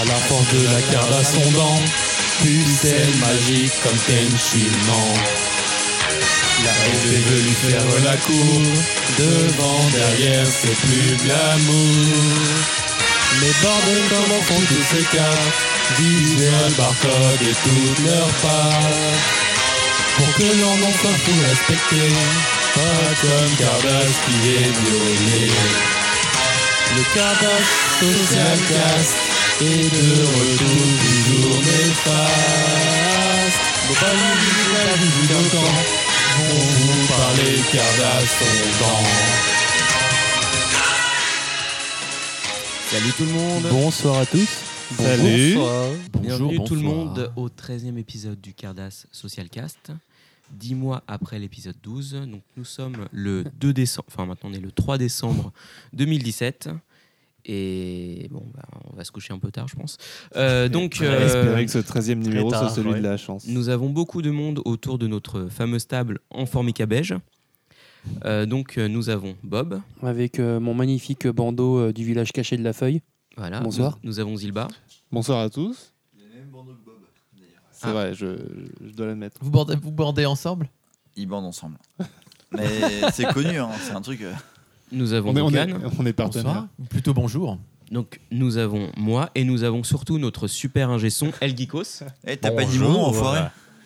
de la cave à son dent. Pucelle magique comme Tenchiman. La rêve veut lui faire la cour. Devant, derrière, c'est plus glamour. Mais bordel, comment font tous ces cartes Visual, barcode et toutes leurs parts. Pour que l'on en soit fou respecté, pas comme Cardas qui est violé. Le Cardas social caste est de retour toujours néfaste. Nos familles de la vie d'antan vont vous parler Cardas son temps. Salut tout le monde Bonsoir à tous. Salut. Bienvenue tout le monde au 13e épisode du Cardas Social Cast. Dix mois après l'épisode 12, donc nous sommes le 2 décembre, enfin maintenant on est le 3 décembre 2017. Et bon, bah, on va se coucher un peu tard, je pense. Euh, donc, euh, Espérer que ce 13e numéro tard, soit celui ouais. de la chance. nous avons beaucoup de monde autour de notre fameuse table en formica beige. Euh, donc, euh, nous avons Bob, avec euh, mon magnifique bandeau euh, du village caché de la feuille. voilà. Bonsoir. Nous, nous avons Zilba. Bonsoir à tous. C'est Ah. vrai, je, je dois l'admettre. Vous bordez, vous bordez ensemble Ils bandent ensemble. Mais c'est connu, hein, c'est un truc. euh, Nous avons est, on, est, Wokan. on est partenaires. Bonsoir. Ou Plutôt bonjour. Donc nous avons moi et nous avons surtout notre super ingé son El Geekos. Eh, t'as pas dit mon nom, enfoiré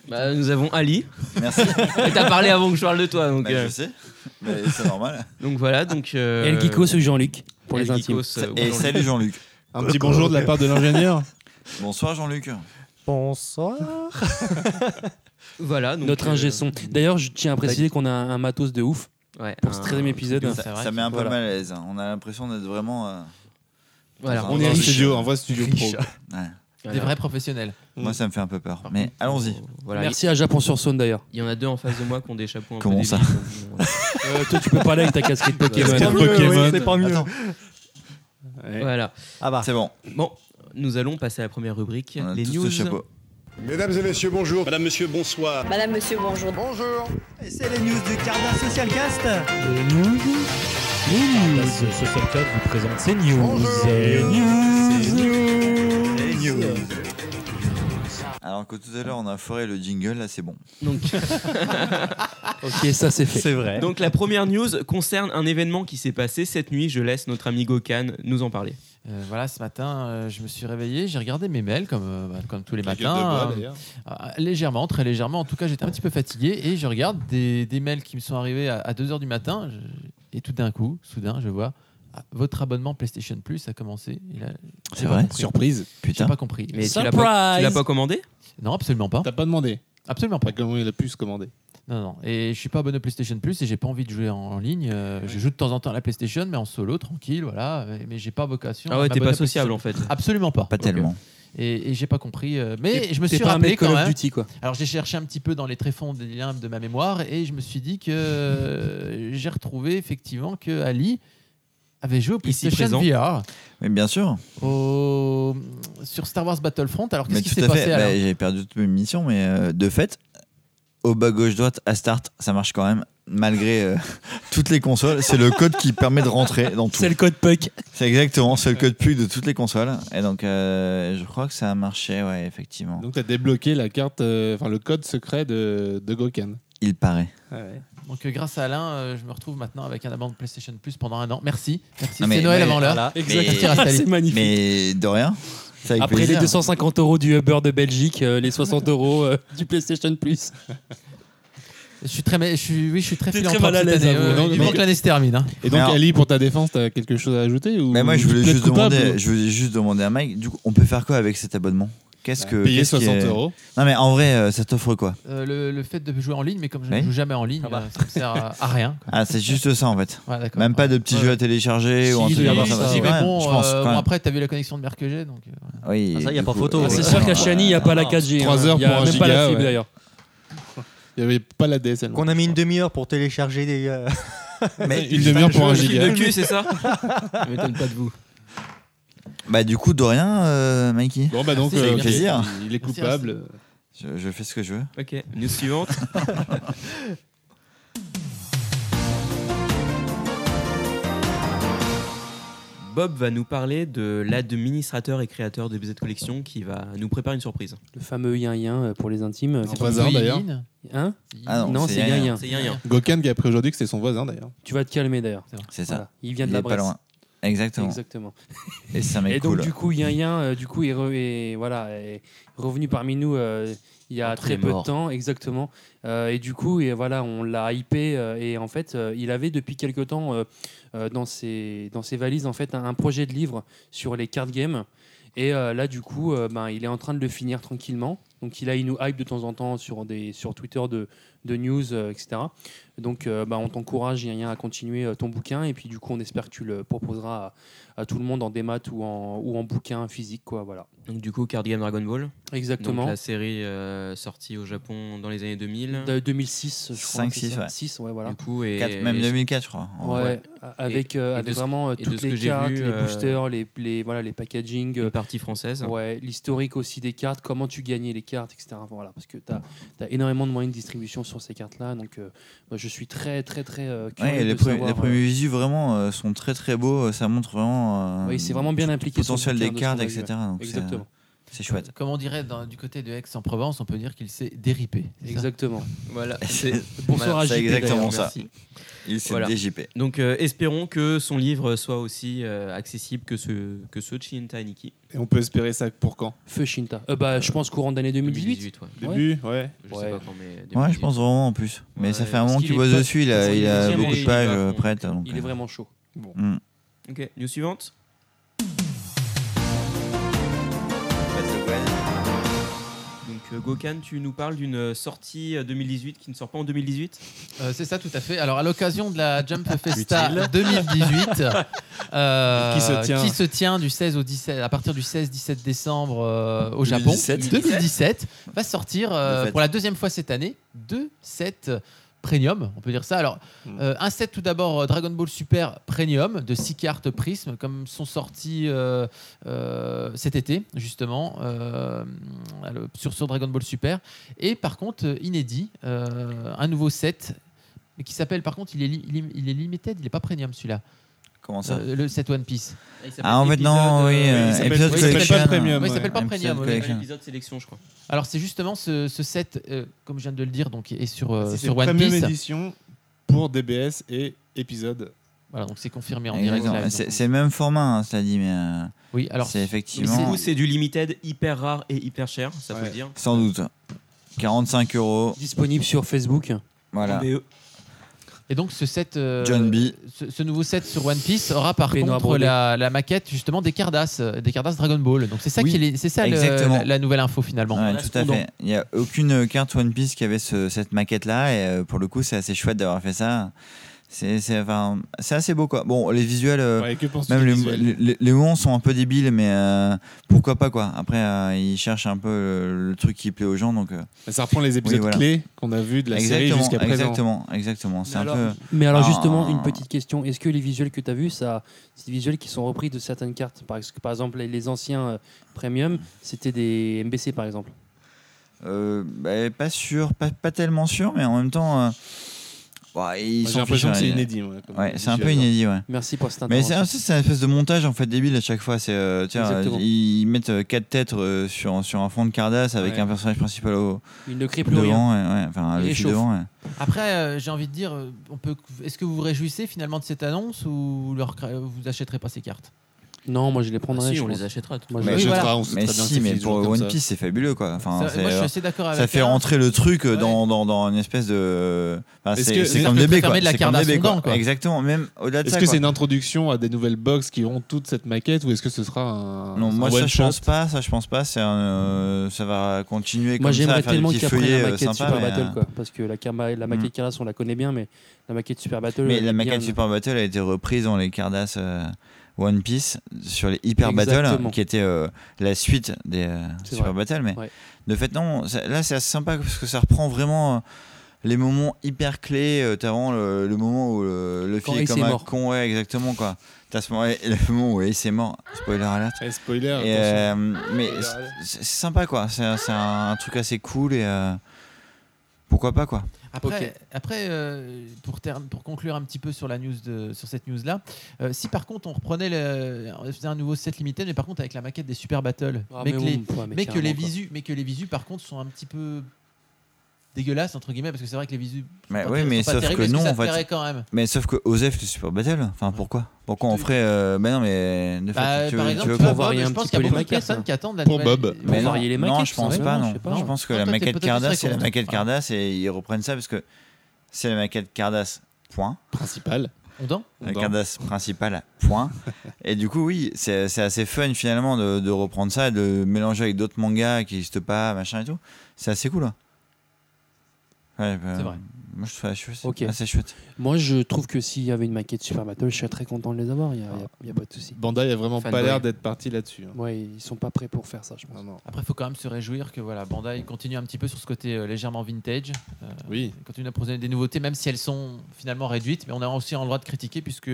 Bah, nous avons Ali. Merci. Et T'as parlé avant que je parle de toi donc, Bah, euh, je sais, mais c'est normal. donc voilà donc. euh, El Geekos ou Jean-Luc pour El les intimes. Geekos, euh, Et ou salut Jean-Luc. Un petit bonjour de la part de l'ingénieur. Bonsoir Jean-Luc. Bonsoir. Jean-Luc. Voilà donc, Notre euh, ingé son. D'ailleurs, je tiens à préciser qu'on a un un matos de ouf ouais, pour ce un- 13e épisode. de ouf. C'est Ça, vrai ça que- met un peu voilà. mal à l'aise. hein. On a l'impression d'être vraiment. euh, Voilà, dans on un est un Ah, riche. studio, un vrai studio pro. Riche. ouais. Des vrais professionnels. Moi, ça me fait un peu peur. Mais allons-y. Voilà, Merci à Japon sur Saône d'ailleurs. Il y en a deux en face de moi qui ont des chapeaux. Un Comment peu ça débiles, donc, bon, Euh, toi, tu peux parler avec ta casquette Pokémon. C'est un Pokémon. Attends. voilà. Voilà. Ah bah. C'est bon. Bon, nous allons passer à la première rubrique, On a les tous news. le chapeau. Mesdames et messieurs, bonjour. Madame, monsieur, bonsoir. Madame, monsieur, bonjour. C'est les news de Carda Social Cast. Ce, ce Solcast vous présente ses news. Bonjour. Les news. Alors que tout à l'heure, on a foiré le jingle, là, c'est bon. Donc, ok, ça c'est fait. vrai. donc la première news concerne un événement qui s'est passé cette nuit. Je laisse notre ami Gokan nous en parler. voilà, ce matin, euh, je me suis réveillé, j'ai regardé mes mails comme, euh, bah, comme tous les Gueule de bois, matins. d'ailleurs. euh, euh, légèrement, très légèrement. En tout cas, j'étais un petit peu fatigué et je regarde des, des mails qui me sont arrivés à, 2h du matin. je- et tout d'un coup, soudain, je vois ah, votre abonnement PlayStation Plus a commencé. Et là, j'ai pas compris. Surprise. J'ai hein. Putain. pas compris. Mais tu l'as pas, tu l'as pas commandé Non, absolument pas. T'as pas demandé. Absolument pas. Pas comment il a pu se commander. Non, non. Et je suis pas abonné au PlayStation Plus et j'ai pas envie de jouer en, en ligne. Euh, Je joue de temps en temps à la PlayStation, mais en solo, tranquille, voilà. Mais- Mais j'ai pas vocation. Ah à ouais, t'es pas m'abonner à PlayStation. sociable en fait. Absolument pas. Pas tellement. Et, et j'ai pas compris. euh, mais je me T'es suis pas un rappelé mec Call quand of même. Duty quoi. Alors j'ai cherché un petit peu dans les tréfonds des limbes de ma mémoire et je me suis dit que euh, j'ai retrouvé effectivement que Ali avait joué au Ici PlayStation VR Mais bien sûr. au- sur Star Wars Battlefront. Alors Mais qu'est-ce tout qui s'est à passé fait. Bah, alors J'ai perdu toutes mes missions, mais euh, de fait, au bas gauche droite à start, ça marche quand même. Malgré euh, toutes les consoles, c'est le code qui permet de rentrer dans tout. C'est le code PUC. C'est exactement, c'est le code plus de toutes les consoles. Et donc, euh, je crois que ça a marché, ouais, effectivement. Donc t'as débloqué la carte, euh, enfin le code secret de, de Gokan. Il paraît. Donc euh, grâce à Alain, euh, je me retrouve maintenant avec un abonnement de PlayStation Plus pendant un an. Merci, merci. Non, mais- C'est Noël mais- avant l'heure. Mais- Merci, Rastali. C'est magnifique. Mais de rien. C'est avec Après les plaisir. 250 euros du Uber de Belgique, euh, les 60 euros euh, du PlayStation Plus. Je suis très, mais- je suis, oui, je suis très T'es très philanthrope mal à cette l'aise, année. hein, vous. euh, Non, vivement mais- que l'année se termine. hein. Et donc Alors- Ali, pour ta défense, t'as quelque chose à ajouter ou Mais moi, je tu voulais plaides juste coupable demander, je voulais juste demander à Mike, du coup, on peut faire quoi avec cet abonnement Qu'est-ce que. Payer qu'est-ce qui 60 est- euros. Non, mais en vrai, euh, ça t'offre quoi Euh, le, le fait de jouer en ligne, mais comme je Oui. ne joue jamais en ligne, euh, ça me sert à, à rien. Ah, c'est juste ça en fait. Ouais, d'accord. Même pas de petits Ouais. jeux à télécharger Si, ou un truc oui, comme si, ça. si, Ouais, mais bon, je pense. euh, quand bon, même. après, t'as vu la connexion de merde que j'ai, donc. euh, voilà. Oui, Ah, ça, y a du pas coup, photo, euh, ouais. C'est sûr qu'à Chani, il n'y a pas la 4G. Trois hein. heures Il y a pour un même pas giga, la fibre ouais. d'ailleurs. Il y avait pas la DSL. Qu'on a mis une demi-heure pour télécharger des. euh, Mais, une demi-heure pour un giga. Le cul, c'est ça Je m'étonne pas de vous. bah, du coup, de rien, euh, Mikey. Bon bah donc Merci, euh, avec ok, plaisir. il est coupable. Je, je fais ce que je veux. Ok, news suivante. Bob va nous parler de l'administrateur et créateur de BZ Collection qui va nous préparer une surprise. Le fameux yin yin euh, pour les intimes. Son voisin d'ailleurs. Yin. Hein Ah non, Non, c'est c'est Yin yin Yin. yin. C'est rien, Gokan qui a appris aujourd'hui que c'est son voisin d'ailleurs. Tu vas te calmer d'ailleurs. C'est ça. Voilà. Il vient de Il la est pas Bresse. loin. Exactement. Exactement. Et c'est un Et mec donc cool. du coup, Yin Yin, euh, du coup, est, re- est- voilà, est revenu parmi nous euh, il y a Entre très les peu morts. de temps, exactement. Euh, et du coup, et voilà, on l'a hypé euh, et en fait, euh, il avait depuis quelque temps euh, euh, dans ses dans ses valises en fait un, un projet de livre sur les card games. Et euh, là, du coup, euh, ben, il est en train de le finir tranquillement. Donc, il, a, il nous hype de temps en temps sur, des, sur Twitter de, de news, euh, etc. Donc, euh, ben, on t'encourage, Yin Yin, à continuer euh, ton bouquin. Et puis, du coup, on espère que tu le proposeras à, à tout le monde en démat ou en, ou en bouquin physique, quoi, voilà. Donc du coup, Card Game Dragon Ball, Exactement. donc la série euh, sortie au Japon dans les années 2000. De 2006, je crois. Cinq, c'est six, ça ouais. Six, ouais, voilà. Du coup, et, Quatre- même et- 2004, je crois. en Ouais, vrai. avec, euh, et de avec ce- vraiment euh, et de toutes ce que les j'ai cartes, vu, les euh, boosters, les, les, voilà, les packaging, euh, une partie française. Ouais, l'historique aussi des cartes, comment tu gagnais les cartes, etc. Voilà, parce que tu as, énormément de moyens de distribution sur ces cartes-là. Donc, euh, bah, je suis très, très, très euh, Ouais, curieux et les, de premi- savoir, les premiers visus vraiment euh, sont très très beaux. Ça montre vraiment. euh, euh, oui, c'est vraiment bien le impliqué. sur le potentiel des bouquin de cartes, son etc. avis, ouais. Donc, c'est- Exactement. C'est chouette. Comme on dirait dans- du côté de Aix-en-Provence, on peut dire qu'il s'est déripé. c'est ça Exactement. Voilà. C'est- Bonsoir à euh, c'est JP, exactement d'ailleurs. ça. Merci. Il s'est Voilà. DJP. Donc euh, espérons que son livre soit aussi euh, accessible que ceux que ceux de Shinta Nikki. Et on peut espérer ça euh, pour quand Feu Shinta. Euh, bah, je pense courant d'année 2018. ouais. Ouais. Début, ouais. Je sais Ouais. pas quand, mais 2018. Ouais, je pense vraiment en plus. Mais Ouais, ça fait un parce moment qu'il qu'il est bosse pas- dessus. Il a, il a il est beaucoup jamais- de pages il est euh, pas- prêtes. donc, Il est euh, vraiment chaud. hum. Ok, news suivante. Donc euh, Gokan, tu nous parles d'une sortie euh, 2018 qui ne sort pas en 2018. Euh, c'est ça, tout à fait. Alors, à l'occasion de la Jump Festa 2018, euh, Qui se tient. qui se tient du 16 au 17, à partir du 16-17 décembre euh, au Japon, 2017. 2017, va sortir euh, De fait. pour la deuxième fois cette année deux sets premium, on peut dire ça. Alors, Hmm. euh, un set tout d'abord euh, Dragon Ball Super Premium de 6 cartes Prism, comme sont sortis euh, euh, cet été, justement, euh, le- sur, sur Dragon Ball Super. Et par contre, euh, inédit, euh, un nouveau set mais qui s'appelle, par contre, il est, li- il est- il est limited, il n'est pas premium celui-là, Comment ça Euh, le set One Piece. Ah, en fait, non, oui. euh, il s'appelle- Épisode oui, il s'appelle collection. pas Premium, Ouais, il s'appelle pas Episode Premium, oui. collection. L'épisode sélection, je crois. Alors c'est justement ce, ce set, euh, comme je viens de le dire, donc est sur, euh, C'est sur la One première Piece. édition pour DBS et épisode. Voilà, donc c'est confirmé en direct. Exactement. live. bah, C'est c'est le même format, hein, cela dit, mais euh, Oui, alors c'est Du coup, effectivement c'est du limited hyper rare et hyper cher, ça faut Ouais. le dire. sans doute 45 euros. Disponible sur Facebook. Voilà. Mais, euh, Et donc ce set, euh, John B. Ce, ce nouveau set sur One Piece aura par Benoît contre Brodet. la, la maquette justement des Cardass, euh, des Cardass Dragon Ball. Donc c'est ça Oui, qui est, c'est ça le- exactement. la, la nouvelle info finalement. Ouais, Voilà, tout à cependant. fait. Il n'y a aucune euh, carte One Piece qui avait ce- cette maquette-là, et euh, pour le coup, c'est assez chouette d'avoir fait ça. C'est c'est- enfin, c'est assez beau, quoi. Bon, les visuels, euh, Ouais, que penses-tu même du les, visuel les, les mots sont un peu débiles, mais euh, pourquoi pas, quoi. Après, euh, ils cherchent un peu le, le truc qui plaît aux gens, donc. euh, Ça reprend les épisodes voilà. clés qu'on a vus de la série exactement, jusqu'à présent. exactement, exactement. C'est un alors- peu. Mais alors, Ah. justement, une petite question. Est-ce que les visuels que tu as vus, ça, c'est des visuels qui sont repris de certaines cartes par, ex- par exemple, les- les anciens euh, premium, c'était des MBC, par exemple. Euh, bah, pas sûr, pas, pas tellement sûr, mais en même temps, euh, ouais, J'ai ils s'en fichent, l'impression que c'est hein. inédit. moi, comme Ouais, c'est un peu visuel. inédit, ouais. Merci pour cette Mais intervention. c'est c'est- c'est une espèce de montage en fait débile à chaque fois. C'est euh, tiens, Exactement. ils mettent euh, quatre têtes euh, sur, sur un fond de cardass avec Ouais. un personnage principal au Il ne crée plus rien. devant, et- ouais, enfin Il le fil réchauffe. devant. ouais. Après, euh, j'ai envie de dire, euh, on peut, est-ce que vous vous réjouissez finalement de cette annonce ou leur, vous achèterez pas ces cartes Non, moi je les prendrai. ah, si, je on pense. les achètera. tout. Moi, je On Mais les- achètera, voilà. on sait Mais très bien que si, c'est mais fait pour toujours One comme ça. Piece, c'est fabuleux quoi. Enfin, Ça- c'est, Moi, je euh, suis assez d'accord avec. ça fait Alain. rentrer le truc euh, Ouais. dans, dans, dans une espèce de. enfin, Est-ce c'est que- c'est est-ce comme que DB ça quoi. permet de la C'est carte comme à DB son quoi. dent, quoi. Exactement, même au-delà de Est-ce ça. que quoi. c'est une introduction à des nouvelles box qui auront toute cette maquette ou est-ce que ce sera un. un Non, moi one ça je shot pense pas, ça je pense pas, c'est un, euh, ça va continuer Moi comme ça, à j'aimerais faire des tellement petits qu'ils apprennent feuillets la euh, maquette sympas. Super mais, Battle, euh, mm. quoi. Parce que la, cama- la maquette Carlas, on la connaît bien, mais la maquette Super Battle. euh, Mais elle la est maquette bien- Super Battle a été reprise dans les Cardass euh, One Piece sur les Hyper Battle, Exactement. qui était euh, la suite des euh, C'est Super vrai. Battle. Mais Ouais. de fait, non, ça- là c'est assez sympa parce que ça reprend vraiment euh, les moments hyper clés. euh, T'as vraiment le, le moment où le, le Quand fil est Ace comme est un mort. con, ouais, exactement quoi. T'as ce moment, et le moment où Ace est mort, spoiler alert. Eh, spoiler. Ah, Et, attention. euh, mais c'est c'est sympa quoi, c'est c'est un, truc assez cool et euh, pourquoi pas quoi. Après, Ok. après euh, pour, ter- pour conclure un petit peu sur, la news de, sur cette news-là, euh, si par contre on reprenait le, on faisait un nouveau set limité, mais par contre avec la maquette des Super Battle, Ah, mais, mais que oui, les, ouais, mais mais que les carrément, quoi. visus, mais que les visus par contre sont un petit peu dégueulasses entre guillemets, parce que c'est vrai que les visus. Mais sont Eh oui, pas- mais sont pas sauf terribles, que est-ce non, ça en te fait. plairait quand même. Mais sauf que Osef, tu supportes Battle. Enfin, pourquoi Pourquoi on Je te- ferait. euh, Ben non, mais. de fait, Bah, tu par veux, tu exemple, veux tu vois, qu'on voir voit. varier Bob, un je pense petit qu'il y a peu les beaucoup de maquettes, personnes hein. qui attendent la Pour nouvelle- Bob. Mais pour non. varier. les Non, maquettes, je pense ouais, pas, non, non. je sais pas. Je pense que Ah, la toi, maquette peut-être Cardass, c'est la contre. maquette Ah. Cardass et ils reprennent ça parce que c'est la maquette Cardass, point. principal. On dort La Dans- Cardass principale, point. et du coup, oui, c'est c'est assez fun finalement de, de reprendre ça et de mélanger avec d'autres mangas qui n'existent pas, machin et tout. C'est assez cool. hein. Ouais, bah, C'est vrai. Moi, je trouve ça chouette. Ok. assez chouette. Moi, je trouve que s'il y avait une maquette Super Battle, je serais très content de les avoir. Il n'y a, il y a- il y a pas de souci. Bandai a vraiment Fanboy. pas l'air d'être parti là-dessus. Ah. hein. Ouais, ils sont pas prêts pour faire ça, je pense. Non, non. Après, il faut quand même se réjouir que voilà, Bandai continue un petit peu sur ce côté euh, légèrement vintage. euh, Oui. Il continue à proposer des nouveautés, même si elles sont finalement réduites. Mais on a aussi le droit de critiquer puisque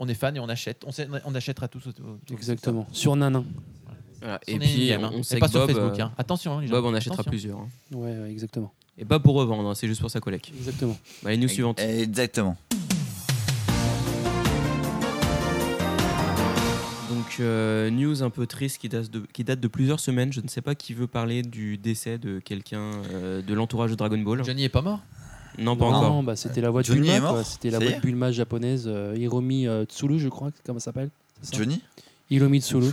on est fan et on achète. On, sait- on achètera tous. au- au- Exactement. Sur Nanin. Voilà. Sur Et les puis, NM, hein. on sait et pas que sur Bob, Facebook. euh, hein. Attention, hein, les gens. Bob en achètera Attention. plusieurs. hein. Ouais, ouais, exactement. Et pas pour revendre, hein, c'est juste pour sa collecte. Exactement. Bah, les news suivantes. Exactement. Donc, euh, news un peu triste qui date, de, qui date de plusieurs semaines. Je ne sais pas qui veut parler du décès de quelqu'un euh, de l'entourage de Dragon Ball. Johnny est pas mort. Non, pas Non, encore. bah, c'était la voix de Johnny est Bulma. mort quoi. C'était la Ça voix y de est Bulma japonaise, euh, Hiromi euh, Tsulu, je crois, comment ça s'appelle C'est ça Johnny Hiromi Tsulu,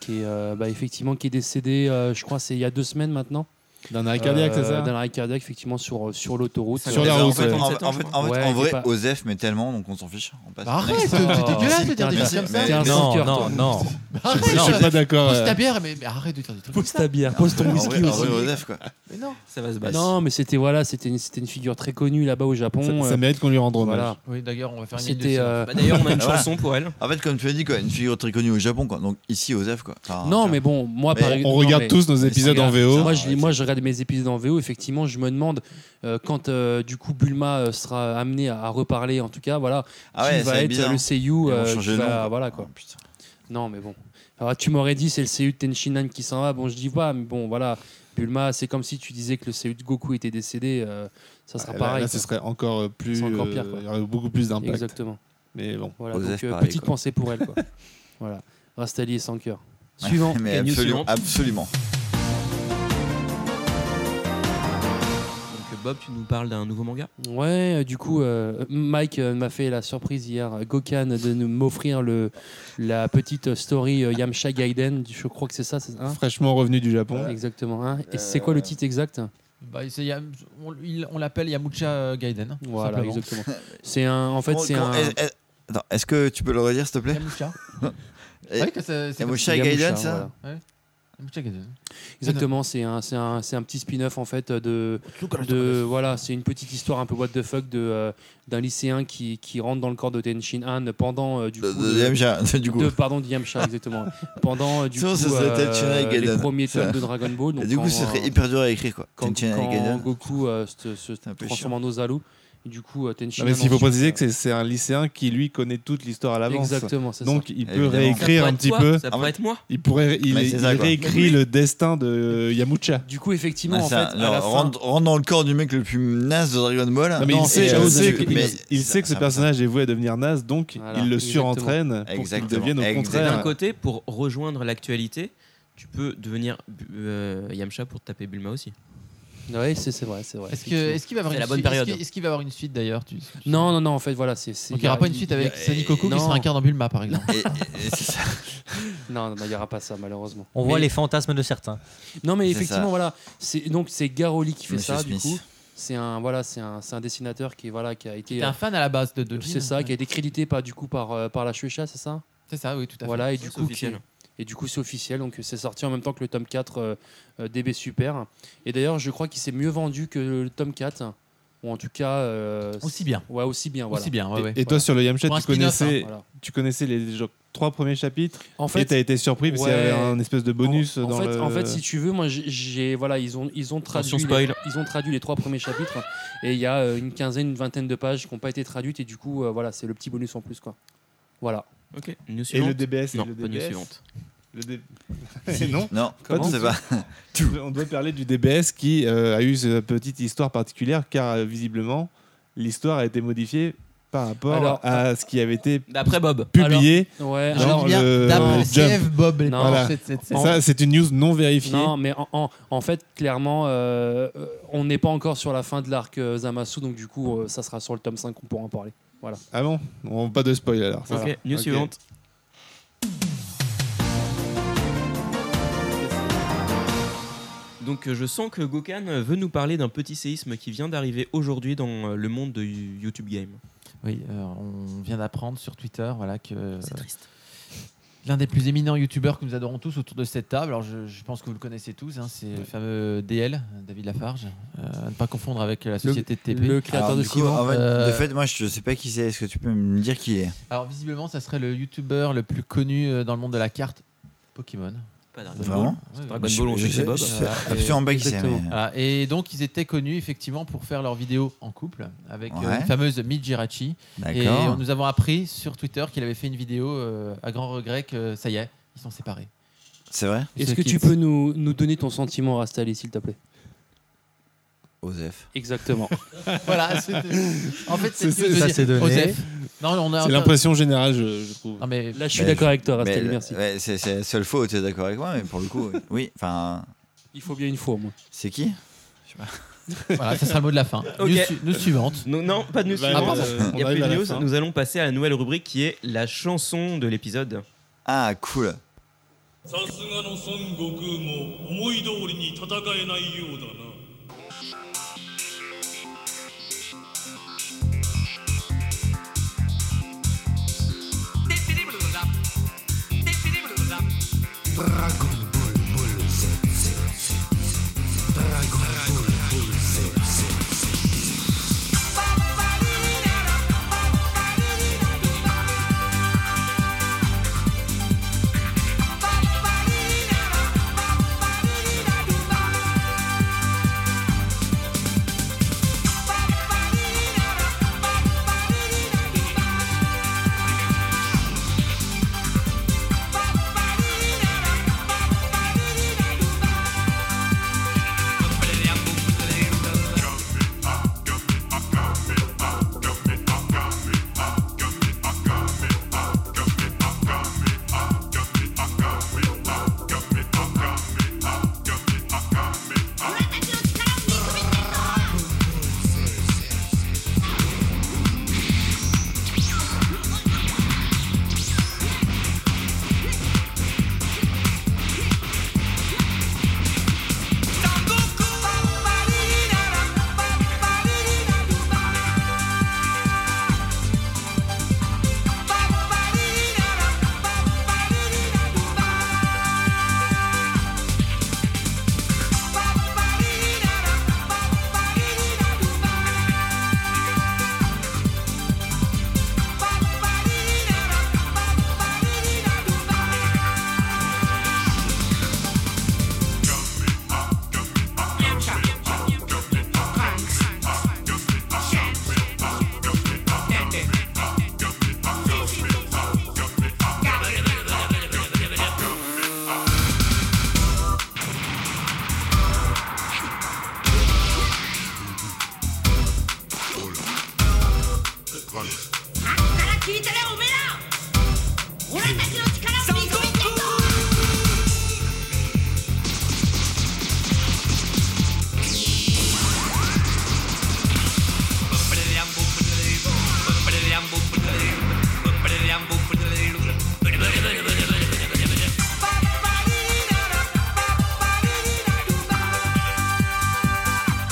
qui est euh, bah, effectivement qui est décédé, euh, je crois, c'est il y a deux semaines maintenant. D'un arrêt cardiaque, c'est Euh, D'un ça arrêt cardiaque, effectivement, sur, euh, sur l'autoroute. Euh, Ça Sur Mais la bah, en route, fait, ouais. en, en fait, en fait, Ouais, en il est vrai, pas- Osef, mais tellement, donc on s'en fiche. On passe au Bah, arrête, next. c'est dégueulasse de dire des Merci, choses comme ça. mais- T'es un Non, stalker, non, toi. non. Arrête, Je suis pas d'accord. Pose euh, ta bière, mais, mais arrête de dire des trucs. comme Pose ça. ta bière, pose ton En vrai- whisky en vrai, aussi. Osef, quoi. Mais non. ah Ça va se Bah battre. non, mais c'était voilà, c'était une, c'était une figure très connue là-bas au Japon. Ça, ça euh, mérite qu'on lui rende hommage. voilà. Oui, d'ailleurs, on va faire une minute de C'était. silence. euh, Bah, D'ailleurs, on a une Voilà. chanson pour elle. En fait, comme tu as dit, quoi, une figure très connue au Japon, quoi. Donc ici, Osef, quoi. Enfin, non, tu vois. mais bon, moi, Mais par On non, regarde mais- tous nos épisodes en VO. Moi je, moi, je regarde mes épisodes en VO. Effectivement, je me demande euh, quand euh, du coup Bulma euh, sera amené à, à reparler, en tout cas, voilà, Ah qui ouais, ça va va être être bizarre. le Seiyu. Ils vont euh, changer qui de nom, va- quoi. voilà quoi. Oh, putain. Non, mais bon. Alors, tu m'aurais dit c'est le Seiyu de Tenshinhan qui s'en va. Bon, je dis pas, mais bon, voilà. Bulma, c'est comme si tu disais que le Seiyu de Goku était décédé. euh, ça sera Ah, Là- pareil. Là, ce quoi. serait encore euh, plus. C'est encore euh, pire, quoi. Il y aurait beaucoup plus d'impact. Exactement. Mais bon. Voilà, Osef, donc, euh, pareil, petite quoi. pensée pour elle. Quoi. voilà. Rastali est sans cœur. Suivant. Mais Et news absolument, suivante. absolument. Donc, Bob, tu nous parles d'un nouveau manga Ouais, euh, du coup, euh, Mike euh, m'a fait la surprise hier, euh, Gokan, de nous- m'offrir le la petite euh, story euh, Yamcha Gaiden. Je crois que c'est ça, c'est hein Fraîchement revenu du Japon. Exactement. hein. Et c'est quoi le titre exact Bah, c'est Yam- on il- on l'appelle Yamucha euh, Gaiden. hein, tout Voilà, simplement. exactement. C'est un. En fait, Comment- c'est comment- un. est- est- Attends, est-ce que tu peux le redire, s'il te plaît Yamucha. Et- C'est vrai que c'est- c'est comme- Yamucha et Yamcha, Gaiden, ça Yamucha Gaiden. Exactement. C'est un, c'est un, c'est un petit spin-off en fait de de voilà c'est une petite histoire un peu what the fuck de euh, d'un lycéen qui, qui rentre dans le corps de Tenshinhan pendant euh, du De- coup, de- le- de MJ, du coup. De, pardon, de Yamcha, exactement. Pendant euh, du Sinon, coup, ça serait euh, Tenshinhan et les Gaiden. premiers Ça- tomes de Dragon Ball. Donc Et du quand, coup, ce euh, serait hyper dur à écrire, quoi. quand, Tenshinhan et quand Gaiden. Goku euh, se, se un peu transforme en Ozalu. Et du coup, euh, Non, Tenshinhan. mais s'il faut ensuite, préciser euh, que c'est- c'est un lycéen qui lui connaît toute l'histoire à l'avance. Exactement, c'est Donc il peut Évidemment. réécrire Ça pourrait un être petit toi, peu. Ça Ah pourrait ouais. être moi. Il pourrait, il, Mais c'est il ça, quoi. réécrit le destin de euh, Yamucha. ça. Du coup, effectivement, Ah, en fait, ça, à genre, la fin, rentre, rentre dans le corps du mec le plus naze de Dragon Ball. Non, mais non, il sait, c'est- il c'est- sait c'est- que, mais- il sait que ce ça- personnage est voué à devenir naze, donc Voilà, il le exactement. surentraîne pour qu'il Exactement. devienne au Exactement. D'un contraire. côté, pour rejoindre l'actualité, tu peux devenir euh, Yamcha pour taper Bulma aussi. ouais, c'est c'est vrai, c'est vrai. Est-ce que- est-ce qu'il va y avoir C'est une la bonne suite- est-ce période. qu'il- Est-ce qu'il va y avoir une suite d'ailleurs tu- tu- Non, non, non, en fait, voilà, c'est. c'est- Donc il n'y aura pas une suite avec il- Sonny Coco qui non. se réincarne en Bulma par exemple. Et- et- et c'est ça. Non, non, il n'y aura pas ça, malheureusement. On voit Mais- les fantasmes de certains. Non, mais C'est effectivement, ça. voilà, c'est donc c'est Garoli qui fait Monsieur ça, Smith. du coup. C'est un voilà, c'est un, c'est un dessinateur qui est voilà, qui a T'es été. euh, un fan à la base de, de Jin. C'est ça, qui a été crédité par du coup par euh, par la Shueisha, c'est ça. C'est ça, oui, tout à fait. Voilà, et Ça, du c'est coup, qui- officiel. Et du coup, c'est officiel, donc c'est sorti en même temps que le tome 4 euh, euh, DB Super. Et d'ailleurs, je crois qu'il s'est mieux vendu que le tome 4, ou en tout cas. euh, Aussi bien. Ouais, aussi bien, voilà. Aussi bien, ouais, ouais. Et toi sur le Yamcha, Pour un tu spin-off, connaissais, hein, Voilà. tu connaissais les genre, trois premiers chapitres En et t'as fait. été surpris parce qu'il y avait ouais. un espèce de bonus en, en dans fait, le. en fait, si tu veux, moi, j'ai- j'ai voilà, ils ont ils ont traduit Attention, spoil. les, ils ont traduit les trois premiers chapitres et il y a euh, une quinzaine, une vingtaine de pages qui n'ont pas été traduites et du coup, euh, voilà, c'est le petit bonus en plus quoi. Voilà. Ok, news et suivante. le DBS, et non, le pas news DBS. suivante. Le dé- Et non Non, Comment c'est pas. On doit parler du DBS qui euh, a eu cette petite histoire particulière car euh, visiblement l'histoire a été modifiée par rapport Alors, à ce qui avait été D'après Bob. publié. Ouais, Genre alors- le- D'après Jump. CF Bob, les Non. paroles. Voilà. Ça, c'est une news non vérifiée. Non, mais en, en- en fait, clairement, euh, euh, on n'est pas encore sur la fin de l'arc euh, Zamasu, donc du coup, euh, ça sera sur le tome 5 qu'on pourra en parler. Voilà. Ah bon On Pas de spoil alors. ça Ok, va. news Ok. suivante. Donc euh, je sens que Gokan veut nous parler d'un petit séisme qui vient d'arriver aujourd'hui dans euh, le monde de You- YouTube Game. Oui, euh, on vient d'apprendre sur Twitter voilà, que Euh, l'un des plus éminents youtubeurs que nous adorons tous autour de cette table, alors je, je pense que vous le connaissez tous, hein, c'est le fameux DL, David Lafarge, euh, à ne pas confondre avec la société de TP. Alors, du coup, en fait, Euh, De fait, moi, je sais pas qui c'est. Est-ce que tu peux me dire qui est Alors visiblement, ça serait le youtubeur le plus connu euh, dans le monde de la carte Pokémon. Pas Dragon Vraiment Ouais, Dragon ouais. Ball, on Bah, Je- sait que c'est Bob. je sais Voilà, et- absolument pas qui c'est, Exactement. mais- euh. Voilà, Et donc, ils étaient connus effectivement pour faire leurs vidéos en couple avec euh, Ouais. une fameuse Mijirachi. D'accord. Et on- nous avons appris sur Twitter qu'il avait fait une vidéo euh, à grand regret que ça y est, ils sont séparés. C'est vrai Ils Est-ce se que tu quittent. peux nous, nous donner ton sentiment, Rastali, s'il te plaît Osef. Exactement. voilà, c'était- en fait, C'est- c'est c'est- ça, c'est donné. Non, on a C'est l'impression générale, je, je trouve. Non, mais Là, je suis Mais- d'accord avec toi, mais Rastel, le- merci. ouais, c'est c'est la seule fois où tu es d'accord avec moi, mais pour le coup, oui. Enfin, Il faut bien une fois, moi. c'est qui voilà, ça sera le mot de la fin. Ok. News su- news suivante. Non, non, pas de news. Bah, suivante. pardon. Il n'y On a plus arrive de à la news. fin. Nous allons passer à la nouvelle rubrique qui est la chanson de l'épisode. Ah, cool. さすがの孫悟空も思い通りに戦えないようだな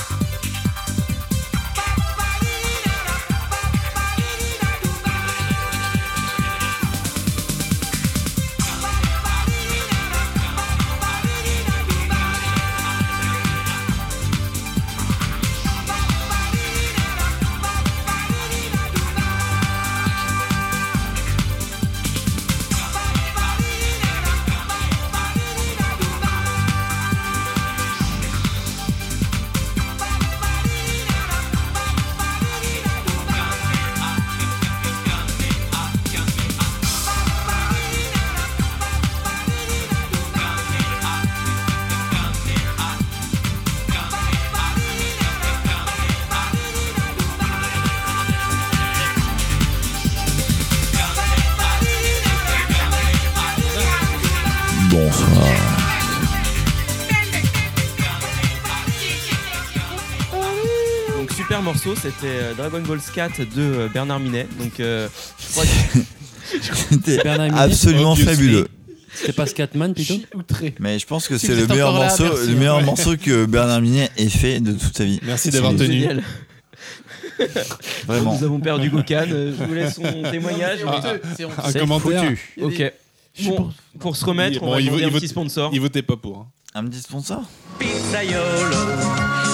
「 bonsoir. Donc super morceau, c'était euh, Dragon Ball Scat de euh, Bernard Minet. Donc euh, je crois que- C'était absolument Obviously. fabuleux. C'était pas Scatman plutôt Mais je pense que Si c'est vous le êtes meilleur encore là, morceau, merci. le meilleur Ouais. morceau que Bernard Minet ait fait de toute sa vie. Merci C'est d'avoir lui. tenu. Génial. Vraiment. Nous avons perdu Gokan. euh, Je vous laisse son témoignage. Ah. C'est honteux, c'est honteux. Un commentaire. foutu. Ok. Je Bon, pour se remettre, on va demander un petit sponsor. Il votait pas pour. hein. Un petit sponsor Pizzaiolo,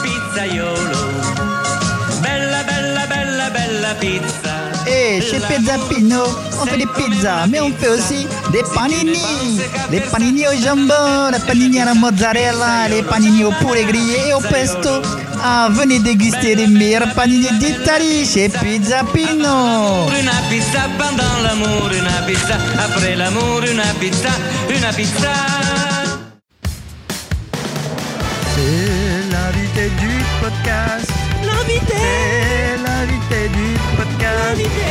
pizzaiolo. Bella, bella, bella, bella pizza. Et Eh, chez Pizza Pino, on fait des pizzas, mais on fait aussi des panini. Des panini au jambon, des panini à la mozzarella, des panini au poulet grillé et au pesto. Ah, venez déguster les meilleurs panini d'Italie chez Pizza Pino. Una pizza pendant l'amour, una pizza après l'amour, una pizza, una pizza. C'est l'invité du podcast. L'invité. C'est l'invité du podcast. L'invité.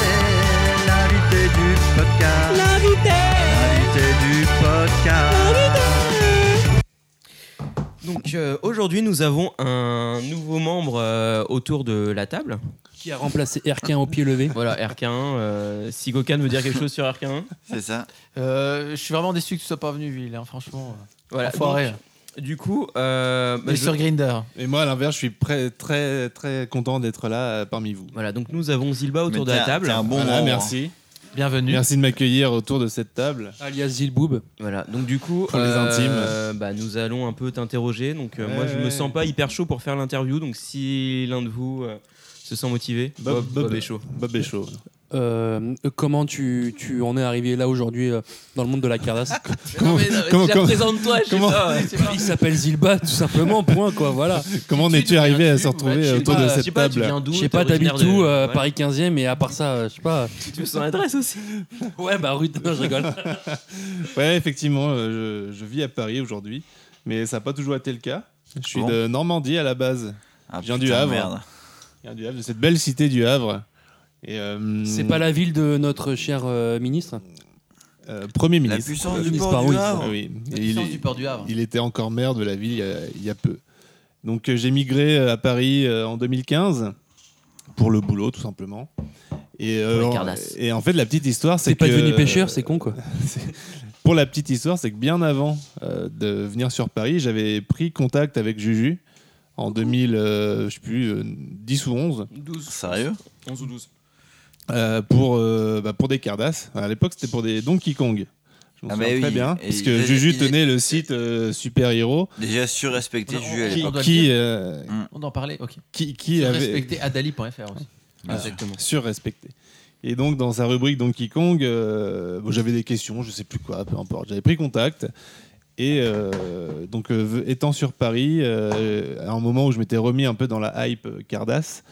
C'est l'invité du podcast. L'invité. L'invité du podcast. Donc euh, aujourd'hui, nous avons un nouveau membre euh, autour de la table. Qui a remplacé Erkin au pied levé. Voilà, Erkin. euh, si Gokan veut dire quelque chose sur Erkin. C'est ça. Euh, je suis vraiment déçu que tu sois pas venu, Ville, hein, franchement. Ah, Voilà. Enfoiré. donc, du coup, euh, bah, Mais sur Grindr. Et moi, à l'inverse, je suis prêt- très, très content d'être là euh, parmi vous. Voilà, donc nous avons Zilba autour de la table. Voilà, Voilà, merci. Bienvenue. Merci de m'accueillir autour de cette table. Alias Zilboob. Voilà, donc du coup, Pour les euh, bah, nous allons un peu t'interroger. Donc euh, Ouais, moi, je me ouais. sens pas hyper chaud pour faire l'interview. Donc si l'un de vous euh, se sent motivé, Bob, Bob, est chaud. Bob est chaud. Euh, comment tu, tu en es arrivé là aujourd'hui euh, dans le monde de la cardasse Ah, Comment- Mais non, mais comment- déjà, comment- présente-toi, je sais comment- pas, ouais, c'est pas- Il s'appelle Zilba tout simplement, point quoi, voilà. Comment en es-tu arrivé à se retrouver euh, autour de cette table Je sais pas, t'habites tout où euh, Paris 15 e et à part ça, euh, je sais pas. Tu veux son adresse aussi Ouais, bah rue, non, je rigole. Ouais, effectivement, euh, je, je vis à Paris aujourd'hui, mais ça n'a pas toujours été le cas. Je suis Ah bon de Normandie à la base. Ah, je viens du putain, Havre. merde. Je viens du Havre, de cette belle cité du Havre. Et, euh, C'est pas la ville de notre cher euh, ministre euh, Premier La ministre. puissance du port du Havre. Ah oui. La Et puissance est- du port du Havre. Il était encore maire de la ville il y a, il y a peu. Donc euh, j'ai migré euh, à Paris euh, en 2015 pour le boulot tout simplement. Et, euh, Pour les en- cardasses. et en fait la petite histoire c'est T'es que pas euh, devenu pêcheur, c'est con quoi. pour la petite histoire, c'est que bien avant euh, de venir sur Paris, j'avais pris contact avec Juju en 2000, euh, je sais plus, euh, 10 ou 11, 12. Sérieux 11 ou 12. euh, pour, euh, bah, pour des Cardass. À l'époque, c'était pour des Donkey Kong. Je m'en Ah bah souviens très oui. bien, Et parce il- que Juju il- tenait le site euh, Super Hero. Déjà surrespecté, Juju, à Qui, l'époque. qui, euh, On en parlait, ok. qui, qui avait... Respecter Adali.fr aussi. Ah, surrespecté. Et donc, dans sa rubrique Donkey Kong, euh, bon, j'avais des questions, je sais plus quoi, peu importe. J'avais pris contact. Et euh, donc, euh, v- étant sur Paris, euh, à un moment où je m'étais remis un peu dans la hype euh, Cardass,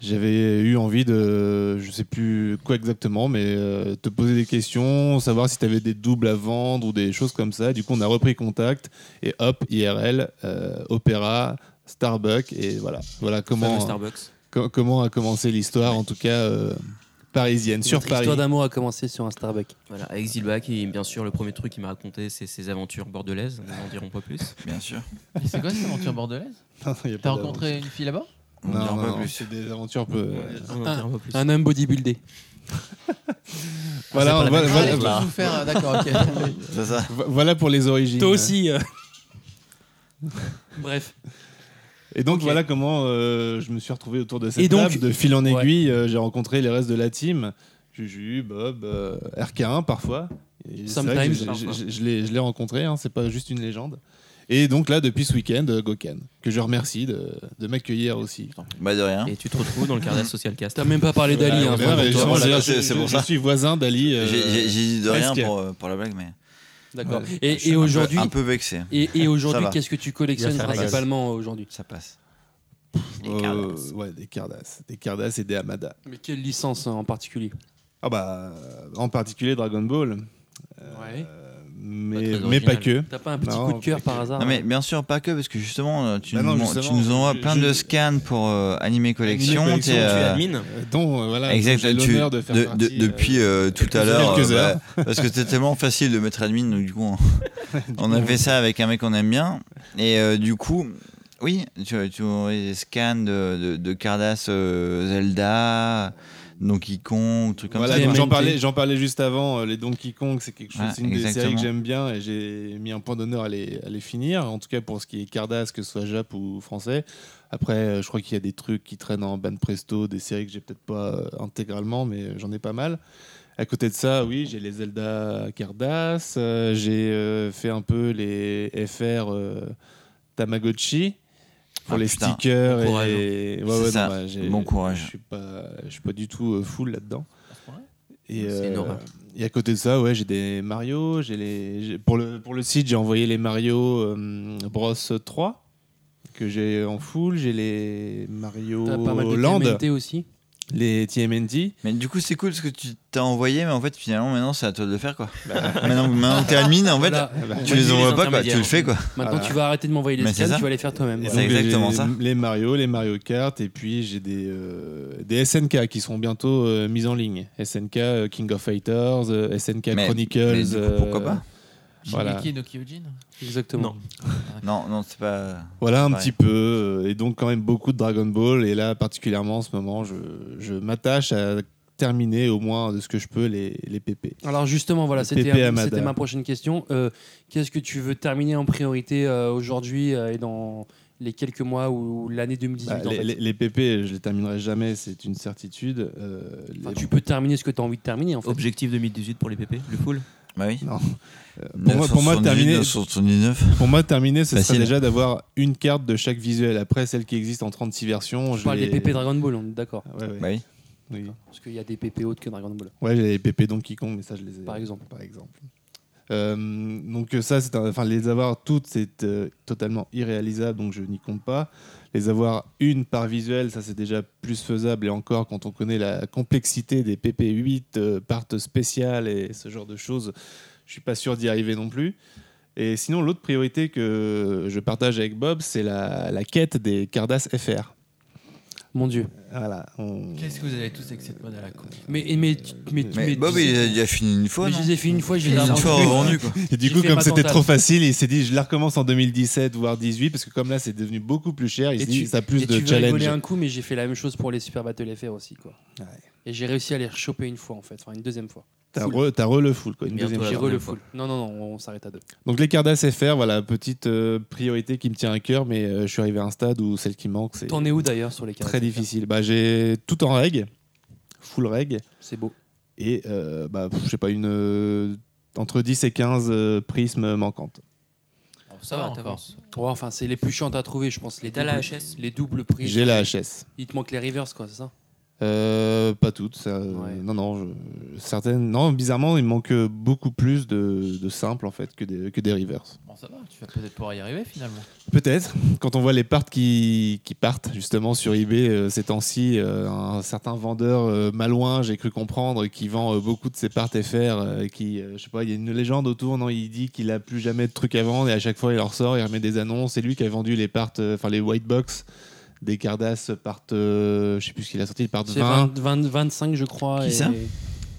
j'avais eu envie de, je sais plus quoi exactement, mais euh, te poser des questions, savoir si tu avais des doubles à vendre ou des choses comme ça. Du coup, on a repris contact et hop, IRL, euh, Opéra, Starbucks et voilà. Voilà comment. Fameux Starbucks. co- comment a commencé l'histoire, en tout cas euh, parisienne, sur Notre Paris. histoire d'amour a commencé sur un Starbucks. Voilà, avec Zilba, qui bien sûr, le premier truc qu'il m'a raconté, c'est ses aventures bordelaises. Nous n'en dirons pas plus. Bien sûr. Mais c'est quoi cette aventure bordelaise Non, il y a pas T'as rencontré une fille là-bas On Non, dira non, pas non, plus. c'est des aventures peu. Ah, On n'en dira pas ah, plus. Un homme bodybuildé. Voilà, c'est pas la voilà, même voilà, chose, voilà. Tout faire, euh, d'accord, ok. C'est ça. Vo- voilà pour les origines. Toi aussi. euh. Bref. Et donc voilà comment euh, je me suis retrouvé autour de Et cette donc- table. De fil en aiguille, euh, j'ai rencontré les restes de la team. Juju, Bob, euh, RK1 parfois. Et c'est vrai que Sometimes. je- je- je- Je l'ai- je l'ai rencontré, hein, c'est pas juste une légende. Et donc là, depuis ce week-end, euh, Gokan, que je remercie de, de m'accueillir aussi. Bah de rien. Et tu te retrouves dans le Cardass Social Cast. T'as même pas parlé d'Ali. hein, Ouais, vraiment, ouais, Ah, toi. justement, voilà, je- Ah, c'est- c'est je- pour je ça. suis voisin d'Ali. euh, J'ai j'ai- j'ai dit de rien presque. pour, euh, pour la blague, mais. D'accord. Ouais. je Et, suis et un peu- aujourd'hui, Un peu vexé. et, et aujourd'hui, Ça va. qu'est-ce que tu collectionnes Il va faire la gueule. principalement aujourd'hui Ça passe. Euh, ouais, des Cardass. Des Cardass et des Hamada. Mais quelle euh, licence hein, en particulier Ah bah, en particulier Dragon Ball. Ouais. Euh, mais très mais pas que. original. T'as pas un petit Non, coup de cœur pas par que. hasard, Non, mais bien sûr, pas que, parce que justement, euh, tu, Bah non, nous, justement, tu nous envoies je- plein je- de scans pour euh, Animé Collection. Collection, tu t'es, es euh, admin, euh, dont, euh, voilà, exact, j'ai tu- l'honneur de faire partie, euh, Depuis euh, tout à quelques l'heure, euh, heures. bah, parce que c'était tellement facile de mettre admin, donc, du coup, on, on a fait ça avec un mec qu'on aime bien. Et euh, du coup, oui, tu, tu aurais des scans de, de, de Cardass, euh, Zelda, Donkey Kong, trucs comme Voilà, ça. donc quoi. j'en parlais, j'en parlais juste avant. euh, les Donkey Kong, c'est quelque chose, Ah, c'est une des séries exactement. que j'aime bien et j'ai mis un point d'honneur à les, à les finir. En tout cas pour ce qui est Cardass, que ce soit Jap ou français. Après, euh, je crois qu'il y a des trucs qui traînent en ban presto, des séries que j'ai peut-être pas euh, intégralement, mais euh, j'en ai pas mal. À côté de ça, oui, j'ai les Zelda Cardass, euh, j'ai euh, fait un peu les FR euh, Tamagotchi pour Ah, les putain, stickers bon courage. hein. et C'est ça, bah, j'ai- bon courage. Je suis pas, je suis pas du tout euh, full là-dedans. Et, C'est euh, une horreur. et à côté de ça, ouais, j'ai des Mario. J'ai les, j'ai- pour, le, Euh, pour le site, j'ai envoyé les Mario euh, Bros 3 que j'ai en full. J'ai les Mario hein T'as pas mal de Land. TMNT aussi. Les TMNT. Mais du coup, c'est cool ce que tu t'as envoyé, mais en fait, finalement, maintenant, c'est à toi de le faire, quoi. Bah, maintenant, maintenant que t'es admin, en fait, Voilà. On tu va les dire envoies pas, quoi. Bah, intermédiaires. Tu le fais, quoi. Maintenant, tu vas arrêter de m'envoyer les Mais c'est scans, ça. tu vas les faire toi-même. C'est voilà. exactement les, ça. Les Mario, les Mario Kart, et puis j'ai des, euh, des SNK qui seront bientôt euh, mises en ligne. SNK euh, King of Fighters, euh, SNK Mais- Chronicles. mais du coup, euh, pourquoi pas voilà. Shingeki no Kyojin Exactement. euh, Non, non, c'est pas. Voilà un Ouais. petit peu, euh, et donc quand même beaucoup de Dragon Ball, et là particulièrement en ce moment, je, je m'attache à terminer au moins de ce que je peux les, les PP. Alors justement, voilà, Les c'était PP un- Amada. c'était ma prochaine question. Euh, Qu'est-ce que tu veux terminer en priorité euh, aujourd'hui euh, et dans les quelques mois ou, ou l'année 2018 Bah, en les, fait les- les PP, je les terminerai jamais, c'est une certitude. euh, Enfin, les- Tu peux terminer ce que tu as envie de terminer en fait. Objectif 2018 pour les PP, le full Bah oui. Non. Euh, Pour moi, pour moi, terminer, 979. pour moi, terminer, ce serait Facile. déjà d'avoir une carte de chaque visuel. Après, celle qui existe en 36 versions, je Je parle les- des PP Dragon Ball, on est d'accord. Ouais, ouais. Bah oui. Oui. Parce qu'il y a des PP autres que Dragon Ball. Ouais, j'ai les PP Donkey Kong, mais ça, je les ai. Par exemple. Par exemple. Euh, donc euh, ça, c'est un- enfin les avoir toutes, c'est euh, totalement irréalisable, donc je n'y compte pas. Les avoir une par visuel, ça c'est déjà plus faisable, et encore quand on connaît la complexité des PP8, euh, parts spéciales et ce genre de choses, je suis pas sûr d'y arriver non plus. Et sinon, l'autre priorité que je partage avec Bob, c'est la, la quête des Cardass FR. Mon Dieu. Voilà. on- Qu'est-ce que vous avez tous avec cette mode à la con Mais, et mais, mais, Mais mais Bob, tu sais- il a déjà fini une fois. Mais non je les ai finis une fois, je les ai Une revendus. fois revendu, quoi. Et du J'ai coup, fait comme ma c'était comptable. trop facile, il s'est dit je la recommence en 2017, voire 18, parce que comme là c'est devenu beaucoup plus cher, il Et se dit tu- ça a plus et de tu veux challenge. rigoler un coup, mais j'ai fait la même chose pour les Super Battle FR aussi. Quoi. Ouais. Et j'ai réussi à les choper une fois en fait, enfin une deuxième fois. T'as Full. re, t'as re le full, quoi, une Bientôt deuxième la J'ai fois. re dernière le fois. full. Non, non, non, on s'arrête à deux. Donc les Cardass FR, voilà, petite euh, priorité qui me tient à cœur, mais euh, je suis arrivé à un stade où celle qui manque, c'est T'en es où d'ailleurs sur les cartes très difficile. Bah, j'ai tout en reg, full reg, C'est beau. et euh, bah, pff, je sais pas, une, euh, entre 10 et 15 euh, prismes manquantes. Ça va, t'avances. Ouais, Oh, enfin, c'est les plus chiantes à trouver, je pense. Les Et t'as la doubles- HS Les doubles prix. J'ai la HS. Il te manque les rivers, quoi, c'est ça Euh, pas toutes. ça- Non, non, je- certaines. Non, bizarrement, il manque beaucoup plus de, de simples en fait que des, que des reverse. Bon, ça va, tu vas peut-être pouvoir y arriver finalement. Peut-être. Quand on voit les parts qui, qui partent justement sur eBay euh, ces temps-ci, euh, un certain vendeur euh, malouin, j'ai cru comprendre, qui vend euh, beaucoup de ses parts FR, euh, qui, euh, je sais pas, il y a une légende autour, non Il dit qu'il a plus jamais de trucs à vendre et à chaque fois il en ressort, il remet des annonces. C'est lui qui a vendu les parts, euh, enfin les white box des Cardass partent, euh, je sais plus ce qu'il a sorti, les parts C'est 20. 20, 20, 25, je crois. Qui et- ça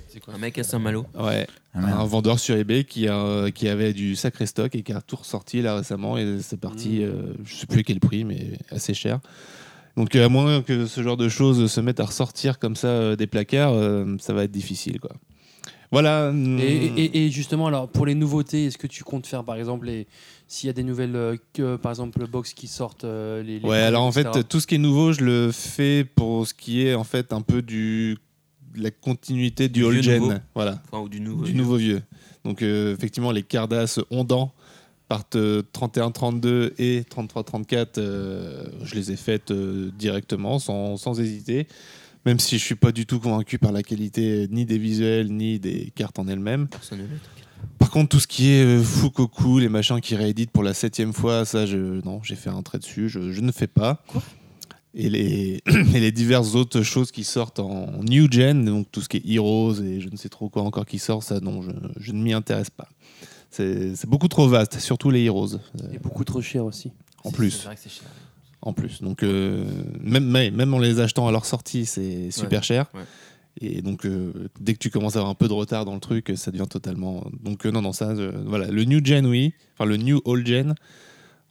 C'est quoi Un mec à Saint-Malo. Ouais. Ah, merde. un vendeur sur eBay qui, a, qui avait du sacré stock et qui a tout ressorti là récemment et c'est Mm. parti, euh, je sais plus à quel prix, mais assez cher. Donc euh, à moins que ce genre de choses se mettent à ressortir comme ça euh, des placards, euh, ça va être difficile quoi. Voilà. mm, Et, et- et justement, alors pour les nouveautés, est-ce que tu comptes faire par exemple les s'il y a des nouvelles euh, que, par exemple box qui sortent euh, les, les ouais, alors en etc. fait tout ce qui est nouveau, je le fais pour ce qui est en fait un peu du de la continuité du Du old vieux nouveau. gen. Voilà. Enfin, ou du nouveau. du nouveau vieux. Donc euh, effectivement, les Cardass ondans partent euh, 31-32 et 33-34, euh, je les ai faites euh, directement, sans, sans hésiter. Même si je suis pas du tout convaincu par la qualité euh, ni des visuels ni des cartes en elles-mêmes. Personne ne l'autre. Par contre, tout ce qui est euh, Fukoku, les machins qui rééditent pour la septième fois, ça, je, non, j'ai fait un trait dessus, je, je ne fais pas. et les, et les diverses autres choses qui sortent en new gen, donc tout ce qui est Heroes et je ne sais trop quoi encore qui sort, ça, non, je, je ne m'y intéresse pas. C'est c'est beaucoup trop vaste, surtout les Heroes. Et beaucoup trop cher aussi. En plus. c'est cher. En plus. Donc, euh, même, mais- même en les achetant à leur sortie, c'est super Ouais, cher. ouais. Et donc, euh, dès que tu commences à avoir un peu de retard dans le truc, ça devient totalement. Donc, euh, non, non, ça, euh, voilà. Le New Gen, oui. Enfin, le New Old Gen.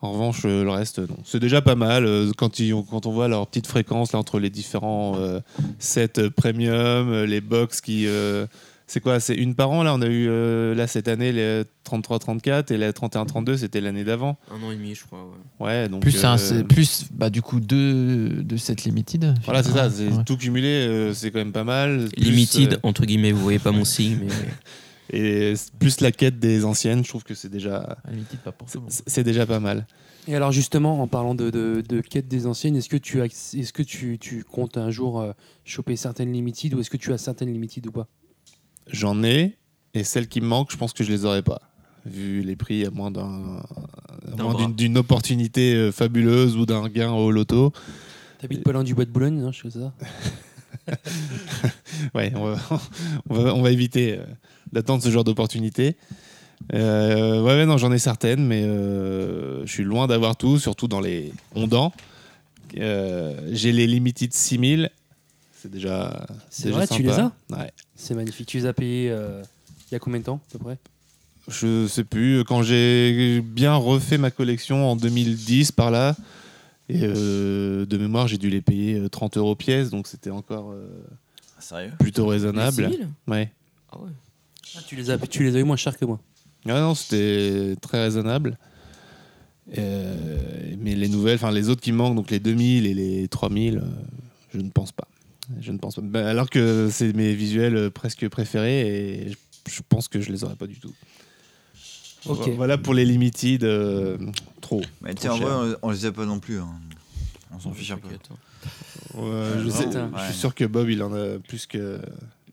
En revanche, euh, le reste, non. C'est déjà pas mal euh, quand, ils ont- quand on voit leur petite fréquence là, entre les différents euh, sets euh, premium, euh, les box qui. euh, c'est quoi C'est une par an, là On a eu, euh, là, cette année, les 33-34 et la 31-32, c'était l'année d'avant. Un an et demi, je crois. Ouais. Ouais, donc. plus, un- euh, c'est- plus bah, du coup, deux de cette limited. Voilà, c'est ça. finalement. c'est Ouais. Tout cumulé, euh, c'est quand même pas mal. Plus, Limited, euh, entre guillemets, vous voyez pas mon signe, mais. et c'est plus la quête des anciennes, je trouve que c'est déjà. Limited, Ah, pas pour c'est- C'est déjà pas mal. Et alors justement, en parlant de, de- de quête des anciennes, est-ce que, tu, as- est-ce que tu, tu comptes un jour euh, choper certaines limited ou est-ce que tu as certaines limited ou pas J'en ai, et celles qui me manquent, je pense que je les aurais pas. Vu les prix, à moins d'un, à D'un moins bras. d'une- d'une opportunité euh, fabuleuse ou d'un gain au loto. T'habites pas loin du bois de Boulogne, non, je sais ça ouais, on va, on va, on va éviter euh, d'attendre ce genre d'opportunité. Euh, ouais, ouais, non, j'en ai certaines, mais euh, je suis loin d'avoir tout, surtout dans les ondans. Euh, J'ai les Limited 6000. C'est déjà. C'est déjà vrai, tu les as sympa. Ouais. C'est magnifique. Tu les as payés euh, il y a combien de temps à peu près Je sais plus, euh, quand j'ai bien refait ma collection en 2010 par là, et euh, de mémoire, j'ai dû les payer euh, 30 euros pièce, donc c'était encore euh, Sérieux plutôt raisonnable. Les 6000? Ouais. Ah ouais. tu, les as, tu les as eu moins cher que moi. Ah non, c'était très raisonnable. Euh, mais les nouvelles, enfin les autres qui manquent, donc les 2000 et les 3000, euh, je ne pense pas. Je ne pense pas. Bah, alors que c'est mes visuels euh, presque préférés et je, je pense que je les aurais pas du tout. Ok. Oh, Vo- Voilà pour les limited, euh, trop. Mais tu sais, trop en cher. vrai, on, on les a pas non plus. hein. On s'en fiche un peu. Euh, je, Ouais, sais- ouais. je suis sûr que Bob il en a plus que,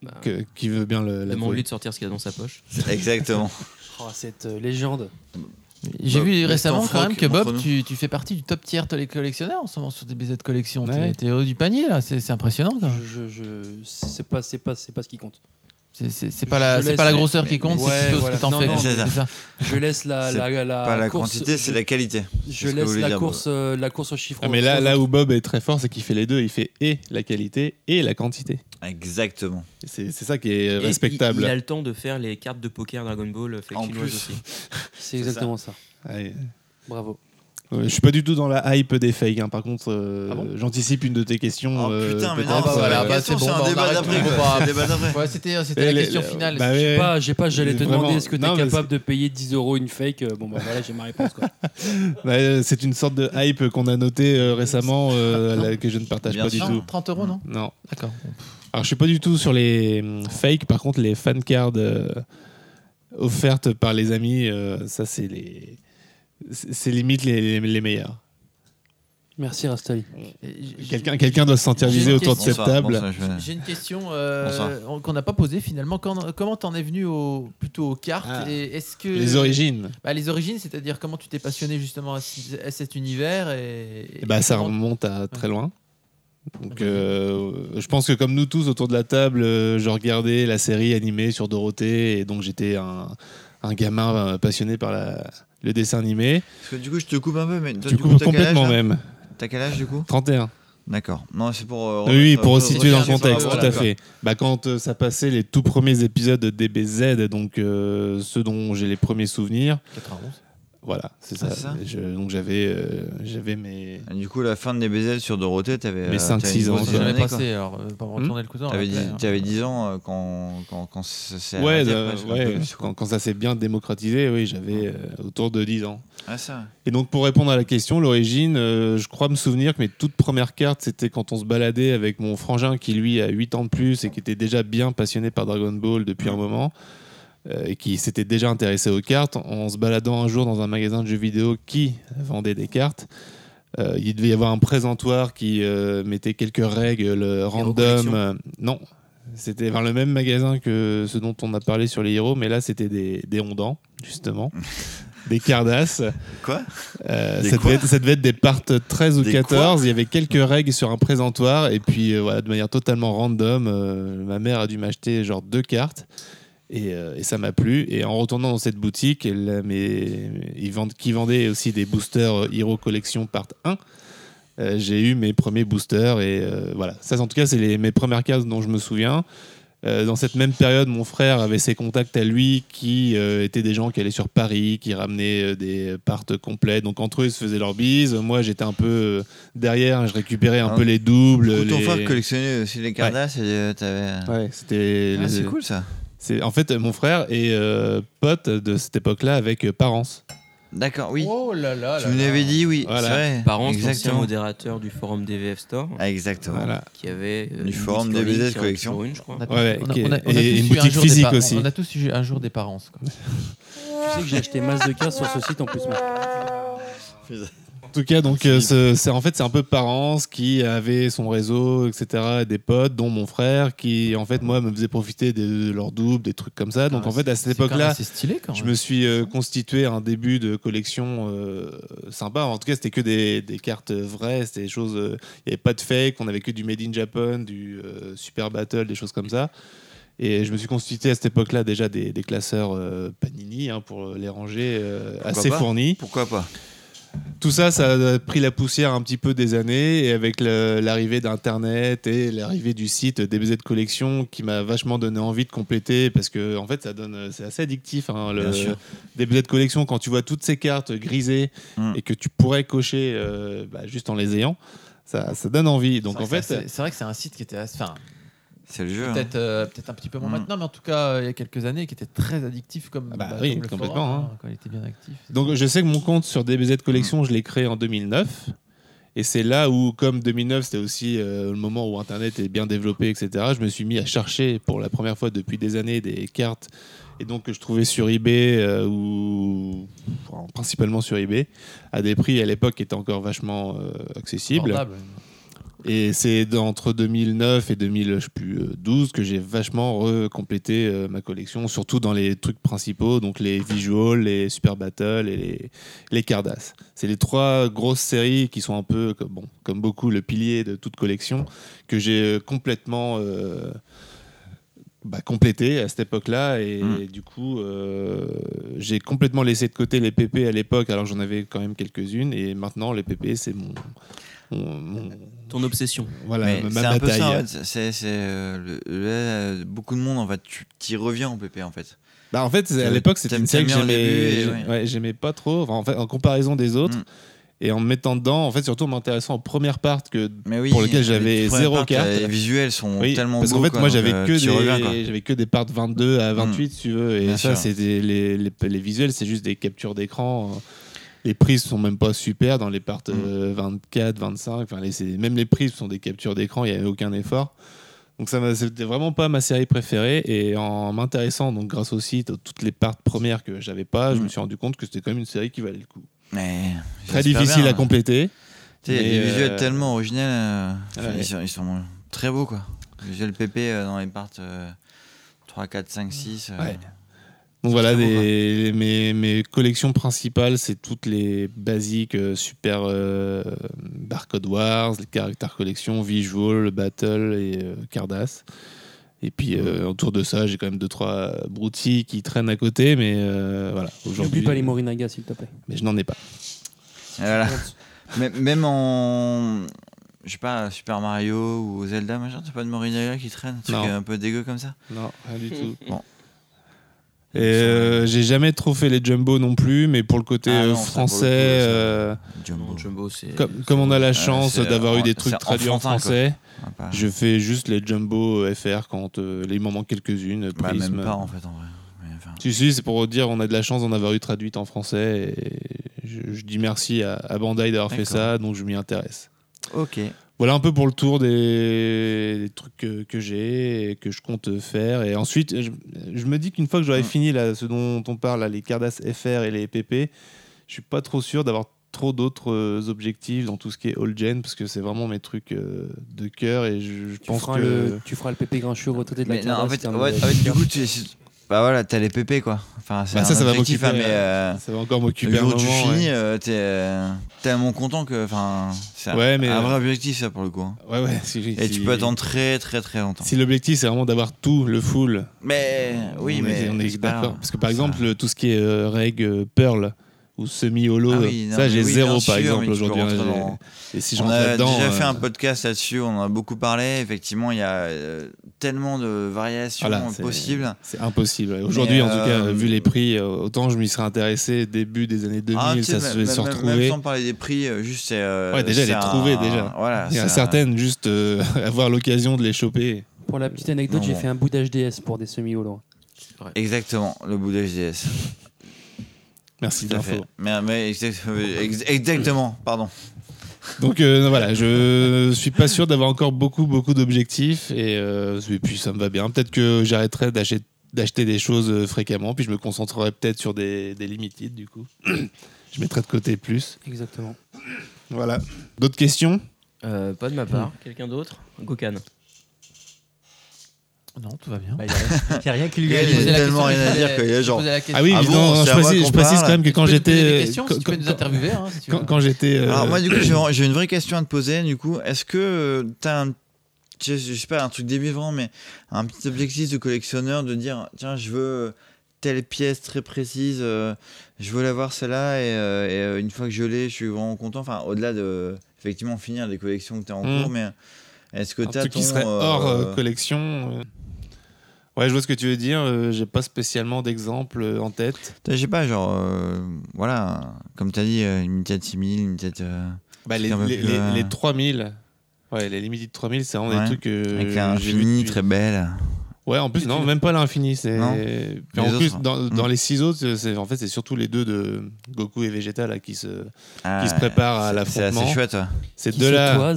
Bah, que- qui veut bien le. la Demande-lui trouver. de sortir ce qu'il y a dans sa poche. Exactement. Oh, cette euh, légende. bah, J'ai Bob, vu laisse récemment ton quand même froc que Bob, entre tu, tu fais partie du top tier les collectionneurs en ce moment sur des BZ de collection. T'es- Ouais. T'es haut du panier là, c'est c'est impressionnant. quoi. Je, je- c'est pas, c'est pas, c'est pas ce qui compte. C'est- c'est- c'est pas la- Je c'est laisse- pas la grosseur qui compte, c'est Ouais, plutôt ce que voilà. t'en Non, fais, non, quoi. mais C'est ça. Je laisse la, C'est la, la pas la course- quantité, c'est je- la qualité. C'est Je ce que laisse voulait la dire course, euh, la course au chiffre. Ah, mais aux là, choses. là où Bob est très fort, c'est qu'il fait les deux. Il fait et la qualité et la quantité. Exactement. C'est c'est ça qui est euh, Et il- respectable. Il, a le temps de faire les cartes de poker Dragon Ball fait En chinoise plus. aussi. C'est exactement ça. Ouais. Bravo. Ouais, je suis pas du tout dans la hype des fakes. hein. Par contre, euh, j'anticipe une de tes questions. euh, putain, mais peut-être, non, bah voilà, euh, bah, c'est bon, bah, on arrête, on va pas- Ouais, c'était euh, c'était Et la les- question les- finale. bah, Je ouais. sais pas, je sais pas, j'allais te Vraiment. demander est-ce que t'es Non, mais capable de payer 10 euros une fake euh, Bon bah voilà, j'ai ma réponse quoi. Ouais, Bah, c'est une sorte de hype qu'on a notée euh, récemment euh, la- que je ne partage pas du tout. 30 euros, non Non. D'accord. Alors, je suis pas du tout sur les hum, fakes. Par contre, les fan cards euh, offertes par les amis, euh, ça, c'est les, c'est c'est limite les, les, les meilleurs. Merci Rastali. Quelqu'un, quelqu'un doit se sentir J'ai visé une autour de cette question. table. J'ai une question euh, Bonsoir. on- qu'on n'a pas posée finalement. Quand- comment t'en es venu au, plutôt aux cartes et est-ce que Ah. Les origines. Bah, les origines, c'est-à-dire comment tu t'es passionné justement à, ce- à cet univers et, Eh bah, ben, ça comment- remonte à très loin. Donc, euh, je pense que comme nous tous autour de la table, euh, je regardais la série animée sur Dorothée et donc j'étais un, un gamin euh, passionné par la- le dessin animé. Parce que du coup, je te coupe un peu, mais toi, Tu du coup, coupes t'as quel âge, complètement là même. T'as quel âge du coup 31. D'accord. Non, c'est pour. euh, Oui, oui, remettre- pour euh, resituer dans le remettre- contexte, voilà, tout à quoi. fait. Bah, quand euh, ça passait les tout premiers épisodes de DBZ, donc euh, ceux dont j'ai les premiers souvenirs. 91. Voilà, c'est ça. Ah, c'est ça. Je- donc j'avais euh, j'avais mes. Et Du coup, la fin de DBZ sur Dorothée, t'avais. Mais euh, 5-6 t'avais ans, une grosse quoi. année, quoi. Passé, alors, euh, pas retourner le couteau, T'avais après, dix- hein. T'avais 10 ans euh, quand, quand, quand ça s'est Ouais, arrêté, euh, presque, un ouais, peu plus, quoi. quand, quand ça s'est bien démocratisé, oui, j'avais euh, autour de 10 ans. Ah, ça. Et donc pour répondre à la question, l'origine, euh, je crois me souvenir que mes toutes premières cartes, c'était quand on se baladait avec mon frangin qui lui a 8 ans de plus et qui était déjà bien passionné par Dragon Ball depuis un moment. euh, et qui s'était déjà intéressé aux cartes, en se baladant un jour dans un magasin de jeux vidéo qui vendait des cartes. euh, il devait y avoir un présentoir qui euh, mettait quelques règles euh, random. Collection. euh, non, c'était vers le même magasin que ce dont on a parlé sur les héros, mais là c'était des, des rondans, justement. des cardasses. Quoi Euh, Des ça, quoi devait être, ça devait être des parts 13 ou Des 14. Il y avait quelques règles sur un présentoir. Et puis, euh, voilà, de manière totalement random, euh, ma mère a dû m'acheter genre deux cartes. Et, euh, et ça m'a plu. Et en retournant dans cette boutique, elle, euh, mais, ils vendent, qui vendait aussi des boosters euh, Hero Collection Part 1, euh, j'ai eu mes premiers boosters. Et euh, voilà, ça en tout cas, c'est les- mes premières cases dont je me souviens. Euh, dans cette même période, mon frère avait ses contacts à lui qui euh, étaient des gens qui allaient sur Paris, qui ramenaient euh, des parts complètes. Donc entre eux, ils se faisaient leurs bises. Moi, j'étais un peu euh, derrière, je récupérais un Ah. peu les doubles. Du coup, ton les- frère collectionnait aussi les Cardass et euh, Ouais, t'avais. ouais, c'était. Ah, les- c'est cool ça. C'est en fait euh, mon frère est euh, pote de cette époque-là avec euh, Parence. D'accord, oui. Oh là là. Tu me l'avais dit, oui. C'est vrai. Parents, l'ancien Exactement. Ah, modérateur du forum DVF Store. Exactement. Voilà. Qui avait. euh, Du une forum boutique en DVF ligne, qui en a Collection. toujours une, je crois. On a- Ouais, on a- ok. on a- on a Et tous eu une un boutique jour des physique par- aussi. On a tous eu un jour des parents. quoi. Tu sais que j'ai acheté masse de cases sur ce site en plus. moi. En tout cas, donc euh, ce- c'est en fait c'est un peu Parence qui avait son réseau, etc. Des potes, dont mon frère, qui en fait moi me faisait profiter des- de leurs doubles, des trucs comme ça. Donc Ah, en fait à cette c'est quand même époque-là, assez stylé, quand je même. me suis euh, constitué un début de collection euh, sympa. En tout cas, c'était que des, des cartes vraies, c'était des choses. euh, Il n'y avait pas de fake, on avait que du Made in Japan, du euh, Super Battle, des choses comme ça. Et je me suis constitué à cette époque-là déjà des, des classeurs euh, Panini hein, pour les ranger euh, assez pas fournis. Pourquoi pas Tout ça, ça a pris la poussière un petit peu des années et avec le- l'arrivée d'Internet et l'arrivée du site DBZ Collection qui m'a vachement donné envie de compléter parce que en fait, ça donne, euh, c'est assez addictif. hein, le Bien sûr. DBZ Collection, quand tu vois toutes ces cartes grisées Mm. Hmm. et que tu pourrais cocher euh, bah, juste en les ayant, ça, ça donne envie. Donc C'est en vrai que fait, c'est- c'est vrai que c'est un site qui était assez- enfin, C'est le jeu. hein. peut-être euh, peut-être un petit peu moins Mm. maintenant, mais en tout cas euh, il y a quelques années, qui était très addictif comme, Ah bah bah, oui, comme le forum, complètement, hein. hein, quand il était bien actif. Donc je sais que mon compte sur DBZ Hmm. Collection, je l'ai créé en 2009. Et c'est là où, comme 2009, c'était aussi euh, le moment où Internet est bien développé, etc., je me suis mis à chercher pour la première fois depuis des années des cartes et donc que je trouvais sur eBay euh, ou enfin, principalement sur eBay à des prix à l'époque qui étaient encore vachement euh, accessibles. Abordable. Et c'est dans- entre 2009 et 2012 que j'ai vachement recomplété euh, ma collection, surtout dans les trucs principaux, donc les visuals, les super battles et les, les Cardass. C'est les trois grosses séries qui sont un peu, comme, bon, comme beaucoup, le pilier de toute collection que j'ai euh, complètement euh, bah, complété à cette époque-là. Et, Mm. du coup, euh, j'ai complètement laissé de côté les PP à l'époque, alors j'en avais quand même quelques-unes. Et maintenant, les PP, c'est mon- mon- mon Ton obsession. voilà, Mais ma c'est un peu bataille. ça, en fait. C'est- c'est, euh, le- le- euh, beaucoup de monde, en fait, tu t'y reviens en PP, en fait. Bah, en fait, c'est- à T'aimes- l'époque, c'était t'aimes une série que bien au j'aimais, début, et j'ai- ouais. ouais, j'aimais pas trop, Enfin, en, fait, en comparaison des autres. Mm. Et en me mettant dedans, en fait, surtout en m'intéressant aux premières parts que, Mais oui, pour lesquelles j'avais les premières zéro parts, carte. Les visuels sont Oui, tellement parce qu'en beaux, fait, quoi, moi, donc, j'avais euh, que, tu reviens, quoi. Mm. des- j'avais que des parts 22 à 28, si tu veux. Et Bien ça, sûr. c'était les, les, les visuels, c'est juste des captures d'écran. hein. Les prises sont même pas super dans les parts Mm. euh, 24, 25. Enfin, les- c'est- même les prises sont des captures d'écran, il n'y avait aucun effort. Donc ça m'a- c'était vraiment pas ma série préférée et en m'intéressant donc grâce au site à toutes les parts premières que j'avais pas, ah, je Mm. me suis rendu compte que c'était quand même une série qui valait le coup. Mais Très j'espère difficile bien. à hein. compléter. Tu sais, mais, les euh, visuels tellement originaux, euh, enfin, ouais. ils, sont, ils sont très beaux quoi. Les visuels PP euh, dans les parts euh, 3, 4, 5, 6. euh, Ouais. Donc voilà, Vraiment, des- mes, mes collections principales, c'est toutes les basiques euh, Super euh, Barcode Wars, les Character Collection, Visual, Battle et euh, Cardass. Et puis Mm. euh, autour de ça, j'ai quand même deux trois broutilles qui traînent à côté, mais euh, voilà. N'oublie pas les Morinaga s'il te plaît. Mais je n'en ai pas. et voilà. Même- Même en. Je sais pas, Super Mario ou Zelda, machin, t'as pas de Morinaga qui traîne Un truc Non. un peu dégueu comme ça Non, rien du tout. Bon. Et euh, j'ai jamais trop fait les jumbo non plus, mais pour le côté Ah euh, non, ça, pour le coup, français, ça- euh, Jumbo. Non, Jumbo, c'est. comme, comme on a la Ah, chance c'est, euh, d'avoir eu en- des c'est trucs traduits en enfantin, quoi. français, Ah, pas- je fais juste les jumbo euh, FR quand euh, il m'en manque quelques-unes. euh, bah, Prism. même pas en fait en vrai. Mais, enfin, Si, si, c'est pour dire on a de la chance d'en avoir eu traduite en français. Et je, je dis merci à, à Bandai d'avoir fait D'accord. ça, donc je m'y intéresse. Ok. Voilà un peu pour le tour des, des trucs que, que j'ai et que je compte faire. Et ensuite, je, je me dis qu'une fois que j'aurai Hum. Mm. fini là, ce dont on parle, là, les Cardass FR et les PP, je suis pas trop sûr d'avoir trop d'autres euh, objectifs dans tout ce qui est old gen parce que c'est vraiment mes trucs euh, de cœur et je, je Tu pense feras, que le, tu feras le pépé grincheux retraité de la Mais non, en Cardass, fait, c'est un hein, ouais, de- en fait, du coup, tu- si- Bah voilà, t'as les pépés quoi. Enfin, c'est Bah un ça, ça va objectif, hein, m'occuper, mais, euh, euh, ça va encore m'occuper Le jour un où tu moment, finis, ouais. euh, t'es euh, tellement content que. Enfin, c'est un- Ouais, mais, un euh, vrai objectif ça pour le coup. hein. Ouais, ouais, si- Et si- tu peux attendre très très très longtemps. Si l'objectif c'est vraiment d'avoir tout, le full. Mais oui, on mais hein. Est, on est c'est pas d'accord. grave. Parce que par exemple, le- tout ce qui est euh, reg, euh, pearl ou semi-holo, Ah oui, non, euh, ça mais j'ai oui, zéro bien par sûr, exemple mais tu peux aujourd'hui. rentrer hein, j'ai- dans- Et si je on rentre a là-dedans. déjà fait euh, un podcast là-dessus, on en a beaucoup parlé. Effectivement, il y a euh, tellement de variations voilà, c'est- possibles. C'est impossible. ouais. Aujourd'hui, Mais, en tout cas, euh, vu les prix, euh, autant je m'y serais intéressé début des années 2000, Ah, tu sais, ça se même- se même- retrouver. Même sans parler des prix, euh, juste c'est. euh, Ouais, déjà c'est les un- trouver déjà. Voilà. Il y en c'est a un- certaines juste euh, avoir l'occasion de les choper. Pour la petite anecdote, Non, j'ai bon. fait un bout d'HDS pour des hein. semi-holo. Exactement, le bout de HDS. Merci Tout à d'info. fait. Mais, mais exact- ex- exactement, pardon. Donc euh, voilà, je suis pas sûr d'avoir encore beaucoup beaucoup d'objectifs et, euh, et puis ça me va bien. Peut-être que j'arrêterai d'acheter d'acheter des choses euh, fréquemment, puis je me concentrerai peut-être sur des, des limited du coup. je mettrai de côté plus. Exactement. Voilà. D'autres questions Euh, pas de ma part. Quelqu'un d'autre Gokan. Non, tout va bien. Bah, Il n'y a rien qui lui a- Il a tellement rien à dire qu'il est genre- Ah oui, Ah évidemment, bon, c'est je, à moi précise, qu'on je précise parle. quand même que Tu quand peux nous poser j'étais euh, des questions, quand- si tu peux quand- nous interviewer, hein, si tu veux. quand- quand j'étais euh, Alors moi du coup j'ai j'ai une vraie question à te poser du coup. Est-ce que euh, t'as un je, je sais pas un truc délirant mais un petit objectif de collectionneur de dire tiens je veux euh, telle pièce très précise euh, je veux l'avoir celle-là et, euh, et, euh, une fois que je l'ai je suis vraiment content enfin au-delà de effectivement finir les collections que t'as en Mm. cours mais est-ce que un t'as truc ton qui serait euh, hors euh, collection euh. Ouais, je vois ce que tu veux dire, euh, j'ai pas spécialement d'exemple euh, en tête. t'as- je sais pas genre euh, voilà comme t'as dit euh, une peut-être 6000 une peut-être euh, Bah, les, un peu les, plus, les- euh, les 3000, ouais, les limited 3000, c'est vraiment ouais. des trucs que. avec Euh, j'ai vu l'infini depuis- très belle Ouais, en plus, non, même pas l'infini. C'est... Non. Puis Les en plus, autres. dans, Mm. dans les six autres, c'est, en fait, c'est surtout les deux de Goku et Vegeta là, qui, se, Ah, qui se préparent à c'est- l'affrontement. C'est assez chouette. ouais. Ces deux-là,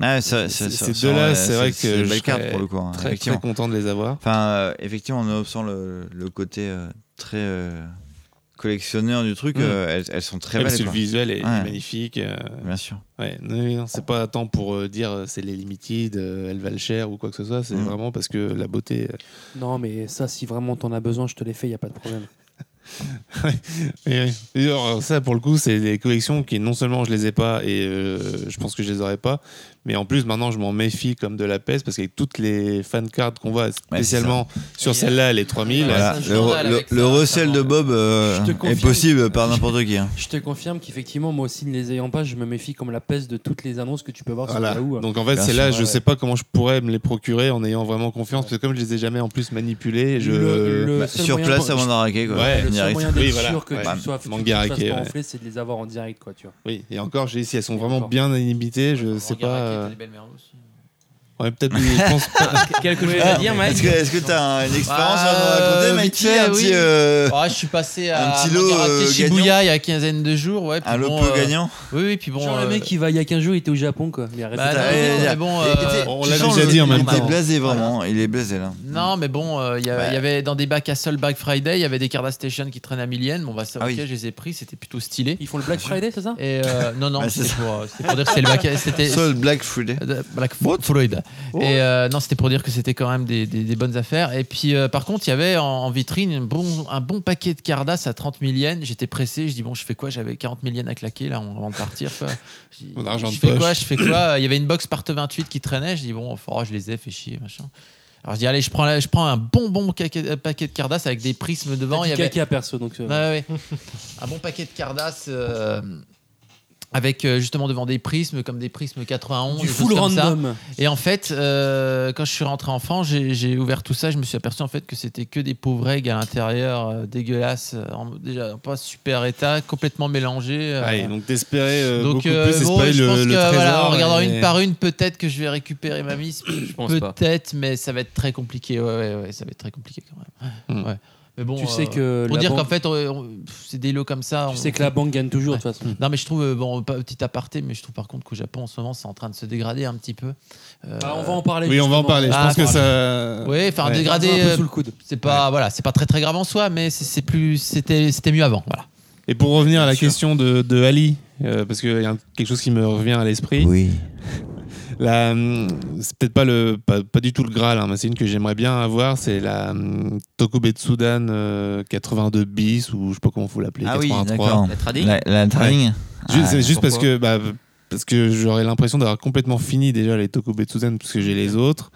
Ah, ça- ça- ça- ces ça- deux-là, ouais, c'est vrai c'est que une je belle carte serais pour le coup. hein, très, très effectivement. content de les avoir. Enfin, euh, effectivement, en absent le, le côté euh, très euh, collectionneur du truc, Mm. euh, elles, elles sont très Ouais, belles. parce que quoi. le visuel est Ouais. magnifique. euh, Bien sûr. Ouais, non, mais non, c'est pas tant pour euh, dire euh, c'est les limited, euh, elles valent cher ou quoi que ce soit. C'est Mm. vraiment parce que la beauté. euh, Non, mais ça, si vraiment t'en as besoin, je te l'ai fait, il a pas de problème. Et, oui. Et alors, ça, pour le coup, c'est des collections qui, non seulement je les ai pas et euh, je pense que je les aurais pas, mais en plus, maintenant, je m'en méfie comme de la peste parce qu'avec toutes les fan cards qu'on voit, spécialement sur celle-là, les 3000, Voilà. Le, le, le recel de Bob euh, Je te est confirme. possible par n'importe qui. hein. Je te confirme qu'effectivement, moi aussi, ne les ayant pas, je me méfie comme la peste de toutes les annonces que tu peux voir Voilà. sur Yahoo. hein. Donc en fait, c'est là, je sais pas comment je pourrais me les procurer en ayant vraiment confiance, parce que comme je les ai jamais en plus manipulés, je. Le- le Bah, seul Sur moyen place pour- avant d'arraquer. quoi. Ouais. Le seul Direct. moyen d'être Oui, voilà. sûr que Ouais. tu sois que tu Manga te fasses hacké, pas ouais. enfler, c'est de les avoir en direct, quoi, tu vois. Oui, et encore, j'ai si elles sont Encore. vraiment bien limitées, je sais pas. euh, Ouais, peut-être. je pense pas- Quelque chose Ouais. à dire, Mike Est-ce que- est-ce que t'as une expérience à nous Euh, raconter, vite Mikey fait, Un oui. petit, euh, Oh, Ah, je suis passé à ah, un petit lot, Mangarake euh, Shibuya gagnant il y a quinzaine de jours. Ouais, puis Un lot bon, peu euh, gagnant Oui, oui, puis bon. Genre, le euh, mec, il va il y a 15 jours, il était au Japon, quoi. Il est resté Bah, là. non, mais Et- bon, et- euh, et- on tu l'a sens déjà le- dit en même Il temps. est blasé vraiment, il est blasé là. Non, mais bon, euh, il y a- il y avait dans des bacs à sol Black Friday, il y avait des Carda Station qui traînaient à mille yens. Bon, bah, ça, Ah ok, oui. je les ai pris, c'était plutôt stylé. Ils font le Black Friday, c'est ça Et euh, non, non, Bah, c'est c'était ça. pour, euh, c'était pour dire que c'est le bac. C'était Seul Black Friday. Euh, Black Floyd. Oh. Et euh, non, c'était pour dire que c'était quand même des, des- des bonnes affaires. Et puis, euh, par contre, il y avait en, en vitrine un bon, un bon paquet de Cardas à 30 000 yens. J'étais pressé. Je dis, bon, je fais quoi J'avais 40 000 yens à claquer, là, on- avant de partir. quoi. Je dis, Mon argent je de fais poche. quoi Je fais quoi Il y avait une box part 28 qui traînait. Je dis, bon, oh, je les ai fait chier, machin. Alors, je dis, allez, je prends, la- je prends un bon, bon caquet- euh, paquet de Cardas avec des prismes devant. T'as Il y dit avait Bah, caca, perso, donc. euh, Ouais, ouais, ouais. un bon paquet de Cardas. euh, avec euh, justement devant des prismes comme des prismes 91 Du des choses full comme ça. random. et en fait euh, quand je suis rentré enfant j'ai j'ai ouvert tout ça je me suis aperçu en fait que c'était que des pauvres eggs à l'intérieur euh, dégueulasses euh, en- déjà en pas super état complètement mélangés euh. Ouais, donc d'espérer euh, donc beaucoup euh, plus, bon, espérer je le, pense le que trésor. voilà, en regardant et- une par une peut-être que je vais récupérer ma mise pense pas. peut-être mais ça va être très compliqué ouais, ouais, ouais, ça va être très compliqué quand même Hmm. Ouais. mais bon Tu sais euh, que pour la dire banque- qu'en fait on- on- pff, c'est des lots comme ça Tu on- sais que la banque gagne toujours, de toute façon. non, mais je trouve, euh, bon, pas- petit aparté, mais je trouve par contre qu'au Japon en ce moment, c'est en train de se dégrader un petit peu. Euh, Ah, on va en parler. Oui, on va en justement. parler. Je Ah, pense que pardon. ça. Oui, enfin, Ouais. dégradé, Un peu euh, sous le coude. c'est pas, voilà, c'est pas très très grave en soi, mais c'est- c'est plus, c'était, c'était mieux avant. Voilà. Et pour revenir à la Bien sûr. question de, de Ali, euh, parce qu'il y a un- quelque chose qui me revient à l'esprit. Oui. La, hum, c'est peut-être pas, le, pas, pas du tout le Graal, hein, mais c'est une que j'aimerais bien avoir. C'est la hum, Tokubetsudan euh, 82 bis, ou je sais pas comment faut l'appeler. Ah oui, 83. d'accord. La trading La- la trading Juste, Ah, c'est juste parce pourquoi que. bah, parce que j'aurais l'impression d'avoir complètement fini déjà les Tokubetsudan, parce que j'ai les autres.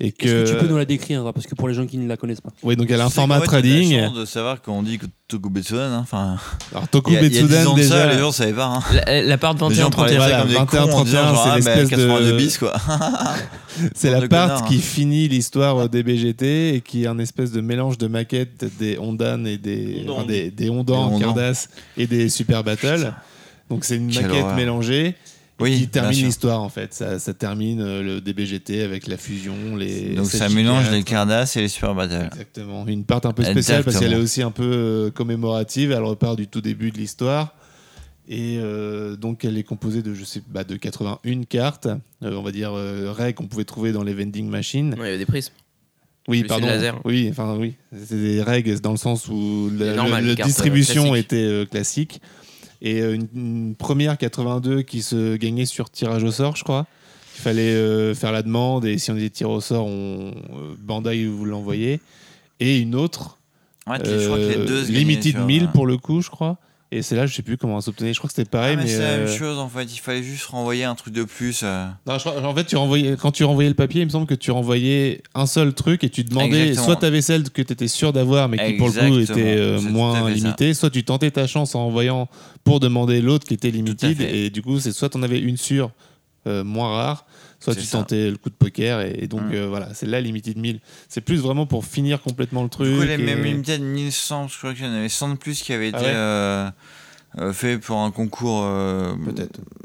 Et que... Est-ce que tu peux nous la décrire hein, Parce que pour les gens qui ne la connaissent pas. Oui, donc elle a un Tu sais format qu'en fait, t'as la trading. chance de savoir qu'on dit que Tokubetsudan. hein, Enfin, alors il y a, il y a 10 ans Tokubetsudan, de ça, déjà- les gens savaient pas. hein. eh, La, la part Les gens parlaient 21-31. ça comme des cons en 21-31, disant, genre, c'est ah, bah, l'espèce de- 82 bis quoi. C'est Bande la de part connards, qui hein. finit l'histoire euh, des BGT et qui est un espèce de mélange de maquettes des Hondan et des Hondan. enfin, des, des Des Hondan, Hondan. Cardass et des Super Battle. Donc c'est une Quelle maquette horreur. mélangée. et Oui, qui bien termine sûr. l'histoire en fait. Ça, ça termine euh, le DBGT avec la fusion, les. Donc cette ça mélange chicane. les Cardass et les Super Battle. Exactement. Une part un peu spéciale parce qu'elle est Exactement. aussi un peu euh, commémorative. Elle repart du tout début de l'histoire. Et euh, donc, elle est composée de, je sais, bah, de 81 cartes, euh, on va dire euh, raies qu'on pouvait trouver dans les vending machines. Non, il y avait des prismes. Oui, Plus pardon. c'est le laser. Oui, enfin oui, c'est des règles dans le sens où la, C'est normal, le- le les cartes, distribution euh, classiques. était euh, classique et euh, une, une première 82 qui se gagnait sur tirage au sort, je crois. Il fallait euh, faire la demande et si on était tiré au sort, on euh, Bandai vous l'envoyait et une autre Ouais, Ah, je crois que les deux se gagnaient limited sur, 1000 euh, pour le coup, je crois. Et c'est là, je sais plus comment ça s'obtenait. Je crois que c'était pareil, Ah, mais mais, c'est la euh, même chose en fait. Il fallait juste renvoyer un truc de plus. euh. Non, je crois- en fait, tu renvoyais, quand tu renvoyais le papier, il me semble que tu renvoyais un seul truc et tu demandais Exactement. soit tu avais celle que tu étais sûr d'avoir, mais qui pour le coup Exactement, était euh, c'est tout à moins fait ça. limitée, soit tu tentais ta chance en renvoyant pour demander l'autre qui était limited, fait. et du coup, c'est soit tu en avais une sûre, euh, moins rare, soit C'est tu ça. tentais le coup de poker, et, et donc Mm. euh, voilà, c'est là limited 1000. C'est plus vraiment pour finir complètement le truc. Du coup, les et- mêmes limited 1100, je crois qu'il y en avait 100 de plus qui avaient été Ah ouais euh, euh, fait pour un concours. euh,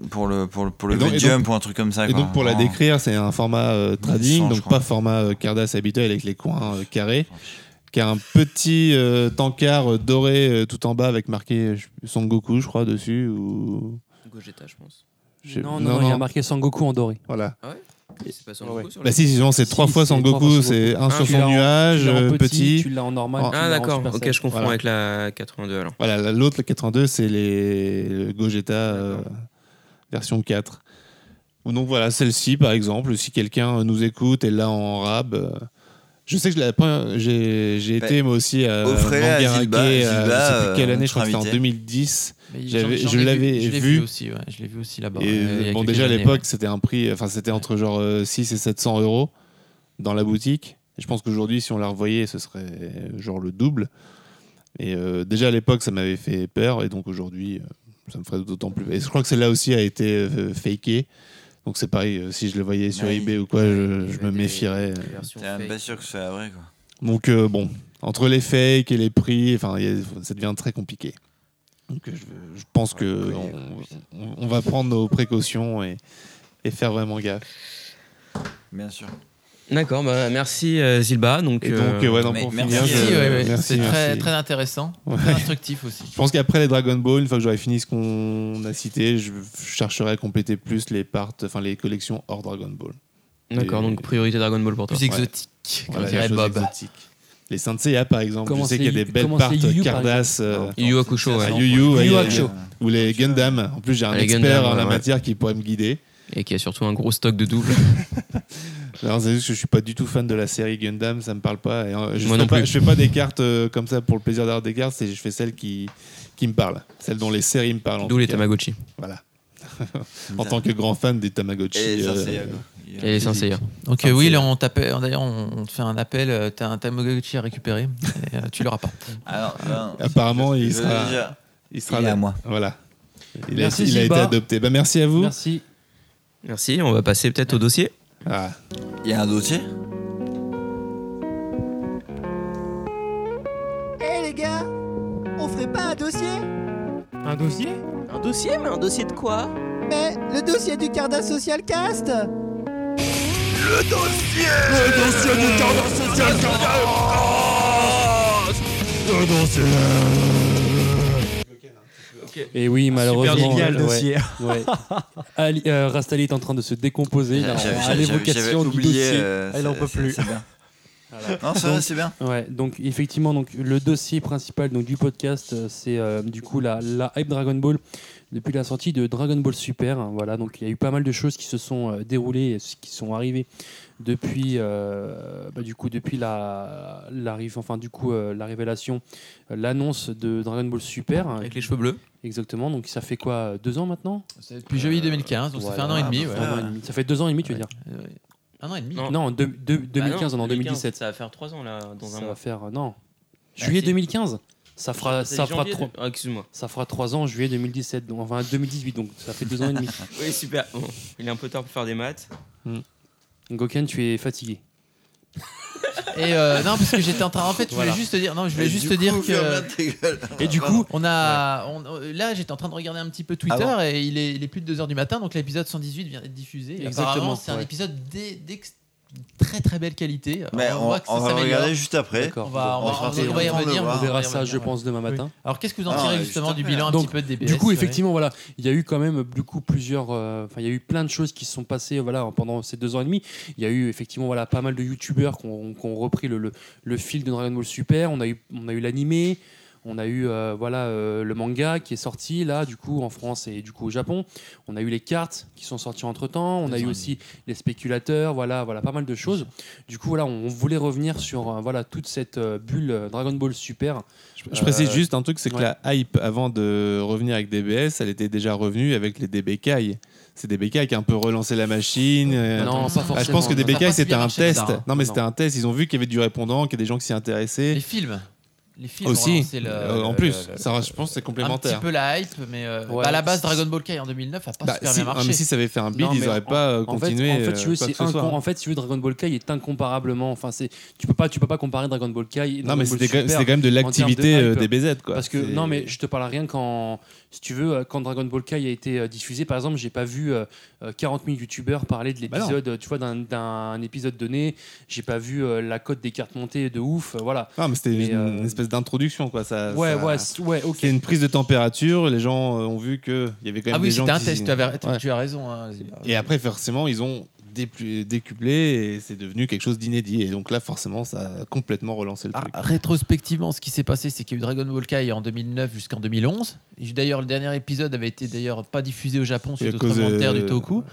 Pour le, pour le, pour le Et donc- et Medium, donc- pour un truc comme ça. Et quoi. donc pour la Vraiment. décrire, c'est un format euh, trading, 100, Ah. je donc crois. pas format euh, Cardass habituel avec les coins euh, carrés, qui a un petit euh, tankard euh, doré euh, tout en bas avec marqué euh, je- Son Goku, je crois, dessus. Ou... Gogeta, je pense. je- Non, non, non, il y a marqué Sangoku en doré. Voilà. Ah ouais C'est pas Son Goku sur Bah le- si, sinon c'est trois fois Son c'est trois Goku, fois Son c'est Goku. un Ah, sur tu son l'as en- nuage, tu l'as en euh, petit, petit. tu l'as en normal, tu l'as Ah en d'accord, Super ok Saiyan. je confonds Voilà. avec la 82 alors. Voilà, la- l'autre, le 82, c'est les le Gogeta euh, version 4. Donc voilà, celle-ci par exemple, si quelqu'un nous écoute et l'a en rab. euh, je sais que je l'ai- après, j'ai j'ai Bah, été moi aussi à offrez-la à Mangaraké, Zilba, à- Zilba, je sais plus quelle euh, année, je crois que notre c'était en invité. 2010. Mais j'en- J'avais- j'en Je ai l'avais je l'ai vu. aussi, ouais, je l'ai vu aussi là-bas. Et, ouais, il y a bon, quelques déjà à années, l'époque, c'était un prix, enfin c'était entre genre euh, 6 et 700 euros dans la boutique. Et je pense qu'aujourd'hui, si on la revoyait, ce serait euh, genre le double. Et euh, déjà à l'époque, ça m'avait fait peur, et donc aujourd'hui, euh, ça me ferait d'autant plus. Et je crois que celle-là aussi a été euh, fakée. Donc c'est pareil, euh, si je le voyais sur Ouais, eBay ou quoi, je, je me méfierais. euh. T'es même pas sûr que ce soit la vraie quoi. Donc euh, bon, entre les fakes et les prix, enfin, il y a- ça devient très compliqué. Donc euh, je, je pense que on, on- on va prendre nos précautions et, et faire vraiment gaffe. Bien sûr. D'accord, bah, merci euh, Zilba. Donc, Et donc, euh, ouais, non, mais pour merci, finir, je- Merci, ouais, ouais, merci, c'est très, merci. très intéressant, Ouais. très instructif aussi. Je pense qu'après les Dragon Ball, une fois que j'aurai fini ce qu'on a cité, je chercherai à compléter plus les parts, enfin les collections hors Dragon Ball. D'accord, Et- donc priorité Dragon Ball pour toi. Plus exotique, comme Voilà, dirait les choses Bob. exotiques. Les Saint Seiya, par exemple, Comment je sais c'est qu'il y a des Yu- belles comment parts c'est Yu, par Cardass, euh, Yu Yu Hakusho, à ouais. Yu Yu, Yu Yu et- Hakusho. ou les Gundam. En plus, j'ai un Ah, Les expert Gundam, en la ouais. matière qui pourrait me guider. Et qui a surtout un gros stock de doubles. Alors, c'est juste que je suis pas du tout fan de la série Gundam, ça me parle pas. Et, euh, je, Moi fais non pas plus. je fais pas des cartes euh, comme ça pour le plaisir d'avoir des cartes, c'est je fais celles qui, qui me parlent, celles dont les séries me parlent. en D'où tout les cas. Tamagotchi. Voilà. en tant que grand fan des Tamagotchi. Et les Saint euh, Seiya, quoi. Et les Saint Seiya. Donc euh, oui, là, on t'appelle- d'ailleurs, on on te fait un appel, euh, t'as un Tamagotchi à récupérer, et, euh, tu l'auras pas. Alors, ben, apparemment, il je- sera, déjà, il sera il est là. à moi. Voilà. Il, a- Merci, il a, été Ziba. adopté. Bah, merci à vous. Merci. Merci, on va passer peut-être au dossier. Ah. Il y a un dossier Eh les gars, on ferait pas un dossier Un dossier Un dossier, mais un dossier de quoi Mais le dossier du Carda Social Cast Le dossier du cadre social Le dossier Et oui, malheureusement. génial, ouais, dossier. ouais. Ali- euh, Rastali est en train de se décomposer là, J'avais- à j'avais- l'évocation j'avais du oublié, dossier. Ah, euh, Elle en c'est- peut c'est- plus. c'est bien. Voilà. Non, ça Donc- va, c'est bien. Ouais, donc effectivement, donc le dossier principal donc du podcast, euh, c'est euh, du coup la, la hype Dragon Ball. depuis la sortie de Dragon Ball Super. hein, Voilà, donc il y a eu pas mal de choses qui se sont euh, déroulées, et ce qui sont arrivées depuis, euh, bah, du coup, depuis la, l'arrivée, enfin du coup, euh, la révélation, euh, l'annonce de Dragon Ball Super Avec les cheveux bleus. Exactement. Donc ça fait quoi, euh, deux ans maintenant Depuis janvier 2015, donc ça fait un an et demi, Ça fait, Ah. ouais. un an et demi. Ça fait deux ans et demi, tu veux dire Un an et demi. Oh. Non, deux- deux- Bah 2015, on est en 2017. Ça va faire 3 ans là, dans ça un mois. Bah, va faire euh, non. Juillet 2015. Ça fera C'est ça fera janvier trois. de- Ah, excuse-moi. Ça fera trois ans juillet 2017 donc enfin 2018 donc ça fait deux ans et demi. oui, super. Bon, il est un peu tard pour faire des maths. Hmm. Goken, tu es fatigué. Et euh, non, parce que j'étais en train. En fait, je voulais Voilà. juste te dire. Non, je voulais Et juste du te dire coup, ferme-la, que. Et du coup- on a. on- là, j'étais en train de regarder un petit peu Twitter Ah bon et il est, il est plus de 2h du matin, donc l'épisode 118 vient d'être diffusé. Et Exactement, apparemment, c'est un ouais. épisode d'ex- d'ex- très très belle qualité. Mais on- voit que ça on va s'améliore. regarder juste après. On va, on On va, se on va rappelle, y on va revenir. le voir. hein. on va On y verra revenir. ça je pense demain matin. Alors, qu'est-ce que vous en Ah, tirez ouais, justement juste du après, bilan hein. un Donc, petit peu de DBS Du coup, ouais. effectivement, voilà, il y a eu quand même du coup plusieurs, euh, enfin, il y a eu plein de choses qui se sont passées, voilà, pendant ces deux ans et demi. Il y a eu effectivement, voilà, pas mal de youtubeurs qui ont, qui ont repris le, le, le fil de Dragon Ball Super. On a eu, on a eu l'animé. On a eu euh, voilà euh, le manga qui est sorti là du coup en France et du coup au Japon. On a eu les cartes qui sont sorties entre temps. On a eu aussi les spéculateurs. Voilà voilà pas mal de choses. Du coup voilà on, on voulait revenir sur euh, voilà toute cette euh, bulle euh, Dragon Ball Super. Je précise Euh, juste un truc, c'est que ouais. la hype avant de revenir avec DBS, elle était déjà revenue avec les DBK. C'est DBK qui a un peu relancé la machine. euh, Non, ah, pas forcément. euh, je pense que Ça a DBK pas si c'était bien un marché, test. bizarre, hein. Non, mais Non. c'était un test. Ils ont vu qu'il y avait du répondant, qu'il y a des gens qui s'y intéressaient. Les films. Les films ont Aussi. relancé le- Euh, en le- plus, le- ça, je pense que c'est complémentaire. Un petit peu la hype, mais euh, Ouais. bah, à la base, Dragon Ball Kai en 2009 a pas Bah, super si, bien marché. ah, mais si ça avait fait un bid, ils mais auraient pas, euh, en fait- continué, en fait, tu veux, euh, quoi c'est que ce incom- soit. en fait, tu veux, Dragon Ball Kai est incomparablement. Enfin, c'est tu peux pas, tu peux pas comparer Dragon Ball Kai. Et Dragon mais Ball c'était quand- Super c'était quand même de en termes l'activité, euh, hype. des BZ, quoi. Parce que C'est- non, mais je te parle rien quand, si tu veux, euh, quand Dragon Ball Kai a été euh, diffusé, par exemple, j'ai pas vu euh, euh, 40 000 youtubeurs parler de Bah non. l'épisode, euh, tu vois, d'un- d'un épisode donné. J'ai pas vu euh, la cote des cartes montées de ouf. euh, Voilà. Ah, mais c'était Mais, une, euh, une espèce d'introduction, quoi. Ça, Ouais, ça- ouais, c- ouais, ok. C'était une prise de température. Les gens euh, ont vu que il y avait quand même Ah oui, des gens c'était un qui- test, tu, avais- tu- Ouais. tu as raison. hein. Et après, forcément, ils ont déplu- décuplé et c'est devenu quelque chose d'inédit. Et donc là, forcément, ça a complètement relancé le Ah. truc. Rétrospectivement, ce qui s'est passé, c'est qu'il y a eu Dragon Ball Kai en 2009 jusqu'en 2011. Et D'ailleurs, le dernier épisode avait été d'ailleurs pas diffusé au Japon Et à suite au cause, commentaire euh, du Toku.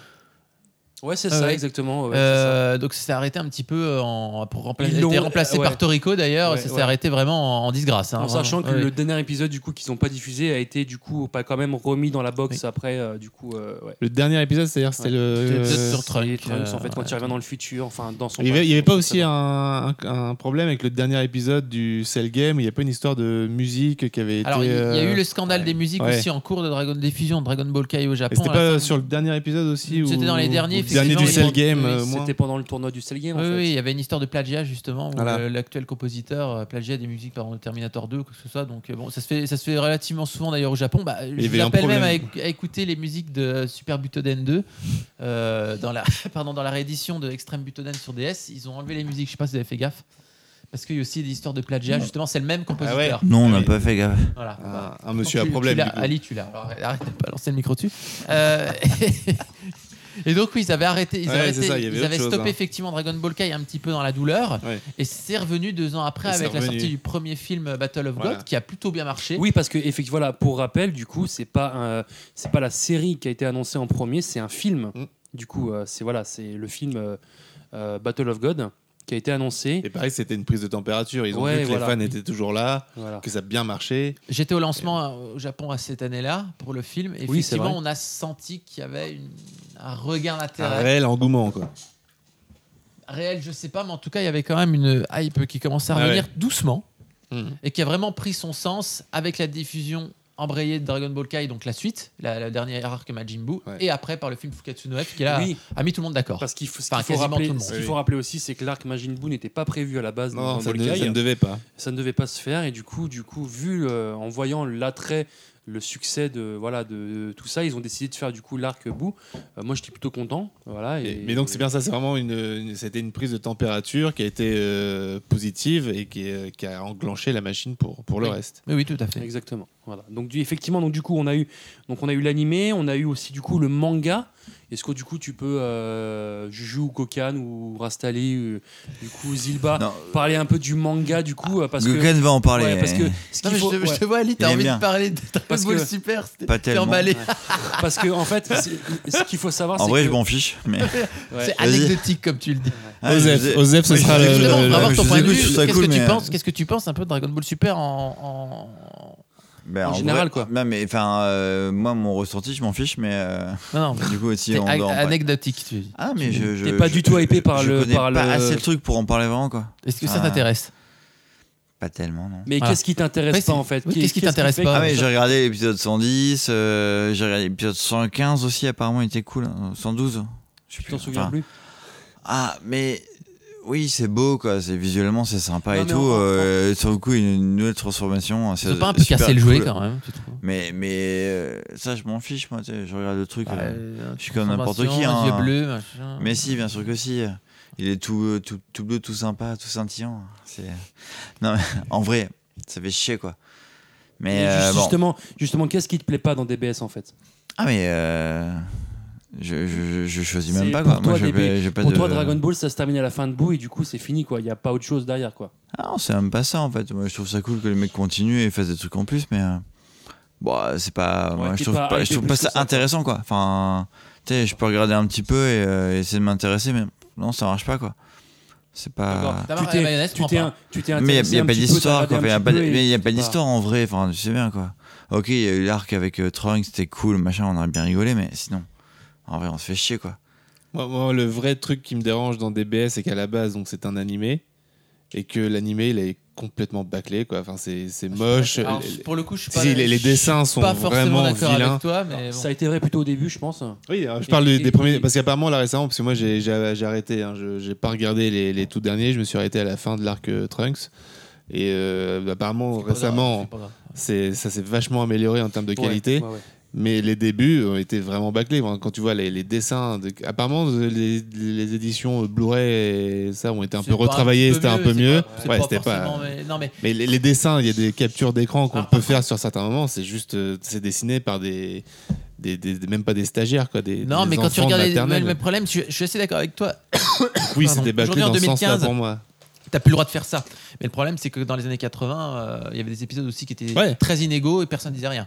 Ouais, c'est Ah ça, ouais. exactement. ouais, c'est ça. Euh, donc ça s'est arrêté un petit peu en, pour rempla- Ils a été l'ont- remplacé ouais. par Toriko d'ailleurs. Ouais, ça s'est ouais. arrêté vraiment en, en disgrâce. hein, en vraiment. sachant que Ouais. le dernier épisode du coup qu'ils n'ont pas diffusé a été du coup pas quand même remis dans la box après euh, du coup euh, ouais. Le dernier épisode, c'est-à-dire, c'était Ouais. le. C'était euh, sur Trunks, en fait quand il revient dans le futur enfin dans son Il n'y avait, il y passé, avait pas en fait. aussi un, un- un problème avec le dernier épisode du Cell Game. Il n'y a pas une histoire de musique qui avait été. Alors, il y a euh, eu le scandale des musiques ouais. aussi en cours de Dragon Diffusion de Dragon Ball Kai au Et Japon. C'était à la pas fin- sur le dernier épisode aussi ou- C'était dans les derniers, ou le dernier du effectivement, Cell Game. oui, euh, c'était moins. c'était pendant le tournoi du Cell Game en Oui, fait. oui, il y avait une histoire de plagiat justement où Voilà. euh, l'actuel compositeur euh, plagiait des musiques par exemple, Terminator 2 ou quoi que ce soit. Donc euh, bon, ça se fait, ça se fait relativement souvent d'ailleurs au Japon. Bah, y je avait vous un appelle même à, problème. éc- à écouter les musiques de Super Butoden 2 euh, dans la pardon dans la réédition de Extreme Butoden sur DS. Ils ont enlevé les musiques. Je sais pas si vous avez fait gaffe. Parce qu'il y a aussi des histoires de plagiat, justement, c'est le Ah même compositeur. Non, on n'a pas fait gaffe. Voilà. Un- Bah, Ah, un monsieur tu- à tu problème, l'as- du coup. Ali, tu l'as. Alors, arrête de balancer le micro dessus. Euh, et donc, oui, ils avaient arrêté. Ils Ouais, avaient, c'est arrêté- ça, il y avait ils autre avaient chose, stoppé hein. effectivement Dragon Ball Kai un petit peu dans la douleur. Ouais. Et c'est revenu deux ans après Et c'est avec la revenu. sortie du premier film euh, Battle of Voilà. God qui a plutôt bien marché. Oui, parce que effectivement, voilà, pour rappel, du coup, c'est pas un- c'est pas la série qui a été annoncée en premier, c'est un film. Mm. Du coup, euh, c'est voilà, c'est le film euh, euh, Battle of God qui a été annoncé. Et pareil, c'était une prise de température. Ils ont Ouais, vu que voilà. les fans étaient toujours là, Voilà. que ça a bien marché. J'étais au lancement euh, au Japon à cette année-là pour le film. Et Oui, c'est effectivement, vrai. on a senti qu'il y avait une- un regard Un d'intérêt. réel engouement, quoi. réel, je sais pas, mais en tout cas, il y avait quand même une hype qui commençait à Ah revenir ouais. Mmh. doucement et qui a vraiment pris son sens avec la diffusion embrayée de Dragon Ball Kai, donc la suite, la, la dernière arc Majin Buu, et après par le film Fukatsu no F qui là, Oui. a mis tout le monde Bah, d'accord. Parce qu'il faut, ce Enfin, qu'il faut quasiment rappeler, tout le ce qu'il monde. faut rappeler aussi, c'est que l'arc Majin Buu n'était pas prévu à la base. dans Non, Dragon ça Ball ne- Kai. hein. ça ne devait pas. Ça ne devait pas se faire et du coup, du coup, vu euh, en voyant l'attrait, le succès de voilà de, de tout ça, ils ont décidé de faire du coup l'arc Buu. Euh, moi, j'étais plutôt content. Voilà. Et, Et- mais donc c'est bien ça, c'est vraiment une, une- c'était une prise de température qui a été euh, positive et qui, est- qui a euh, enclenché la machine pour, pour le reste. Oui, oui, tout à fait. Exactement. Voilà. Donc du, effectivement, donc du coup, on a eu, donc on a eu l'animé, on a eu aussi du coup le manga. Est-ce que du coup tu peux euh, Juju ou Kokan ou Rastali ou, du coup Zilba parler un peu du manga du coup euh, parce Kokan que va en parler. Ouais, parce que ce qu'il Non, mais faut- je, te, je ouais. te vois, Ali, t'as envie de parler de Parce Dragon Ball que- Super. c'était- Pas t'es tellement. emballé. Ouais. Parce que en fait, c'est- ce qu'il faut savoir, En c'est vrai, que- je m'en fiche, mais- C'est Vas-y. anecdotique comme tu le dis. Ah, Osef, je vous ai- Osef, ce Oui, sera le- justement, le- on va avoir le- ton je vous point de écoute, vue. je serais Qu'est-ce cool, que tu mais- penses Qu'est-ce que tu penses un peu de Dragon Ball Super en, en- Ben, En vrai- général, quoi. Non, mais enfin, euh, moi, mon ressenti, je m'en fiche, mais. euh, Non, non. Du coup, aussi, T'es on a- dort, ouais. anecdotique, tu dis. Ah, mais je. je- T'es pas je- du tout hypé par je le- connais par pas le- assez le truc pour en parler vraiment, quoi. Est-ce que ça Ah, t'intéresse Pas tellement, non. Mais qu'est-ce qui t'intéresse pas en fait oui, qu'est-ce qui t'intéresse fait pas que- Ah, mais j'ai regardé l'épisode 110, euh, j'ai regardé l'épisode 115 aussi, apparemment, il était cool. hein, 112. Je t'en souviens plus Ah, mais. Oui, c'est beau, quoi. C'est visuellement, c'est sympa Non, et mais tout. en- en- euh, Sur le coup, une- une nouvelle transformation. hein, Ils c'est ont pas un peu super cassé le jouet, cool. quand même, tu trouves Mais mais euh, ça, je m'en fiche, moi. tu sais, Je regarde le truc. Bah, Ouais, euh, une je suis comme n'importe qui. transformation, hein. un yeux bleus, machin. Mais si, bien sûr que si. Il est tout euh, tout, tout bleu, tout sympa, tout scintillant. C'est non, mais en vrai, ça fait chier, quoi. Mais, Mais euh, juste- bon. justement, justement, qu'est-ce qui te plaît pas dans DBS en fait Ah mais euh, je, je, je- je choisis même C'est pas pour quoi. Moi je toi, DB. vais- j'ai pas pour de- toi, Dragon Ball, ça se termine à la fin de bout et du coup, c'est fini quoi. Il n'y a pas autre chose derrière quoi. Ah non, c'est même pas ça en fait. Moi je trouve ça cool que les mecs continuent et fassent des trucs en plus, mais euh, bon, euh, c'est pas. moi, t'es je trouve pas pas, je hypé trouve plus pas que ça, ça, intéressant quoi. Enfin, tu sais, je peux regarder un petit peu et euh, essayer de m'intéresser, mais non, ça marche pas quoi. C'est D'accord. pas. T'as Tu marre, t'es- la mayonnaise, tu prends t'es pas. un- tu t'es Ah. Mais il intéressé n'y a un pas petit peu, d'histoire, t'as quoi. regardé Y a un pas petit d- peu et mais il n'y a tu pas t'es d'histoire en vrai. Enfin, tu sais bien, quoi. Ok, il y a eu l'arc avec euh, Trunks, c'était cool, machin, on a bien rigolé, mais sinon, en vrai, on se fait chier, quoi. Moi, moi, le vrai truc qui me dérange dans DBS, c'est qu'à la base, donc c'est un animé et que l'animé, il est complètement bâclé, quoi. Enfin, c'est c'est moche. Alors, Euh, Les- pour le coup, je Ah, suis si, pas. les, les je suis dessins sont pas forcément vraiment d'accord vilains. avec toi, mais bon. Ça a été vrai plutôt au début, je pense. Oui, hein, Je parle des, des premiers, parce qu'apparemment là récemment, parce que moi j'ai j'ai- j'ai arrêté, hein, je j'ai pas regardé les, les tout derniers, je me suis arrêté à la fin de l'arc euh, Trunks. Et euh, apparemment grave, récemment, c'est pas grave. c'est ça s'est vachement amélioré en termes de Ouais, qualité. ouais, ouais. Mais les débuts ont été vraiment bâclés. Enfin, Quand tu vois les, les dessins, de- apparemment euh, les, les éditions euh, Blu-ray et ça ont été un C'est peu pas- retravaillées, peu c'était un mieux, peu c'est mieux. pas- c'est Ouais, pas c'était pas. forcément, mais- non, mais- les, les dessins, il y a des captures d'écran Ah, qu'on peut faire sur certains moments. C'est juste, euh, c'est dessiné par des, des, des- des- même pas des stagiaires quoi. Des, Non, des mais quand tu enfants de regardes les maternelle. mêmes problèmes, je, je suis assez d'accord avec toi. Oui, Pardon. c'était bâclé Aujourd'hui, en dans ce sens-là 2015, pour moi. T'as plus le droit de faire ça. Mais le problème, c'est que dans les années 80, euh, il y avait des épisodes aussi qui étaient Ouais. très inégaux et personne disait rien.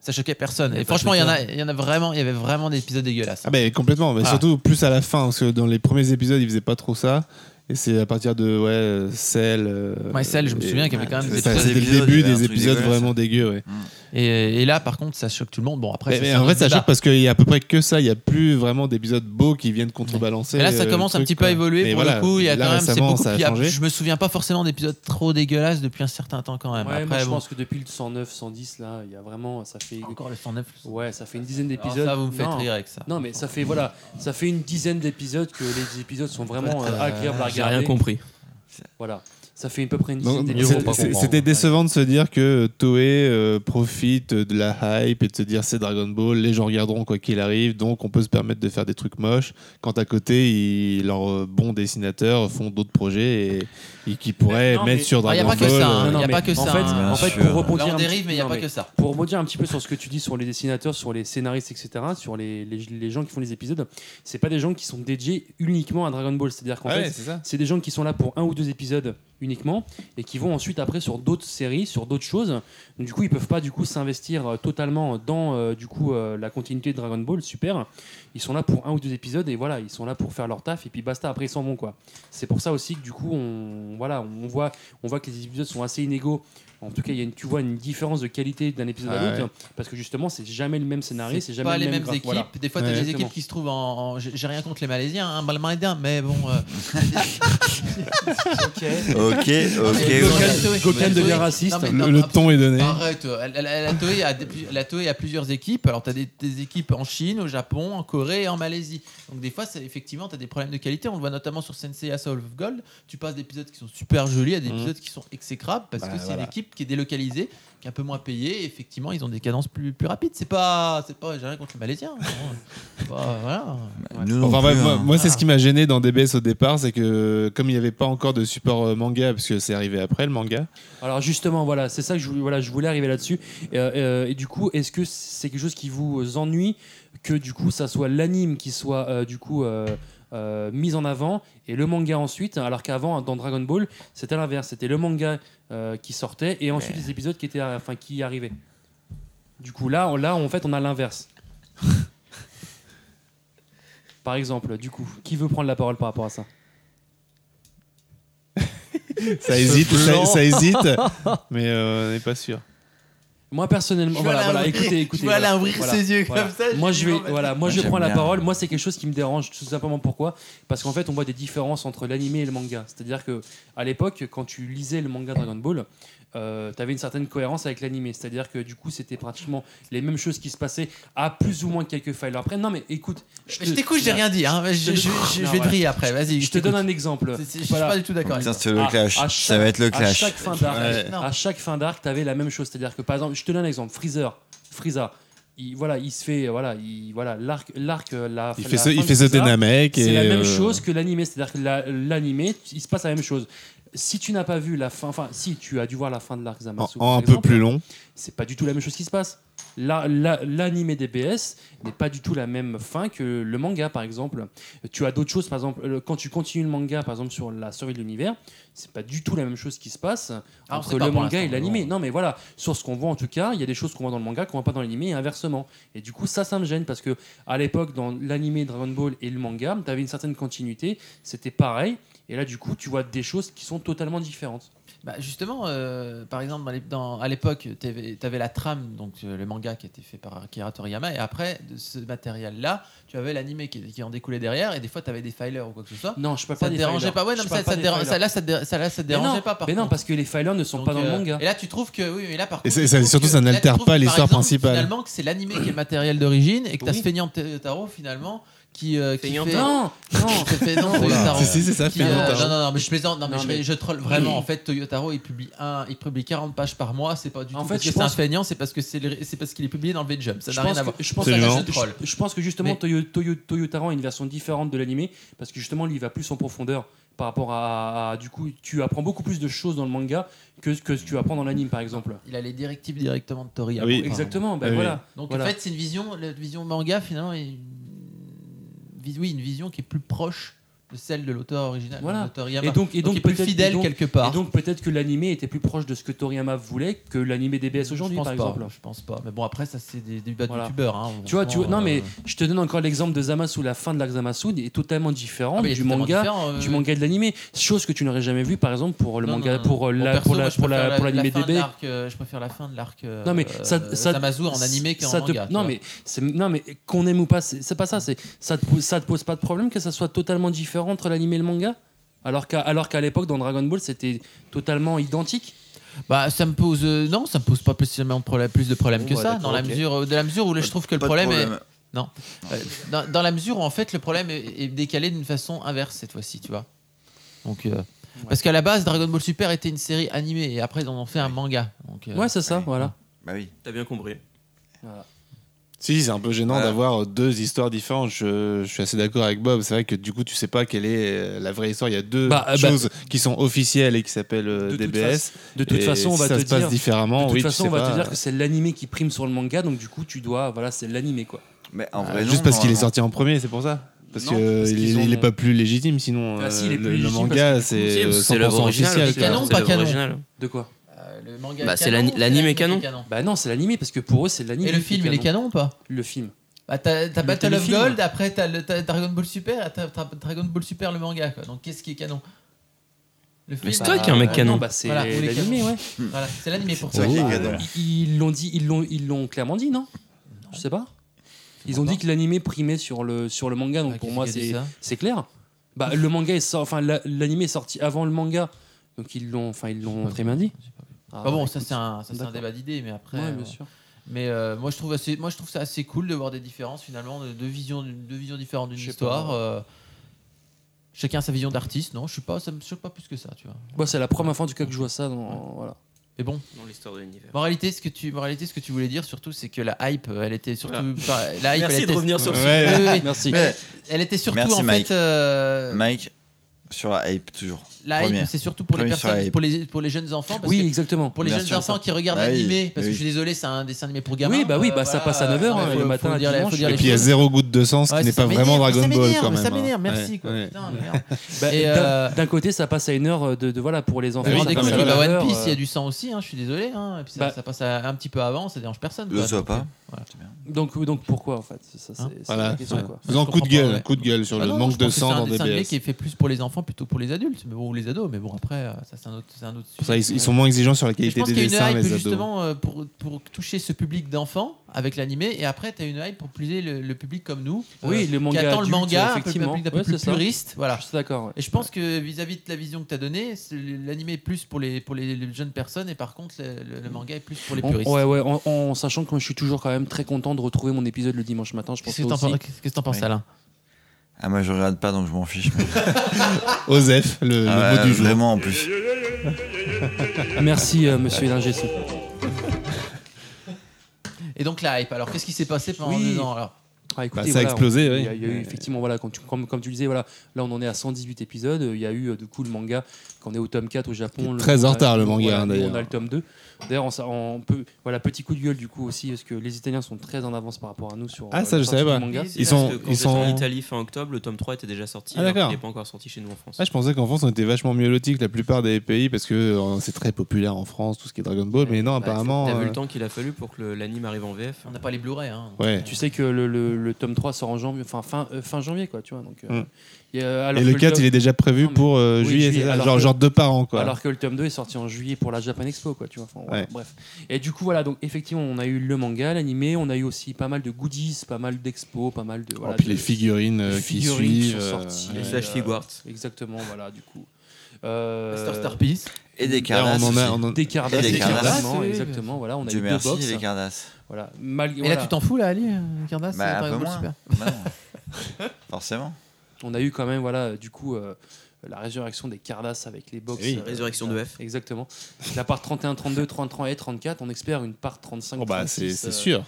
Ça choquait personne. Et Bah, franchement, il y en a, putain. il y en a vraiment, il y avait vraiment des épisodes dégueulasses. Ah ben complètement, mais Ah. surtout plus à la fin, parce que dans les premiers épisodes, ils faisaient pas trop ça. Et c'est à partir de ouais, euh, Cell. euh, Ouais, Cell, je me et- souviens qu'il y avait quand même des Ça, épisodes- C'était le épisodes, il y début avait un des truc épisodes dégueulasse. vraiment dégueux. Ouais. Et, et là, par contre, ça choque tout le monde. Bon, après, Mais- ça, mais c'est en un vrai, autre ça débat. choque parce qu'il y a à peu près que ça. Il y a plus vraiment d'épisodes beaux qui viennent contrebalancer. Mais là, ça euh, commence le un truc, petit peu à quoi. évoluer. Mais pour voilà, le coup, il y a là, quand même, c'est récemment, beaucoup. ça a il y a- changé. je me souviens pas forcément d'épisodes trop dégueulasses depuis un certain temps quand même. Ouais, Après, moi, je bon. pense que depuis le 109, 110, là, il y a vraiment, ça fait encore le 109. Ouais, ça fait une dizaine Alors d'épisodes. Ah, ça, vous me faites Non. rire avec ça. Non, mais ça fait voilà, ça fait une dizaine d'épisodes que les épisodes sont vraiment euh, Euh, agréables à j'ai regarder. rien compris. Voilà, ça fait à peu près une dizaine Donc, d'épisodes. c'est- c'est- C'était décevant de se dire que Toei euh, profite de la hype et de se dire c'est Dragon Ball, les gens regarderont quoi qu'il arrive, donc on peut se permettre de faire des trucs moches. Quand à côté, ils- leurs euh, bons dessinateurs font d'autres projets et, et qui pourraient Non, mettre mais- sur Dragon Ball. Non, euh, non, Ah, y a mais pas que en ça, Fait, hein. en fait, Bien sûr. pour rebondir, Là, on un dérive, petit- mais il y a non, pas que ça. Pour rebondir un petit peu sur ce que tu dis sur les dessinateurs, sur les scénaristes, etc., sur les, les, les gens qui font les épisodes, c'est pas des gens qui sont dédiés uniquement à Dragon Ball. C'est-à-dire qu'en Ah ouais, fait, c'est ça. c'est des gens qui sont là pour un ou deux épisodes uniquement et qui vont ensuite après sur d'autres séries, sur d'autres choses. Donc, du coup, ils peuvent pas du coup s'investir euh, totalement dans euh, du coup euh, la continuité de Dragon Ball. Super. Ils sont là pour un ou deux épisodes et voilà, ils sont là pour faire leur taf et puis basta. Après, ils s'en vont quoi. C'est pour ça aussi que du coup, on voilà, on voit, on voit que les épisodes sont assez inégaux. En tout cas, il y a une, tu vois une différence de qualité d'un épisode Ah à l'autre ouais. parce que justement, c'est jamais le même scénario, c'est jamais pas le les même mêmes graphe, équipes. voilà. Des fois, t'as des équipes qui se trouvent en. en- j'ai j'ai rien contre les Malaisiens, hein, bah, les Malaisiens, mais bon. Ok, ok, ok. Gauquin devient raciste. Le- le ton est donné. Arrête. euh, La, la- la Toei a des- la Toei a plusieurs équipes. Alors, t'as des, des équipes en Chine, au Japon, en Corée et en Malaisie. Donc, des fois, c'est- effectivement, t'as des problèmes de qualité. On le voit notamment sur Sensei Soul of Gold. Tu passes d'épisodes qui sont super jolis à des Mhm. épisodes qui sont exécrables parce Bah, que c'est voilà. une équipe qui est délocalisée, qui est un peu moins payée. Et effectivement, ils ont des cadences plus, plus rapides. C'est pas. c'est pas J'ai rien contre les Malaisiens. hein. C'est pas- voilà. Nous non Enfin, plus, bref, moi, hein. moi, c'est ce qui m'a gêné dans DBS au départ, c'est que comme il n'y avait pas encore de support euh, manga manga, parce que c'est arrivé après le manga. Alors justement, voilà, c'est ça que je, voulais- voilà, je voulais arriver là-dessus. Et, euh, euh, et du coup, est-ce que c'est quelque chose qui vous ennuie que du coup, ça soit l'anime qui soit euh, du coup euh, euh, mis en avant et le manga ensuite, alors qu'avant dans Dragon Ball, c'était l'inverse, c'était le manga euh, qui sortait et ensuite les épisodes qui étaient, enfin, qui arrivaient. Du coup, là, on- là, en fait, on a l'inverse. Par exemple, du coup, qui veut prendre la parole par rapport à ça Ça hésite, ça, ça hésite, mais euh, on n'est pas sûr. Moi personnellement, Je vais Oh, voilà, aller voilà, ouvrir- écoutez, écoutez. je vais aller voilà, ouvrir voilà, ses yeux voilà. comme ça, je Moi dis, je vais, oh, vas-y. voilà, moi Moi, je vais j'aime prendre la bien. parole. Moi c'est quelque chose qui me dérange tout simplement pourquoi Parce qu'en fait on voit des différences entre l'animé et le manga. C'est-à-dire que à l'époque quand tu lisais le manga Dragon Ball, euh, t'avais une certaine cohérence avec l'animé. C'est-à-dire que du coup c'était pratiquement les mêmes choses qui se passaient à plus ou moins quelques failles. Après non mais écoute, Je t'écoute, j'ai rien dit, hein. Je- je- je- je vais te voilà. briller après, vas-y, Je je te donne t'écoute. un exemple. C'est- c'est- je suis pas du tout d'accord avec Putain, toi. c'est le À- clash. Ah, Ça à chaque- va être le clash. À chaque fin d'arc, Ah, Ouais. à chaque fin d'arc, t'avais la même chose, c'est-à-dire que par exemple, je te donne un exemple, Freezer, Freezer. Il, voilà, il se fait, voilà, il, voilà, l'arc, l'arc, euh, la. Il la fait sa- fin il de fait sauter Freezer, Namek C'est et, la même euh, chose que l'animé, c'est-à-dire que la- l'animé, il se passe la même chose. Si tu n'as pas vu la fin, enfin, si tu as dû voir la fin de l'arc Zamasu, En- en par un peu exemple, plus long. c'est pas du tout la même chose qui se passe. La- la- L'anime DBS n'est pas du tout la même fin que le manga, par exemple. Tu as d'autres choses, par exemple, le- quand tu continues le manga, par exemple, sur la survie de l'univers, c'est pas du tout la même chose qui se passe Ah, on entre sait pas le pour manga et l'instant, l'anime. Non, mais voilà, sur ce qu'on voit en tout cas, il y a des choses qu'on voit dans le manga qu'on voit pas dans l'anime et inversement. Et du coup, ça, ça me gêne parce que à l'époque, dans l'anime Dragon Ball et le manga, tu avais une certaine continuité, c'était pareil. Et là, du coup, tu vois des choses qui sont totalement différentes. Bah, justement, euh, par exemple, dans les- dans- à l'époque, tu avais la trame, donc euh, le manga qui était fait par Akira Toriyama, et après, de ce matériel-là, tu avais l'animé qui, qui en découlait derrière, et des fois, tu avais des filers ou quoi que ce soit. Non, je parle ça pas te des dérangeait filers. pas. Ouais, Je non, mais parle ça, pas ça te des déra- filers. ça, là, ça te dé- ça, là, ça te Mais non, dérangeait pas. Par mais non, contre. parce que les filers ne sont pas dans le Euh, manga. Et là, tu trouves que. Oui, mais là, par Et contre. c'est- tu ça- trouves surtout, que- ça là, tu n'altère pas trouves que, par l'histoire exemple, principale. Finalement, que c'est l'animé qui est le matériel d'origine et que tu as Oui. ce feignant Taro, finalement, qui. euh, qui Feignant fait- Taro. Non, non. Qui fait- non, Oh là. Toyotaro. Si, si, c'est ça, Qui, euh, Feignant Taro. Non, non, non, mais je plaisante. Non, mais Non, je mais- je troll vraiment. En fait, Toyotaro, il publie, un, il publie 40 pages par mois. C'est pas du tout En fait, parce je que c'est un pense- feignant, c'est parce que c'est le- c'est parce qu'il est publié dans le V-Jump. Ça Je n'a rien pense à que- voir. Je pense, Ça, que, je je- troll. je pense que justement Toyo, Toyo, Toyotaro a une version différente de l'animé parce que justement lui il va plus en profondeur par rapport à, à- du coup tu apprends beaucoup plus de choses dans le manga que ce que tu apprends dans l'anime par exemple. Il a les directives directement de Toriyama. Oui. Exactement, ben Ah oui. voilà. Donc Voilà. en fait, c'est une vision, la vision manga finalement, est une... vis- oui, une vision qui est plus proche de celle de l'auteur original, Voilà. de Toriyama. Et donc et donc, plus peut-être- fidèle et donc- quelque part. Et donc peut-être que l'animé était plus proche de ce que Toriyama voulait que l'animé DBS aujourd'hui je pense par pas, exemple. Je pense pas. Mais bon, après, ça c'est des des débats Voilà. de youtubeurs. hein. Tu vois, tu vois- Franchement, non mais euh, je te donne encore l'exemple de Zamasu, la fin de l'arc Zamasu est totalement différente Ah, mais il est du totalement manga, différent, euh, du manga et de l'animé. Chose que tu n'aurais jamais vu par exemple pour le non, manga, non, non. pour euh, Bon, la, perso, pour la, moi, je pour la, préfère pour la l'animé fin de DB. l'arc, euh, je préfère la fin de l'arc. euh, Non mais ça, euh, ça Zamasu en animé qu'en ça te- manga. tu Non vois. mais c'est- non mais qu'on aime ou pas, c'est c'est pas ça. C'est ça te pose- ça te pose pas de problème que ça soit totalement différent entre l'animé et le manga, alors qu'à alors qu'à l'époque dans Dragon Ball c'était totalement identique. Bah, ça me pose. euh, non, ça me pose pas spécialement de problème- plus de problèmes Bon, que bah, ça, d'accord, dans la ok. mesure, euh, de la mesure où là, je trouve que le pas de problème, problème. est. Non. Euh, dans, dans la mesure où, en fait, le problème est, est décalé d'une façon inverse cette fois-ci, tu vois. Donc. euh, Parce qu'à la base, Dragon Ball Super était une série animée et après, ils en ont fait un manga. Donc, euh, Ouais c'est ça, voilà. Bah oui. T'as bien compris. Si, c'est un peu gênant d'avoir deux histoires différentes. Je, je suis assez d'accord avec Bob. C'est vrai que du coup, tu sais pas quelle est euh, la vraie histoire. Il y a deux Bah, euh, bah- choses qui sont officielles et qui s'appellent euh, De toute DBS. façon- de toute Et façon, on si va ça te se passe dire- différemment. De toute oui, tu façon, sais on va pas. te dire que c'est l'animé qui prime sur le manga, donc du coup tu dois voilà c'est l'animé quoi. Mais Ah, juste parce qu'il est sorti en premier, c'est pour ça. Parce Non, qu'il parce qu'ils n'est ont- pas plus légitime, sinon Ah, si, euh, il est le, plus le légitime manga, parce que du coup, c'est c'est- euh, c'est l'œuvre 100% originale, officiel. c'est quoi. l'œuvre C'est l'œuvre originale. De quoi le manga Bah, est c'est canon, l'ani- l'anime est canon. qui Bah non c'est l'animé parce que pour eux c'est l'animé. Et le qui film, il est canon ou pas Le film. Bah, t'as t'as Le Battle of téléfilm. Gold, après t'as le- t'as Dragon Ball Super, et t'as t'as Dragon Ball Super le manga. Quoi. Donc qu'est-ce qui est canon le film, c'est toi qui es un mec canon. Bah, c'est ou les l'animé, canons. ouais. Voilà, c'est l'animé pour C'est toi. vrai Oh. qu'il est canon. Ils l'ont dit, ils l'ont, ils l'ont clairement dit, non Je sais pas. Ils ont dit que l'animé primait sur le sur le manga, Ah, donc pour moi qui a dit c'est ça c'est clair. Bah le manga est sorti, enfin la- l'animé est sorti avant le manga, donc ils l'ont, enfin ils l'ont très bien dit. Ah, Bah bon, bah, ça écoute. c'est un, ça, c'est un D'accord. débat d'idées, mais après. Ouais, bien euh, sûr. Mais euh, moi, je trouve assez, moi je trouve ça assez cool de voir des différences finalement, de- deux visions, deux visions différentes d'une Je sais histoire. pas. euh, chacun sa vision d'artiste, non Je suis pas, ça me choque pas plus que ça, tu vois. Bon, Bah, c'est la première fois en tout cas que je vois ça. Dans, voilà. Mais bon. Dans l'histoire de l'univers. Moralité, ce que tu, moralité, ce que tu voulais dire surtout, c'est que la hype, euh, elle était surtout. Voilà. enfin, la hype, Merci elle de était- revenir sur le Ouais, sujet. ouais, ouais. Merci. Mais Elle était surtout Merci, en Mike. fait. euh, Mike, sur la hype, toujours. La Premier. hype, c'est surtout pour les, Premier sur personnes, la hype. pour, les, pour les jeunes enfants. parce Oui, que- exactement. Pour les Bien jeunes sûr, enfants ça. qui regardent Bah oui, l'animé, parce bah que je oui. suis désolé, c'est un dessin animé pour gamins. Oui, bah oui, bah ça passe à 9 heures, hein, faut- le matin, faut le dire les- dimanche. faut dire Et les puis il y a choses. zéro goutte de sens Ouais, qui n'est ça pas m'énerve, vraiment Dragon ça Ball m'énerve, quand même. ça hein. m'énerve, merci, Ouais, quoi, ouais. putain, merde. Bah, Et, d'un- euh, D'un côté, ça passe à une heure euh, de, de- voilà pour les enfants. Bah, ça écoute, passe à une bah, One heure, Piece, il y euh, a du sang aussi, hein, je suis désolé. Hein, et puis ça, ça passe à- un petit peu avant, ça dérange personne. Le quoi, soit donc, pas. euh, voilà. Donc, donc pourquoi en fait C'est ça, c'est- Hein c'est Voilà, la question. ouais. Quoi. Faisons un Je coup de comprends gueule, pas, un coup de gueule sur Ah le non, manque je de pense que sang c'est un dans dessin DBS. animé qui est fait plus pour les enfants plutôt que pour les adultes, mais bon, ou les ados, mais bon après euh, ça c'est un autre, c'est un autre ça, sujet. ils- ils sont moins exigeants sur la Mais qualité je pense des qu'il y a dessins, une les hype ados. justement euh, pour, pour toucher ce public d'enfants avec l'animé et après tu as une hype pour plus le, le public comme nous euh, Oui, Euh, le manga qui attend adulte, le manga, un peu le effectivement. public un peu Ouais, plus c'est ça. puriste, voilà. Je suis d'accord, ouais. Et je pense que vis-à-vis de la vision que tu as donnée, c'est- l'animé est plus pour les pour les, les jeunes personnes et par contre le, le- le manga est plus pour les En- puristes. ouais, ouais, en, en sachant que moi, je suis toujours quand même très content de retrouver mon épisode le dimanche matin. Je pense Qu'est-ce que t'en aussi. penses- qu'est-ce que t'en penses, Alain Ah, moi je regarde pas donc je m'en fiche. Osef, le, le Ah, mot du jour. Vraiment en plus. Merci euh, monsieur Lingesson. Et donc la hype. Alors qu'est-ce qui s'est passé pendant Oui. deux ans alors Ah, écoutez, Bah, ça a voilà, explosé, on- oui. Il y a, il y a eu effectivement, voilà, quand tu- comme, comme tu le disais, voilà, là on en est à 118 épisodes. euh, Il y a eu euh, du coup le manga quand on est au tome 4 au Il est Japon. très le- en retard, le voilà, manga, hein, nous, On a d'ailleurs. le tome 2. D'ailleurs, on, s'a- on peut, voilà, petit coup de gueule du coup aussi parce que les Italiens sont très en avance par rapport à nous sur. Ah, euh, ça, la je savais sortie pas. du manga. Ils sont- Parce que quand ils vous êtes en sont- Italie fin octobre, le tome 3 était déjà sorti. Ah, alors qu'il d'accord. n'est pas encore sorti chez nous en France. Ah, je pensais qu'en France on était vachement mieux lotis que la plupart des pays parce que euh, c'est très populaire en France tout ce qui est Dragon Ball, mais non, Bah, apparemment. T'as vu euh, le temps qu'il a fallu pour que le- l'anime arrive en VF On n'a pas les Blu-ray. Hein. Ouais. Tu sais que le, le- le tome 3 sort en janvier, enfin fin, euh, fin janvier quoi, tu vois. Donc, euh, Mm. il y a- alors Et que le 4 il est déjà prévu pour euh, Oui, juillet, c'est ça alors genre, que- genre deux par an quoi. Alors que le tome 2 est sorti en juillet pour la Japan Expo, quoi, tu vois. Enfin, voilà, Ouais. Bref. Et du coup, voilà, donc effectivement, on a eu le manga, l'animé, on a eu aussi pas mal de goodies, pas mal d'expos, pas mal de. Oh, Voilà, puis de- les figurines, euh, de qui figurines suivent, sont euh, sorties. Les Slash Figuarts. Exactement, voilà, du coup. Euh, Star Star Peace. Et des Là, Cardass. on en a- aussi. on en- Des Cardass, Et des des Cardass. Cardass, oui, oui, exactement. Voilà, on a Dieu eu deux merci, box. hein. les Cardass. Voilà, malgré. Et voilà. là tu t'en fous là, Ali euh, Cardass, Bah, euh, un Dragon peu Ball moins. Super. Bah, non. Forcément. On a eu quand même, voilà, du coup, euh, la résurrection des Cardass avec les box. Oui, euh, résurrection de F. Exactement. La part 31, 32, 33 et 34, on espère une part 35. Oh, bah, 36, c'est c'est euh, sûr.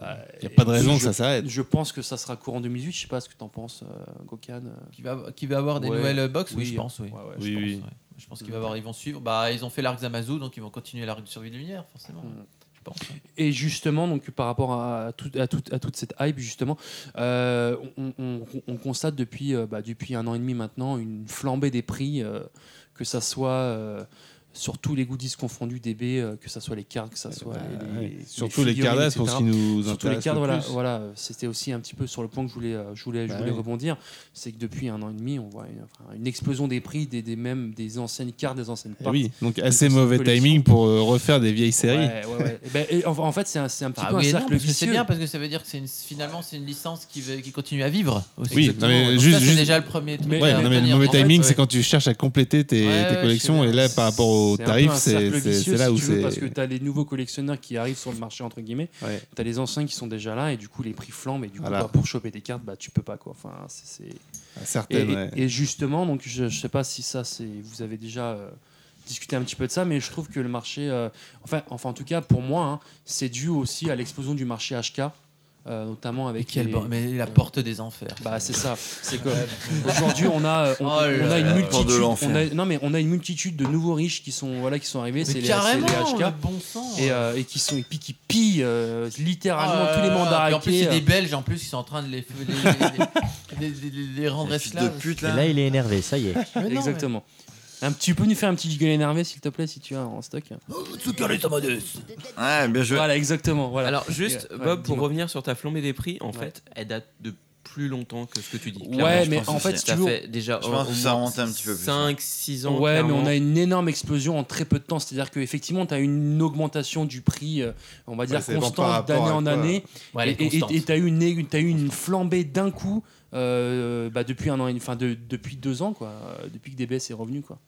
bah, Il n'y a pas de et raison que je- ça s'arrête. Je pense que ça sera courant 2018. Je sais pas ce que t'en penses, euh, Gokhan. euh. Qui va, qui va avoir des Ouais. nouvelles box Oui, Oui. je pense. Oui, Mm. Ouais, ouais, Oui, oui. Ouais. Je pense qu'ils avoir, ils vont suivre. Bah, ils ont fait l'arc Zamazu, donc ils vont continuer l'arc de survie de lumière, forcément. Mm. Je pense. hein. Et justement, donc par rapport à, tout- à, tout- à toute cette hype, justement, euh, on, on- on- on constate depuis, euh, bah, depuis un an et demi maintenant une flambée des prix, euh, que ça soit euh, sur tous les goodies confondus DB, euh, que ça soit les cartes, que ça soit les- les, Ouais. Surtout les figurines, Cardass pour ce etc. qui nous Surtout les intéresse. cartes, le voilà, plus. Eh voilà, euh, c'était aussi un petit peu sur le point que je voulais, euh, je voulais, je Bah voulais oui. rebondir, c'est que depuis un an et demi, on voit une, enfin, une explosion des prix des, des mêmes des anciennes cartes, des anciennes Eh packs. Oui, donc Une assez petite mauvais collection. timing pour euh, refaire des vieilles séries. Ouais, ouais, ouais. Eh ben, et en, en fait, c'est un, c'est un petit Ah peu oui un et non, cercle parce que c'est vicieux. bien parce que ça veut dire que c'est une, finalement c'est une licence qui, veut- qui continue à vivre. Aussi. Oui, Exactement. non, mais Donc juste- ça, c'est juste- déjà le premier. truc Mais- à Ouais, non, mais le retenir. mauvais En fait, timing, ouais. c'est quand tu cherches à compléter tes, Ouais, tes ouais, collections, je et sais là, bien. par rapport au C'est un peu tarif, un c'est cercle c'est- vicieux, c'est là si où tu veux, c'est. Parce que tu as les nouveaux collectionneurs qui arrivent sur le marché, entre guillemets. Ouais. Tu as les anciens qui sont déjà là, et du coup, les prix flambent. Et du coup, Voilà. bah, pour choper des cartes, bah, tu peux pas. Quoi. Enfin, c'est- c'est- Et, Certaines, et- ouais. et justement, donc, je ne sais pas si ça, c'est vous avez déjà euh, discuté un petit peu de ça, mais je trouve que le marché. euh, enfin, enfin, en tout cas, pour moi, hein, c'est dû aussi à l'explosion du marché HK, euh, notamment Mais avec. quelle les- ban- mais la porte des enfers. Bah c'est ça. C'est que aujourd'hui on a euh, on, Oh on là a une là. multitude Bord de l'enfer. on a- non mais on a une multitude de nouveaux riches qui sont voilà qui sont arrivés, c'est Mais les, c'est carrément, les le HK bon sang. et, euh, et qui sont et puis qui pillent euh, littéralement Ah, tous les mandats puis En plus, c'est hackés, des Belges en plus qui sont en train de les, les, les, les- les- les rendre Les fils de esclaves. pute Et là. là, il est énervé, ça y est. Mais non, euh, mais- Exactement. Un petit, tu peux nous faire un petit gueule énervé s'il te plaît si tu as en stock. Ouais, bien joué. Voilà exactement. Voilà. Alors juste, Ouais, Bob, pour dis-moi. revenir sur ta flambée des prix, en Ouais. fait, elle date de plus longtemps que ce que tu dis. Ouais, clairement. Je mais pense en que fait, c'est- si t'as tu veux- fait déjà Je pense que ça remonte un petit peu plus, 5, 6 ans. Ouais, mais clairement. on a une énorme explosion en très peu de temps. C'est-à-dire qu'effectivement, tu as une augmentation du prix, euh, on va dire, ça dépend par constante rapport d'année à en quoi. année. Ouais, elle est Et- et- constante. et tu as eu une, aigu- t'as eu une flambée d'un coup euh, bah, depuis un an, et- enfin de- depuis deux ans, quoi, euh, depuis que DBS est revenu, quoi.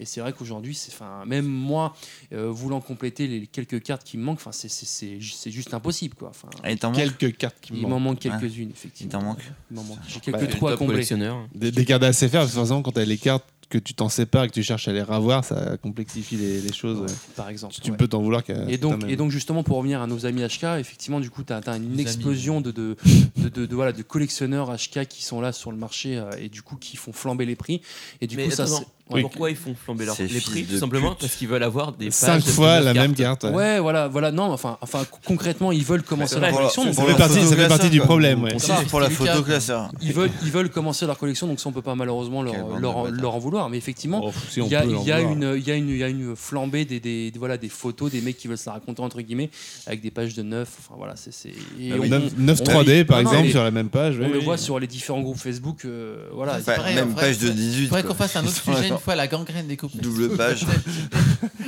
Et c'est vrai qu'aujourd'hui, c'est, enfin, même moi, euh, voulant compléter les quelques cartes qui me manquent, enfin, c'est, c'est, c'est, ju- c'est juste impossible, quoi. Enfin, Ah, il t'en manque. Quelques cartes qui me il manquent. m'en manque quelques-unes, Il effectivement. t'en manque. Il m'en manque. J'ai Bah, quelques une trous à top combler. collectionneur. Des, des cartes à assez faire, parce que forcément, quand t'as les cartes que tu t'en sépares et que tu cherches à les ravoir, ça complexifie les, les choses. Par exemple. Tu, tu ouais. peux t'en vouloir. Ah, qu'à- Et donc, putain, mais- et donc justement pour revenir à nos amis HK, effectivement du coup tu as, une amis. explosion de, de, de, de- de- voilà, de collectionneurs HK qui sont là sur le marché euh, et du coup qui font flamber les prix. Et du Mais coup ça attends, c'est- non, pourquoi ils font flamber leurs- Ces les fils prix de Tout simplement pute. parce qu'ils veulent avoir des Cinq pages de fois plusieurs la cartes. même carte, Ouais. ouais. voilà, voilà. Non, enfin, enfin, co- concrètement, ils veulent commencer Mais leur pour la- collection. pour donc- Ça fait la partie- ça fait photoclasseur, partie du quoi. problème, ouais. C'est pour la Lucas, photoclasseur. Ils veulent, ils veulent commencer leur collection, donc ça on peut pas malheureusement leur, leur, leur en vouloir. Mais effectivement, si, il on y a, peut leur il y a vouloir. une, il y a une, il y a une flambée des, des, des- voilà, des photos des mecs qui veulent se la raconter entre guillemets avec des pages de neuf. Enfin voilà, c'est c'est. et Ah on- oui. Neuf- neuf on- 3D, par non, non, exemple, mais sur la même page, On oui, le oui. voit sur les différents groupes Facebook. euh, voilà. Enfin, Pareil, même faudrait- page de 18, Faudrait quoi. qu'on fasse un autre Ils sont sujet une d'accord. fois la gangrène des couples. Double page.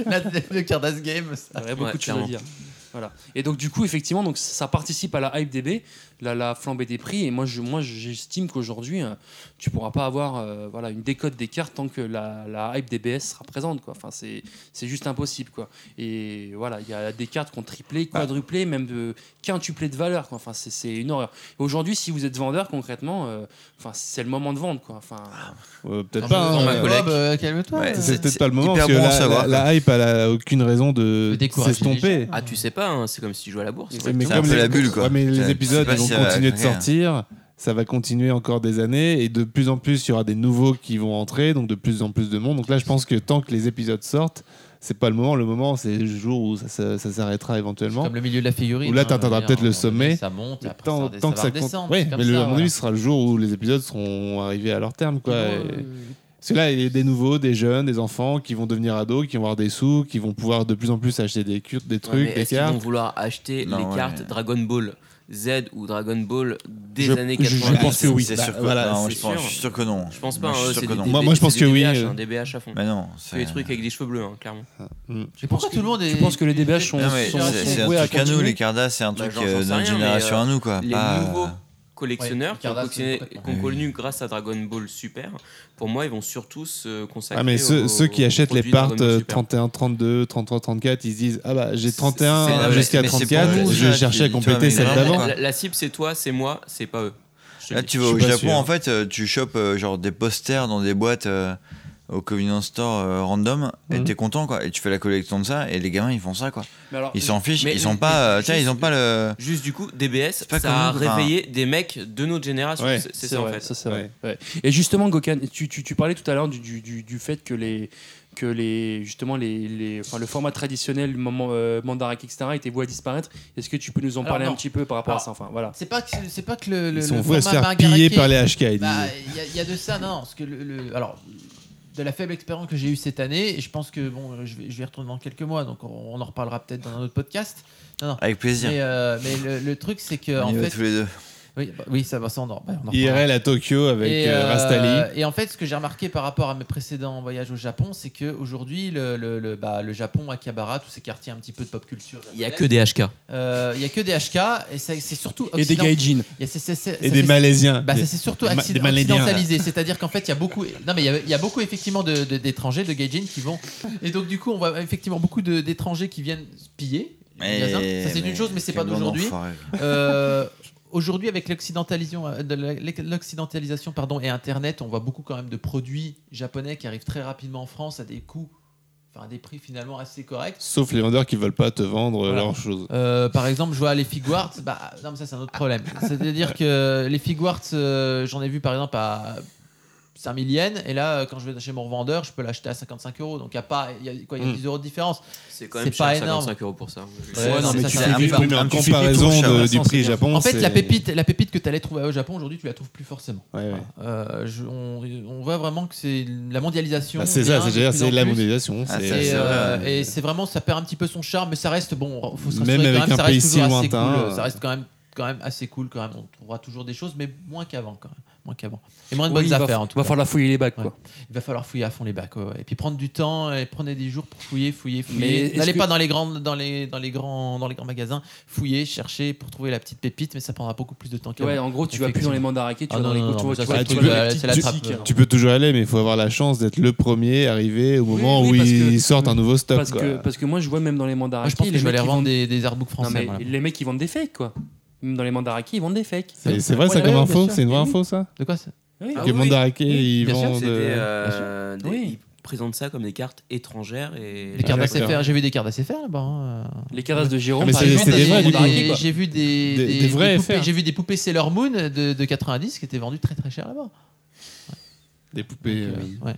la, le Cardass Game. Ça. Il y a beaucoup de choses à dire. Voilà. Et donc du coup, effectivement, donc ça participe à la hype DB, la, la flambée des prix. Et moi, je, moi, j'estime qu'aujourd'hui, euh, tu pourras pas avoir, euh, voilà, une décote des cartes tant que la, la hype DBS sera présente, quoi. Enfin, c'est, c'est juste impossible, quoi. Et voilà, il y a des cartes qui ont triplé, Bah. quadruplé, même de quintuplé de valeur, quoi. Enfin, c'est, c'est une horreur. Et aujourd'hui, si vous êtes vendeur, concrètement, euh, enfin, c'est le moment de vendre, quoi. Enfin. Euh, peut-être Dans pas. ma- dans ma euh, collègue. Bob, euh, calme-toi. Ouais, C'est peut-être c'est pas le moment parce hyper que bon à la- savoir, la, la hype, elle a aucune raison de Décourager les s'estomper. gens. Ah, tu sais pas, hein, c'est comme si tu jouais à la bourse. Mais comme les, ouais, mais les épisodes ils vont continuer de sortir, ça va continuer encore des années et de plus en plus il y aura des nouveaux qui vont entrer, donc de plus en plus de monde. Donc là, je pense que tant que les épisodes sortent, c'est pas le moment. Le moment, c'est le jour où ça, ça- ça s'arrêera éventuellement. Comme le milieu de la figurine, Où là, hein, je veux t'atteindras dire, peut-être à un le moment donné, sommet. ça monte, mais après, ça tant, redescend, tant que ça ça va redescendre, Ouais, c'est comme mais le, ça, à mon voilà. avis, ce sera le jour où les épisodes seront arrivés à leur terme, quoi. Ils vont, et- Parce que là, il y a des nouveaux, des jeunes, des enfants qui vont devenir ados, qui vont avoir des sous, qui vont pouvoir de plus en plus acheter des cures, des Ouais, trucs, mais des est-ce qu'ils vont cartes. vouloir acheter Non, les ouais. cartes Dragon Ball Z ou Dragon Ball des Je- années je- 90 je pense que oui. C'est Bah, sûr que- voilà, non, c'est je pense- sûr. je suis sûr que non. Je pense pas. Moi, je suis hein, sûr c'est que des- non. des- Moi- des- moi, je c'est pense des que oui, DBH, euh. hein, DBH à fond. Mais non, Que c'est- des trucs avec des cheveux bleus, hein, clairement. Je pense que tout le monde est. Tu penses que les DBH sont, Non, Ah, mais sont c'est- c'est un voués à truc à nous, continuer les Cardass, c'est un Bah, truc j'en- euh, j'en de sais notre rien, mais, génération euh, à nous, quoi. Les pas- nouveaux collectionneurs Ouais, qui ont, Cardass, collectionné- c'est qui ont connu grâce à Dragon Ball Super, pour moi, ils vont surtout se consacrer. Ah mais ceux, aux- ceux qui aux achètent les produits Dragon parts Ball euh, Super. 31, 32, 33, 34, ils se disent ah bah j'ai C'est- 31 mais- jusqu'à mais c'est pour 34, nous, je vais ça, chercher à tu- tu vois, compléter mais celle vraiment, d'avant. Ah, La, la cible, c'est toi, c'est moi, c'est pas eux. Je te Là, le dis. tu vas au suis pas Japon, sûr. en fait, euh, tu chopes euh, genre des posters dans des boîtes euh, au convenience store euh, random, et Mhm. t'es content, quoi. Et tu fais la collection de ça, et les gamins, ils font ça, quoi. Mais alors, ils s'en fichent, mais- ils ont pas. euh, juste- tiens, ils ont pas le. Juste du coup, DBS, pas ça a commun, enfin. réveillé des mecs de notre génération. Ouais, c'est c'est c'est ça en vrai, fait. ça, c'est vrai. Ouais. Et justement, Gokan, tu, tu- tu parlais tout à l'heure du, du- du- du fait que les que les justement les, les- enfin, le format traditionnel moment, euh, Mandarak etc était voué à disparaître. Est-ce que tu peux nous en Alors, parler non. Ah. un petit peu par rapport à Alors, ça enfin voilà. C'est pas que c'est pas que le. le Ils le sont voués à se format faire piller Margaret par les Kay- HK, ils Bah, disent. Il y a- il y, a de ça, non, non, parce que le, le- alors de la faible expérience que j'ai eue cette année, et je pense que bon, je vais, je vais y retourner dans quelques mois, donc on, on en reparlera peut-être dans un autre podcast. Non, non. Avec plaisir. Mais, euh, mais le, le truc, c'est que On en y va fait, tous les deux. Oui, bah, oui, ça va sans dort. Bah, on en reparlera. IRL à Tokyo avec Et, euh, euh, Rastali. Et en fait, ce que j'ai remarqué par rapport à mes précédents voyages au Japon, c'est que aujourd'hui, le, le, le, bah, le Japon, Akihabara, tous ces quartiers un petit peu de pop culture. Il y a que des HK. Euh, Il y a que des HK et c'est c'est surtout Et des occident- gaijin. Il y a- c'est- c'est- c'est- Et ça des fait- Malaisiens. Bah, ça, Des- c'est surtout des Ma- accid- des Malaisiens, là. occidentalisé. C'est-à-dire qu'en fait, il y a beaucoup. Non, mais il y a- il y, a beaucoup effectivement de- de- d'étrangers, de, gaijin qui vont. Et donc du coup, on voit effectivement beaucoup de- d'étrangers qui viennent piller. les Mais- magasins. ça c'est mais une chose, mais c'est quel pas d'aujourd'hui. bon enfoiré. Euh, Aujourd'hui, avec l'occidentalisation, euh, de la- l'occidentalisation pardon, et Internet, on voit beaucoup quand même de produits japonais qui arrivent très rapidement en France à des coûts, enfin à des prix finalement assez corrects. Sauf les vendeurs qui veulent pas te vendre Voilà. leurs choses. Euh, par exemple, je vois les Figuarts. Bah, non, mais ça, c'est un autre problème. C'est-à-dire que les Figuarts, euh, j'en ai vu par exemple à 5000 yens. Et là, euh, quand je vais chez mon revendeur, je peux l'acheter à 55 euros. Donc, il y a pas il y a, quoi, il y a Mm. 10 euros de différence. C'est quand même cher, pas énorme. 55 euros pour ça. Ouais, Ouais, non, c'est mais ça, tu c'est fais un du peu prix, plus mais en petit. comparaison Tout de- cher. du prix japon. En fait, c'est- la pépite, la pépite que tu allais trouver au Japon aujourd'hui, tu la trouves plus forcément. Ouais, ouais. Euh, je- on, on voit vraiment que c'est la mondialisation. Bah, c'est ça, vient c'est- de plus c'est en la plus. mondialisation, Ah, c'est- c'est, c'est euh, vrai. et c'est vraiment, ça perd un petit peu son charme, mais ça reste bon. Faut se rassurer Même quand avec un ça pays reste si toujours assez lointain, cool, euh. Ça reste quand même, quand même assez cool quand même. On trouvera toujours des choses, mais moins qu'avant quand même, moins qu'avant. Et moins de Oui, bonnes il va- affaires en tout va cas. falloir fouiller les bacs, Ouais. quoi. Il va falloir fouiller à fond les bacs. ouais, ouais. Et puis prendre du temps et prenez des jours pour fouiller, fouiller, Mais fouiller. est-ce N'allez que- pas dans les grandes, dans les, dans les grands, dans les grands magasins. Fouiller, chercher pour trouver la petite pépite, mais ça prendra beaucoup plus de temps. qu'avant. Ouais, en gros, tu vas plus dans les Effectivement. mandarakés, tu Ah vas dans non, les non, tu non, vois- ça, tu c'est vois- la tu truc- vois la la- petite c'est la trappe. euh. boutique. Tu peux toujours y aller, mais il faut avoir la chance d'être le premier arrivé au moment oui, où parce ils que- sortent un nouveau stock. Parce quoi. que, parce que moi, je vois même dans les mandarakis. Moi, Ah, je pense que les je vais mecs aller qui revendre vendent- des- des artbooks Non, français, mais voilà. Les mecs, ils vendent des fakes, quoi. Même dans les mandarakis, ils vendent des fakes. C'est c'est vrai ça Ouais, comme ouais, info bien sûr. C'est une vraie Et oui. info ça De quoi ça Oui. Ah Que Mandarake, ils bien sûr, vendent, c'était, euh, euh, bien sûr. des- Oui. Ils présentent ça comme des cartes étrangères. Et Les cartes SFR, j'ai vu des cartes SFR là-bas. hein. Les cartes de Jérôme, Ah, par par exemple, exemple, des j'ai- vrais, du coup. j'ai- J'ai vu des, Des- des, des vrais poupées- FR. J'ai vu des poupées Sailor Moon de, de 90 qui étaient vendues très très cher là-bas. euh, Des poupées. euh, Ouais.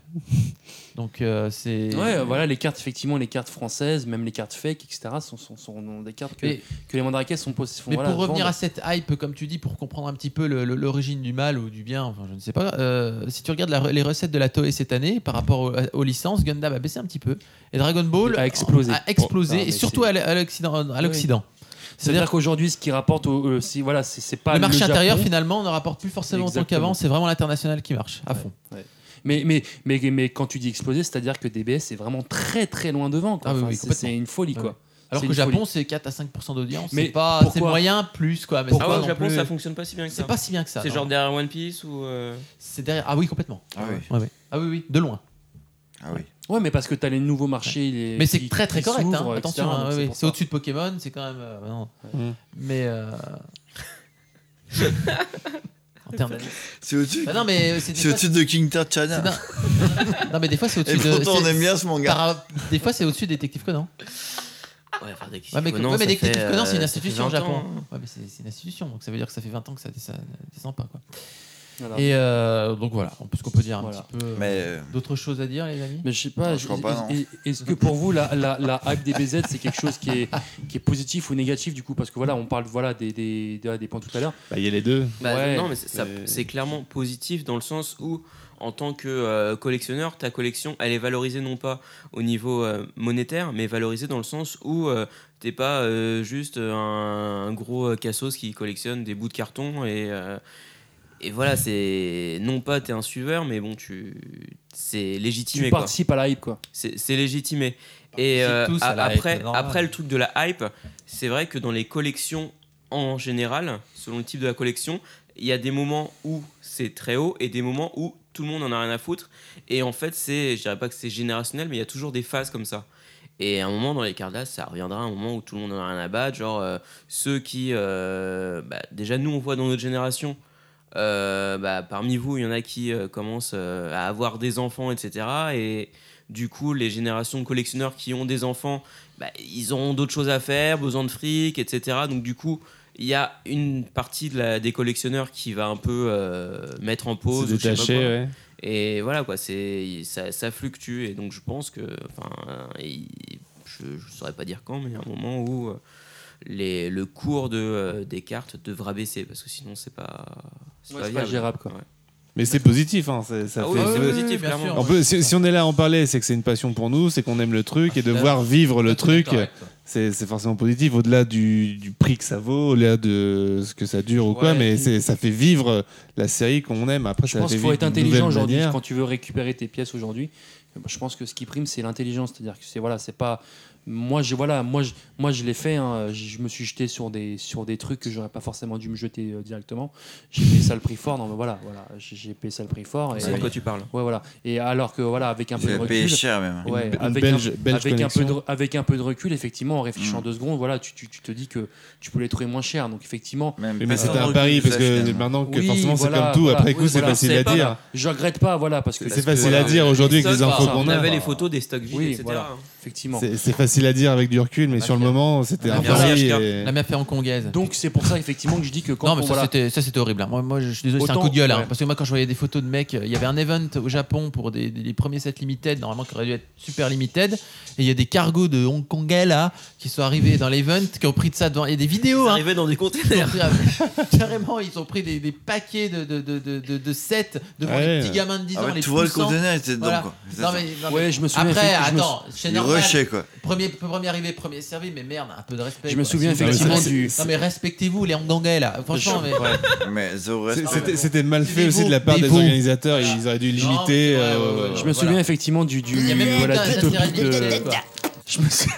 Donc euh, c'est. Ouais, euh, voilà, les cartes, effectivement, les cartes françaises, même les cartes fake, etc., sont, sont, sont des cartes que, Mais- que les mandarakais sont possédés. Mais pour revenir à cette hype, comme tu dis, pour comprendre un petit peu le- le- l'origine du mal ou du bien, enfin je ne sais pas, euh, si tu regardes la re- les recettes de la Toei cette année par rapport au- à- aux licences, Gundam a baissé un petit peu et Dragon Ball A explosé. a explosé, Oh, non, mais et surtout à l'- à l'Occident. euh, à l'Occident. C'est-à-dire qu'aujourd'hui, ce qui rapporte, au, euh, si, voilà, c'est c'est pas le marché Japon. intérieur finalement ne rapporte plus forcément autant Exactement. qu'avant, c'est vraiment l'international qui marche à fond. Ouais. Mais, mais, mais, mais quand tu dis explosé, c'est-à-dire que DBS est vraiment très très loin devant. quoi. Ah oui, Enfin, oui, c'est- complètement. Ah c'est une folie quoi. Ouais. C'est Alors que une folie. Japon, c'est 4 à 5% d'audience. Mais C'est pas, c'est pourquoi moyen plus quoi. Mais Pourquoi c'est Ah pas ouais, au non Japon, plus- ça fonctionne pas si bien que ça. C'est pas si bien que ça. C'est non. genre derrière One Piece ou. euh, C'est derrière. Ah oui, complètement. Ah oui. Ouais, ouais. Ah oui, oui, de loin. Ah oui. Ouais, mais parce que t'as les nouveaux marchés. les- Mais c'est qui- très très qui correct. hein. s'ouvrent, Attention, etc., hein, donc ouais, c'est ouais. pour c'est ça. au-dessus de Pokémon, c'est quand même. euh, bah non. Ouais. Mais. euh, en termes. C'est au-dessus. Bah non, mais c'est des C'est fois- au-dessus de King Tut Chana. Non, mais des fois c'est au-dessus Et de. pourtant, on c'est- aime bien ce manga. par- Des fois c'est au-dessus de Détective Conan. Ouais, enfin, Détective Ouais, mais, Conan, ouais, mais ça Détective fait, Conan, euh, c'est une ça fait institution au 20 Japon. ans. Ouais, mais c'est c'est une institution, donc ça veut dire que ça fait 20 ans que ça ça ne descend pas. Quoi. Voilà. Et euh, donc voilà, on peut ce qu'on peut dire un Voilà. petit peu. Mais, euh, D'autres choses à dire, les amis Mais je sais pas, je crois pas, non. est- est-ce que pour vous, la, la, la hype des BZ, c'est quelque chose qui est, qui est positif ou négatif du coup Parce que voilà, on parle voilà, des, des, des- des points tout à l'heure. Bah, il y a les deux. Bah, Ouais. non, mais c'est, ça- c'est clairement positif dans le sens où, en tant que euh, collectionneur, ta collection, elle est valorisée non pas au niveau euh, monétaire, mais valorisée dans le sens où euh, t'es pas euh, juste un, un gros euh, cassos qui collectionne des bouts de carton et. euh, et voilà, c'est non pas t'es un suiveur, mais bon, tu c'est légitimé. Tu quoi. participes à la hype quoi. C'est c'est légitimé. Et euh, tous a- à la hype, après, c'est normal. après le truc de la hype, c'est vrai que dans les collections en général, selon le type de la collection, il y a des moments où c'est très haut et des moments où tout le monde en a rien à foutre. Et en fait, c'est, je dirais pas que c'est générationnel, mais il y a toujours des phases comme ça. Et à un moment dans les cardas, ça reviendra à un moment où tout le monde en a rien à battre. Genre euh, ceux qui, euh, bah, déjà nous on voit dans notre génération, euh, bah, parmi vous, il y en a qui euh, commencent euh, à avoir des enfants, etc. Et du coup, les générations de collectionneurs qui ont des enfants, bah, ils auront d'autres choses à faire, besoin de fric, etc. Donc du coup, il y a une partie de la- des collectionneurs qui va un peu euh, mettre en pause. Se ou je sais pas détacher, quoi. ouais. Et voilà, quoi, c'est, ça, ça fluctue. Et donc je pense que, enfin, il- je ne saurais pas dire quand, mais il y a un moment où... euh, les, le cours de, euh, des cartes devra baisser parce que sinon c'est pas Ouais, c'est pas gérable, quoi. Mais c'est positif, hein, c'est- ça Ah oui, fait- c'est ouais. positif, bien clairement. sûr, On ouais. Ah, peut- si, si on est là à en parler, c'est que c'est une passion pour nous, c'est qu'on aime le truc et de voir vivre le truc, c'est c'est forcément positif. Au-delà du, du prix que ça vaut, au-delà de ce que ça dure ou quoi, Ouais. mais c'est- ça fait vivre la série qu'on aime. Après, Je ça pense fait qu'il faut vivre être d'une intelligent nouvelle aujourd'hui manière. quand tu veux récupérer tes pièces aujourd'hui. euh, Je pense que ce qui prime c'est l'intelligence, c'est-à-dire que c'est voilà, c'est pas moi je voilà, moi je, moi je l'ai fait hein, je, je me suis jeté sur des sur des trucs que j'aurais pas forcément dû me jeter euh, directement. J'ai payé ça le prix fort, non mais voilà, voilà, j'ai j'ai payé ça le prix fort On et sait de quoi tu parles. Ouais voilà. Et alors que voilà, avec un peu J'ai de recul payé cher, même. Ouais, Une- une avec belge- un, belge avec un peu de connexion. avec un peu de recul effectivement en réfléchissant deux secondes, voilà, tu, tu, tu te dis que tu peux les trouver moins cher. Donc effectivement, Oui, mais c'était un pari parce que maintenant que forcément c'est comme tout, après coup c'est facile à dire. je regrette pas, voilà, parce que C'est facile à dire aujourd'hui avec les infos qu'on a. photos des stocks vides, etc. Effectivement. C'est c'est facile à dire avec du recul, mais sur le moment c'était La un mafia pari. HK. et- La mafia hongkongaise. Donc c'est pour ça effectivement que je dis que quand non, mais on- ça, voilà, c'était- ça, c'était horrible. hein. Moi, moi, je suis désolé, c'est un Autant- coup de gueule. hein. ouais. parce que moi quand je voyais des photos de mecs, euh, il y avait un event au Japon pour des, des- les premiers sets limited, normalement qui aurait dû être super limited. Et il y a des cargos de hongkongais là qui sont arrivés dans l'event, qui ont pris de ça devant. Il y a des vidéos. hein. Arrivé dans des containers. Ils ont pris- Carrément, ils ont pris des, des paquets de, de, de, de, de- de sets devant Ouais. les petits gamins de 10 ans. Ah ouais, les tu vois le poussant. conteneur, il était dedans, quoi. C'est Non, ça. mais, non, mais- Ouais, je me souviens, Après, effectivement, je me attends, sou- c'est Il normal. rushait, quoi. Premier, premier arrivé, premier servi, mais merde, un peu de respect. Je me quoi. souviens, Si vous voulez- effectivement, Non, du- mais- Non, mais respectez-vous, les hongkongais là. Franchement, mais. Mais The Rest- C'est- c'était- C'était mal fait aussi de la part Des des veaux. organisateurs, ils auraient dû limiter. euh, je me souviens effectivement du, du Il y a même voilà, pas du un- topic un- de- un- un- Je me, sou-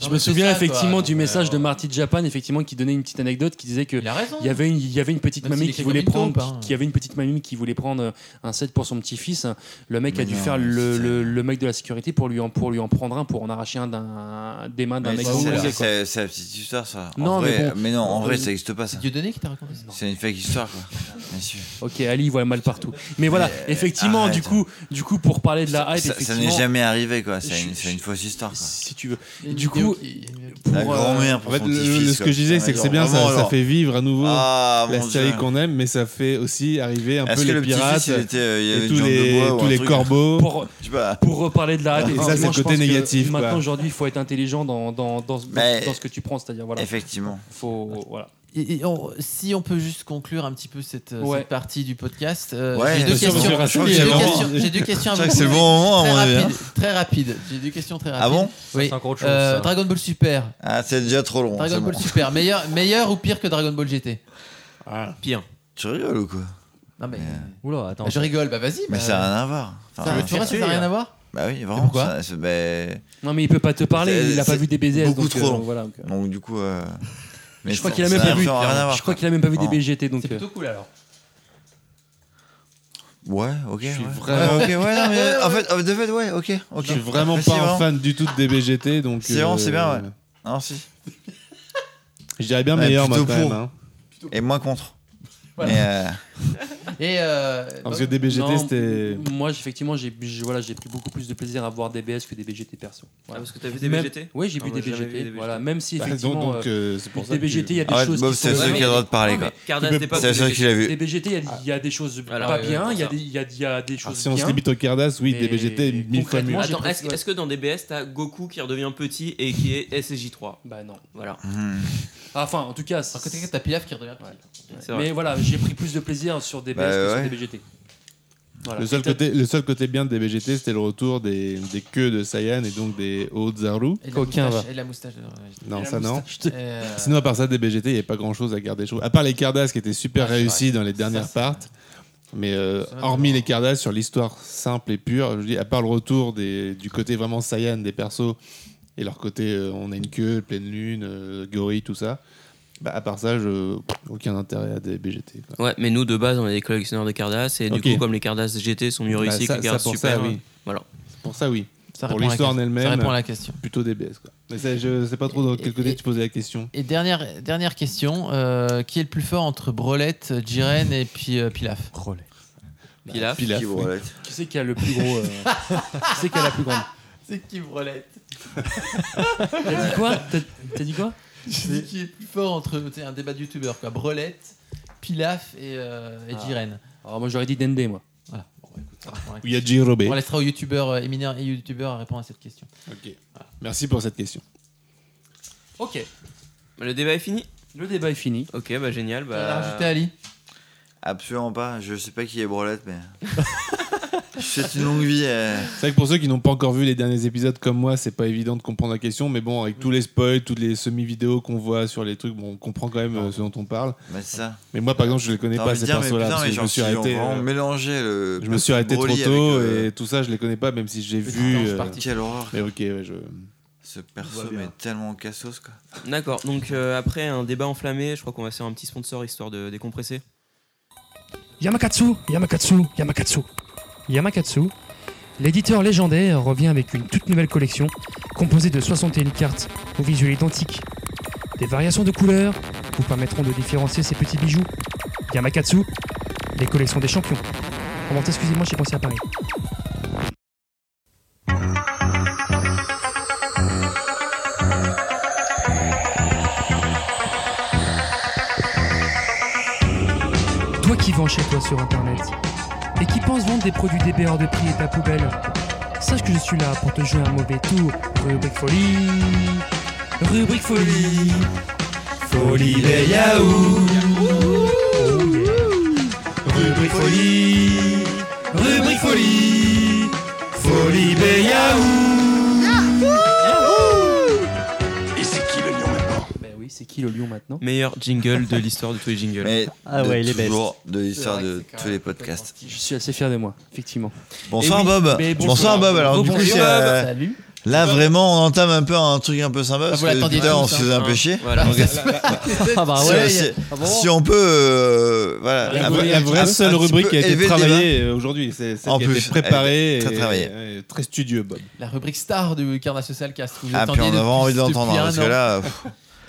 je me souviens effectivement du message de Marty Japan, effectivement, qui donnait une petite anecdote, qui disait que il y avait une, il y avait une petite Même s'il mamie écrit qui voulait comme une prendre, taupe, hein. qui, qui avait une petite mamie qui voulait prendre euh, un set pour son petit-fils. Le mec a Mais dû non, faire le, c'est- le- le mec de la sécurité pour lui en, pour lui en prendre un, pour en arracher un d'un- des mains d'un Mais mec. c'est- qui c'est- voulait, quoi. C'est c'est la petite histoire, ça. En Non, mais vrai- bon. non, en Euh, vrai, ça n'existe pas, ça. C'est Dieudonné qui t'a raconté ça C'est une fake histoire, quoi. Bien sûr. Ok, Ali il voit le mal partout. Mais voilà, effectivement, arrête. du coup, du coup, pour parler de la hype, Ça- Ça n'est effectivement, jamais arrivé, quoi. C'est je- une, c'est une fausse histoire, quoi. Si tu veux. du coup, La pour, euh, grand-mère En pour fait, son le- petit-fils. le- ce quoi. que je disais, c'est que c'est bien, Vraiment, ça, ça genre, fait vivre à nouveau Ah, la mon série Dieu. qu'on aime, mais ça fait aussi arriver un Est-ce peu que les le petit-fils, pirates il était, euh, il y et avait une tous jambe de les, bois ou tous un les truc. corbeaux. pour, pour reparler de la hype, Et ça, c'est le effectivement, je côté pense que négatif, quoi. Maintenant, aujourd'hui, il faut être intelligent dans, dans, dans, ce- dans- Mais- dans ce que tu prends, c'est-à-dire voilà. Effectivement. Faut voilà. Et- et on- si on peut juste conclure un petit peu cette, euh, Ouais. cette partie du podcast, euh, Ouais, j'ai deux je crois questions. que c'est rassurant. J'ai deux Je crois que c'est questions- le j'ai deux bon questions à moment, vous à mon très avis, hein. rapide, très rapide. J'ai deux questions très rapides. Ah bon Oui. Ça, c'est encore autre chose, Euh, ça. Dragon Ball Super. Ah, c'est déjà trop long. Dragon c'est Ball bon. Super, meilleur, meilleur ou pire que Dragon Ball GT Pire. Tu rigoles ou quoi Non mais. Oula, Bah, je rigole, bah vas-y. Euh, Mais bah- ça n'a rien à voir. Ça- tu vois, ça n'a hein. rien à voir Bah oui, vraiment. pourquoi ça- c'est- ben- Non, mais il peut pas te parler, C'est- il a pas c'est vu des BZS, Beaucoup donc, trop euh, long. voilà. Donc du coup. euh, mais je crois ça- qu'il a ça même pas n'a vu. absolument rien à voir, Je crois quoi. qu'il a même pas vu des Vraiment. BGT, donc. C'est euh, plutôt cool alors. Ouais, ok. ouais. vraiment- Ouais, ok, ouais, non, mais euh, en fait, en fait, ouais, ok, ok. Je suis vraiment Mais pas si, un vraiment. fan du tout de DBGT, donc. C'est vraiment, euh, c'est bien, ouais. Non, si. Je dirais bien meilleur, moi, plutôt quand même. pour. hein. Et moins contre. Voilà. Mais, euh, Et. euh, parce que DBGT, non, c'était- Moi, effectivement, j'ai j'ai- voilà, j'ai pris beaucoup plus de plaisir à voir DBS que des BGT perso. Ah, Voilà. parce que t'as vu des Même- BGT Oui, j'ai Non, vu moi, des Ah j'ai jamais vu BGT. des Voilà, BGT. même si Bah, effectivement. donc, donc, euh, c'est pour ça des que- BGT, il y a des Ah ouais, choses. Bob, qui c'est sont- le seul qui a le droit de parler, Non, mais quoi. Cardass Tu n'est peux- pas C'est le seul obligé. qui l'a Des vu. BGT, il y a- il y, a des choses Voilà, pas oui, oui, bien, c'est il y, a ça. des- il y a- il y a Ah, des Alors, choses Ah, si on se bien. limite au Cardass, oui, mais DBGT, mille fois mieux. concrètement, j'ai Attends, pris- est-ce est-ce que dans DBS, t'as Goku qui redevient petit et qui est SJ3 Bah non. Voilà. Ah, Enfin, en tout cas. Par contre, t'as Pilaf qui redevient. C'est vrai. Mais voilà, j'ai pris plus de plaisir sur DBS Bah, que ouais. sur DBGT. Voilà. Le seul, côté, le seul côté bien de DBGT, c'était le retour des, des queues de Saiyan et donc des hauts Zaru. Et la Coquin, moustache- va. Et la moustache de Dragon Ball GT. Non, Et la ça non. moustache Euh, Sinon, à part ça, DBGT, il n'y avait pas grand chose à garder chaud. À part les Cardass qui étaient super Ouais, c'est réussis vrai. dans les dernières Ça, c'est vrai. parts. Mais euh, Ça va, hormis non. les Cardass, sur l'histoire simple et pure, je veux dire, à part le retour des, du côté vraiment Saiyan des persos et leur côté euh, on a une queue, pleine lune, euh, gorille, tout ça, bah, à part ça, je, aucun intérêt à DBGT. quoi. Ouais, mais nous de base, on est des collectionneurs de Cardass et Ok. du coup, comme les Cardass GT sont mieux Bah, réussis ça- que les ça, Cardass pour ça, Super, hein. oui. voilà. Pour ça, oui. ça Pour répond à la l'histoire en question. Ça elle-même, répond à la question. plutôt DBS. Quoi. Mais ça, je sais pas trop dans quel côté tu posais la question. Et dernière, dernière question, euh, qui est le plus fort entre Brolette, Jiren et puis euh, Pilaf hein, Pilaf. Pilaf, oui. Qui vous relate Qui c'est qui a le plus gros. euh, Qui c'est qui a la plus grande C'est qui Brolette T'as dit quoi T'as t'as dit quoi C'est qui est plus fort entre tu sais, un débat de youtubeur quoi Brolette, Pilaf et, euh, et Ah. Jiren. Alors, moi, j'aurais dit Dende, moi. Voilà. Bon, bah, écoute, ça répond à la Il y a question. J-Robé. On laissera aux youtubeurs euh, éminents et youtubeurs à répondre à cette question. Ok. Merci pour cette question. Ok, Le débat est fini le débat est fini. Ok, bah génial. T'as rien Bah... rajouté Ali Absolument pas. Je sais pas qui est Brolette, mais. Je souhaite une longue vie. euh, C'est vrai que pour ceux qui n'ont pas encore vu les derniers épisodes comme moi, c'est pas évident de comprendre la question, mais bon, Mm. avec tous les spoils, toutes les semi-vidéos qu'on voit sur les trucs, bon, on comprend quand même euh, ce dont on parle. Bah, c'est ça. Mais moi, par exemple, je les connais T'as pas envie de ces dire, mais persos-là, putain, parce mais que je genre, me suis ils ont arrêté. vraiment euh, mélangé le. Je me suis arrêté trop Broly tôt avec, euh, et tout ça, je les connais pas, même si j'ai Putain, vu. non, je suis euh, parti. Quelle horreur. Mais ok, ouais, je. Ce On voit perso, bien. mais tellement cassos, quoi. D'accord, donc euh, après un débat enflammé, je crois qu'on va se faire un petit sponsor histoire de décompresser. Yamakatsu, Yamakatsu, Yamakatsu. Yamakatsu, l'éditeur légendaire revient avec une toute nouvelle collection composée de 61 cartes au visuel identique. Des variations de couleurs vous permettront de différencier ces petits bijoux. Yamakatsu, les collections des champions. Comment excusez-moi, j'ai pensé à Paris. Toi qui vends chez toi sur internet et qui pense vendre des produits DB hors de prix et ta poubelle, sache que je suis là pour te jouer un mauvais tour. Rubrique folie, rubrique folie, folie des yaourts. Oh yeah. Rubrique folie, rubrique folie, folie des Et c'est qui le lion Ben oui, c'est qui le lion maintenant Meilleur jingle de l'histoire de tous les jingles. Mais Ah de ouais, il est best. toujours de l'histoire C'est vrai de que c'est quand tous même les podcasts. Je suis assez fier de moi, effectivement. Bonsoir Et oui, Bob. mais Bonsoir bonsoir. Bob. Alors du coup, Rebonjour, c'est, Bob. euh, Salut. Là, vraiment, on entame un peu un truc un peu sympa. parce vous que l'attendiez tout à l'heure, tous, on se hein. faisait un peu Hein, chier. voilà. Donc, Ah, si- ah bah si- ouais, si, ah bon. si on peut. euh, voilà. La un vraie- peu- la vraie un- seule un petit rubrique peu qui a été élever le travaillée débat. euh, aujourd'hui. C'est celle En qui a été plus, préparée. elle- Très et- travaillée. et Très studieux, Bob. La rubrique star du Carnage Social Cast. que vous Ah, puis attendiez on avait depuis- envie de depuis l'entendre, hein, un parce que an. là, pff,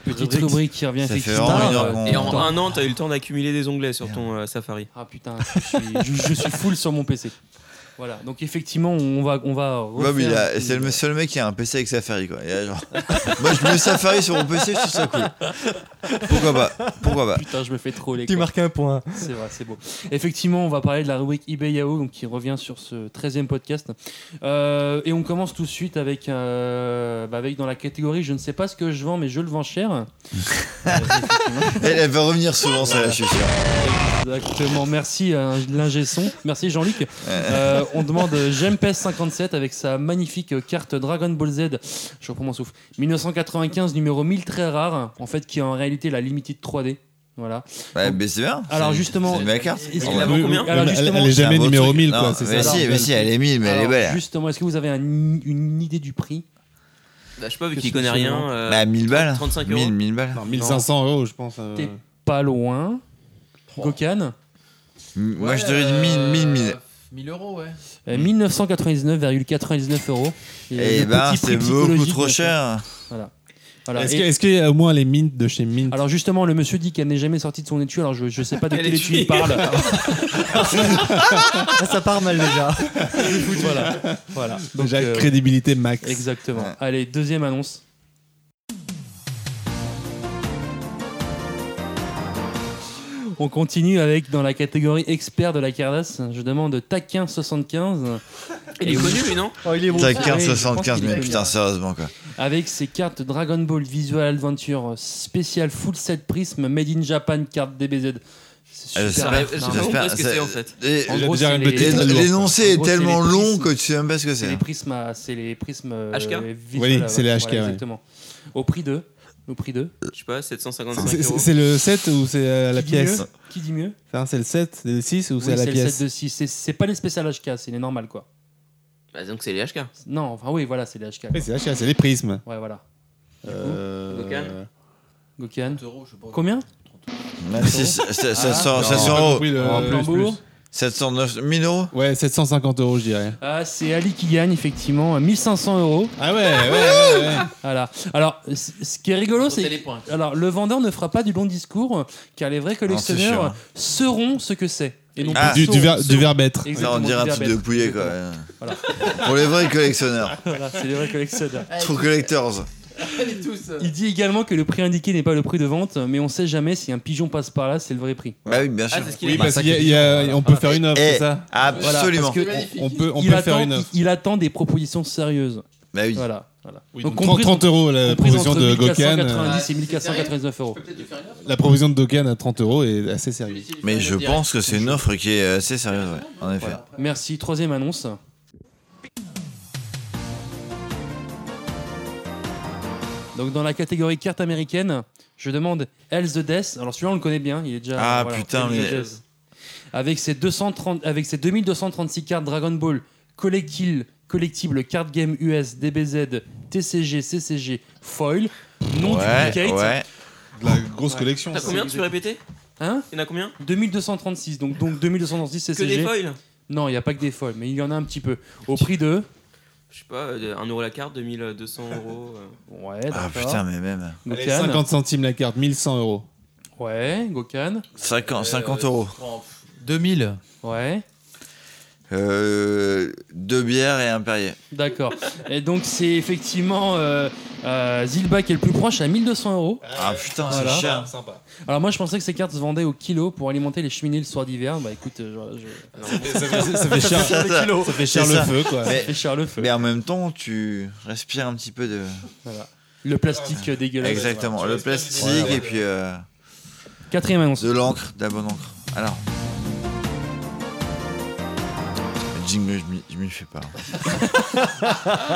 Petite rubrique qui revient Ça fait effectivement. vraiment une euh, heure qu'on- Et en un an, t'as eu le temps d'accumuler des onglets sur ton euh, Safari. Ah putain, je suis, je- je suis full sur mon PC. Voilà, donc effectivement, on va. On va Bob, il refaire- a- c'est le seul mec qui a un PC avec Safari. Quoi. Il a genre- Moi, je mets Safari sur mon PC, je trouve ça cool. Pourquoi pas Pourquoi pas Putain, je me fais troller. Tu quoi. marques un point. C'est vrai, c'est beau. Effectivement, on va parler de la rubrique eBay Yahoo, donc qui revient sur ce 13e podcast. Euh, et on commence tout de suite avec, euh, bah, avec dans la catégorie Je ne sais pas ce que je vends, mais je le vends cher. Elle, elle va revenir souvent, ça, je suis sûr. Exactement, merci euh, l'ingé son. Merci Jean-Luc. Euh, on demande euh, JMPS57 avec sa magnifique euh, carte Dragon Ball Z, je reprends mon souffle, 1995 numéro 1000 très rare, en fait qui est en réalité la Limited 3D. Voilà. Ouais, mais c'est bien. Alors C'est- justement- C'est une belle carte. Est-ce En qu'il vrai. la vend combien Alors, Elle- justement- elle est C'est un jamais beau numéro truc. 1000, Non, quoi, c'est mais ça. Si, mais si, elle est 1000, mais elle est Alors, belle. Justement, est-ce que vous avez un- une idée du prix Bah, je sais pas, vu Qu'est-ce qu'il que connaît c'est, rien. non euh, Bah, 1000 balles. 35 euros. 1000, 1000 balles. Non, 1500 euros, je pense. euh. T'es pas loin. Gokan M- Moi, je dirais 1000, 1000, 1000. 1000 euh, euros, ouais. Euh, 1999,99 euros. Eh le ben, petit prix c'est beaucoup psychologique, trop bien sûr. cher. Voilà. Voilà. Est-ce Et- que- est-ce qu'il y a au moins les mints de chez Mint Alors justement, le monsieur dit qu'elle n'est jamais sortie de son étui, alors je, je sais pas de Elle quel est étui tuée. il parle. Ça part mal déjà. voilà. voilà. Donc, Déjà, euh, crédibilité max. Exactement. Allez, deuxième annonce. On continue avec dans la catégorie expert de la Cardass. Je demande Taquin 75. Il est connu, lui, non Oh, il est T'as Ah Oui, 15, je pense 75, qu'il est mais connu. putain, sérieusement, quoi. Avec ses cartes Dragon Ball Visual Adventure spécial full set prism Made in Japan carte DBZ. C'est Euh, super. ça- Non, Ah, j'espère- mais- compris ce que ça- c'est, en fait. Et- En gros, c'est les- l'é- L'énoncé en est gros, c'est tellement les long prismes. que tu sais même pas ce que C'est c'est. les prismes, à- c'est les prismes euh, HK? visuels, Oui, voilà, c'est les HK, ouais. exactement. Au prix de, au prix de. Je sais pas, 755 C'est- euros. C'est c'est le 7 ou c'est euh, à la Qui dit mieux pièce Qui dit mieux Enfin, C'est le 7, le 6 ou Oui, c'est à la C'est le pièce 7 de 6. C'est- C'est pas les spéciales HK, c'est les normales quoi. Bah, donc c'est les HK. Non, enfin oui, voilà, c'est les HK. Oui, c'est la chaîne, c'est les prismes. Ouais, voilà. Euh, Gokan Gokian. Combien Même si c'est- c'est- Ah. 700 Non, 700 j'ai pas euros. compris le- En Euh, plus, Flambeau. plus. 709 1000 euros Ouais, 750 euros, je dirais. Ah, c'est Ali qui gagne effectivement euh, à 1500 euros. Ah ouais, ouais, ouais, ouais. Voilà. Alors, c- ce qui est rigolo, compter c'est les points. alors le vendeur ne fera pas du long discours, euh, car les vrais collectionneurs Non, euh, sauront ce que c'est. Et non Ah. plus hein. Du, du, ver- sauront- du verbaître. Exactement, Ça, on du dirait un truc de verbatim. pouillet, quoi. Voilà. Pour les vrais collectionneurs. Voilà, c'est les vrais collectionneurs. True Collectors. euh, Il dit également que le prix indiqué n'est pas le prix de vente, mais on sait jamais si un pigeon passe par là, c'est le vrai prix. Bah oui, bien sûr. c'est ce qu'il Oui, est. parce qu'il y a- il y a- on peut faire une offre, Eh, c'est ça Voilà, Absolument. parce que On on peut, on il, peut attend, faire une il- offre. il attend des propositions sérieuses. Bah oui. Voilà. voilà. Oui, donc 30, compris- 30 euros la compris proposition entre de Gokan. euh, 1490 et 1499 euros. La provision de Dogan à 30 euros est assez sérieuse. Mais je pense que c'est une offre qui est assez sérieuse, ouais. En effet. Merci. Troisième annonce. Donc dans la catégorie carte américaine, je demande Hell's the Death. Alors celui-là on le connaît bien, il est déjà. Ah, putain, Hell's the mais- Death. Avec ses 230, avec ses 2236 cartes Dragon Ball collectibles, collectibles card game US, DBZ, TCG, CCG, foil, non Ouais, duplicate. ouais. De la grosse collection. T'as ça. combien, tu peux répéter Hein Il y en a combien 2236, donc, donc 2236 Que CCG. des foils Non, il n'y a pas que des folles, mais il y en a un petit peu. Au prix de. Je sais pas, euh, 1 euro la carte, 2200 euros. euh. Ouais, Ah d'accord. putain, mais même. Allez, Gokan. 50 centimes la carte, 1100 euros. Ouais, Gokan. 50, Euh, 50 euros. 2000. Ouais, Euh, deux bières et un perrier. d'accord. Et donc, c'est effectivement euh, euh, Zilba qui est le plus proche à 1200 euros. Ah putain, Voilà. c'est cher. Alors, moi, je pensais que ces cartes se vendaient au kilo pour alimenter les cheminées le soir d'hiver. Bah, écoute, euh, je. je- non, Ça fait, ça fait cher, Ça, ça- ça fait cher c'est le ça. feu, quoi. ça fait Mais, cher le feu. mais en même temps, tu respires un petit peu de. Voilà. Le plastique euh, dégueulasse. Exactement, le plastique Ouais, ouais. et puis euh, Quatrième annonce. de l'encre, de la bonne encre. Alors. jingle, je m'y- je m'y fais pas.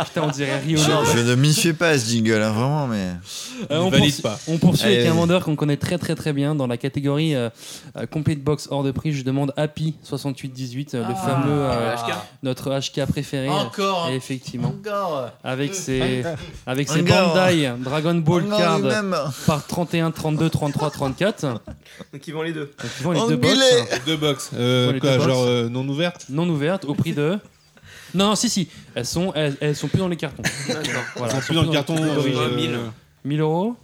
Putain, on dirait Je, Rio. je ne m'y fais pas à ce jingle, hein, vraiment, mais. Euh, on, poursuit, on poursuit avec un vendeur qu'on connaît très très très bien dans la catégorie euh, euh, Complete Box hors de prix. Je demande Happy 6818, euh, le Ah. fameux euh, Le HK. notre HK préféré. Encore. Et effectivement. Encore. Avec ses avec ses Encore. Bandai Dragon Ball Encore Card lui-même. hein. par 31, 32, 33, 34. Donc ils vendent les deux. Donc, ils vendent les deux box. Deux box. Euh, Ils vendent les quoi, deux box. genre euh, non ouvertes hein, Non ouvertes au prix de. Non, non, si, si. Elles sont, elles, elles sont plus dans les cartons. Elles sont plus dans le carton, euh, 1000 1000. euros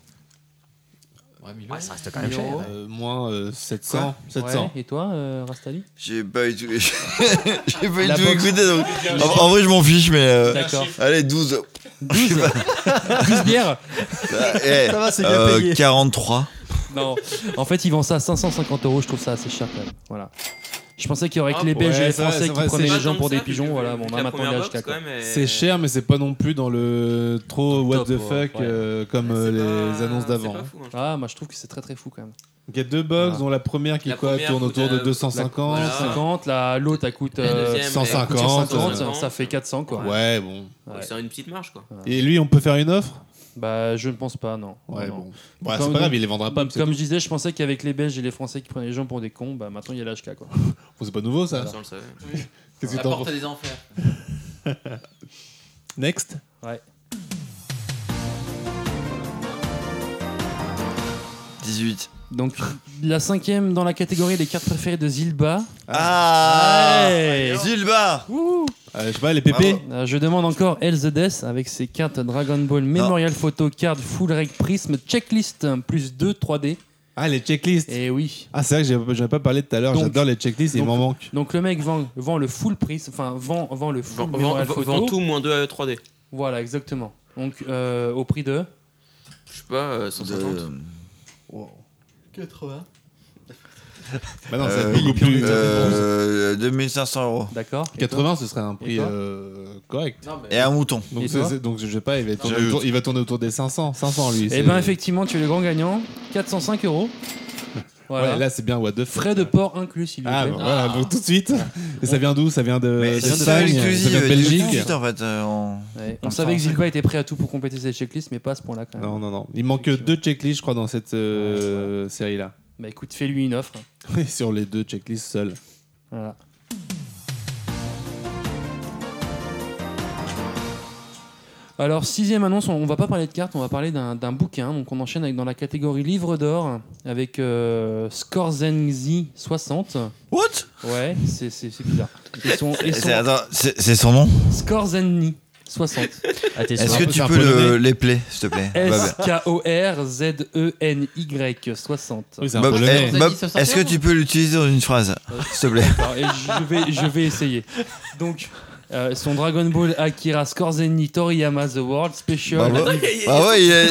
Ouais, ça reste quand même cher, ouais. Euh, moins euh, 700. 700. Ouais, Et toi, euh, Rastali J'ai pas eu tout, j'ai pas eu La tout box. écouté, donc. En, en vrai, je m'en fiche, mais. euh, D'accord. Allez, 12. 12 12 bières eh, Ça va, c'est bien euh, payé. 43. Non. En fait, ils vendent ça à 550 euros. Je trouve ça assez cher quand même. Voilà. Je pensais qu'il y aurait Ah, que les Belges et les Français qui prenaient les gens pour des pigeons. Voilà, bon, on a maintenant les HK. quoi. C'est cher, mais c'est pas non plus dans le trop what the top, ouais. fuck euh, comme euh, les annonces d'avant. Ah, moi je trouve que c'est très très fou quand même. Donc il y a deux box, dont la première qui quoi, tourne autour de 250. La- 250, la- l'autre elle coûte euh, La deuxième, elle coûte 150, 150, ça fait 400 quoi. Ouais, bon. Ouais. C'est une petite marge quoi. Et lui, on peut faire une offre Bah, je ne pense pas, non. Ouais, Non, non. bon. Bah, Comme- c'est pas grave, il les vendra pas, mais c'est Comme tout. je disais, je pensais qu'avec les Belges et les Français qui prenaient les gens pour des cons, bah maintenant il y a l'HK quoi. Bon, c'est pas nouveau ça Ça, on le savait. Oui. Qu'est-ce La que t'en porte penses des enfers. Next Ouais. 18. Donc, la cinquième dans la catégorie des cartes préférées de Zilba. Ah Zilba Je sais pas, les pépés Euh, je demande encore Elle the Death avec ses cartes Dragon Ball Memorial Photo Card Full Rec Prism Checklist hein, plus 2 3D. Ah, les checklists Et oui. Ah, c'est vrai que j'ai- j'en ai pas parlé tout à l'heure, Donc- j'adore les checklists, il donc- m'en manque. Donc le mec vend, vend le full prisme, enfin vend, vend le full Vend- Memorial vend- Photo. vend tout moins 2 à 3D. Voilà, exactement. Donc euh, au prix de Je sais pas, euh, 150. Wow. 80. Bah non, ça beaucoup plus. euh, 2500 euros. D'accord. 80, ce serait un Et prix toi euh, correct. Non, mais- Et un mouton. Donc, Et c'est- toi c'est- donc, je sais pas, il va, tourner J'ai autour, eu- il va tourner autour des 500. 500 lui. Eh c'est- ben effectivement, tu es le grand gagnant. 405 euros. Voilà. Ouais, là, c'est bien what the fuck. Frais de port inclus, s'il vous plaît. Ah, bah, voilà, donc tout de suite. Et ça vient d'où Ça vient de. Mais d'Espagne, c'est ça ça vient de exclusive, Belgique. Belgique. en fait. euh, on Ouais, on On le savait que sent. Zilba était prêt à tout pour compléter cette checklist, mais pas à ce point-là quand même. Non, non, non. Il manque deux checklists, je crois, dans cette euh, série-là. Bah écoute, fais-lui une offre. Sur les deux checklists seuls. Voilà. Alors, sixième annonce, on, on va pas parler de cartes, on va parler d'un d'un bouquin. Donc, on enchaîne avec dans la catégorie livre d'or avec euh, Scorzengzi 60. What Ouais, c'est c'est- c'est bizarre. Et son, et son- C'est- attends, C'est c'est son nom Skorzenny 60. Est-ce que tu peux le, les play, s'il te plaît Bah, E S-K-O-R-Z-E-N-Y 60. Bob, Bob, eh, Bob, Est-ce que tu peux l'utiliser dans une phrase, s'il te plaît Alors, bah, et je, vais, je vais essayer. Donc, euh, son Dragon Ball Akira Scorzeni Toriyama The World Special. Bravo. Ah ouais, il a-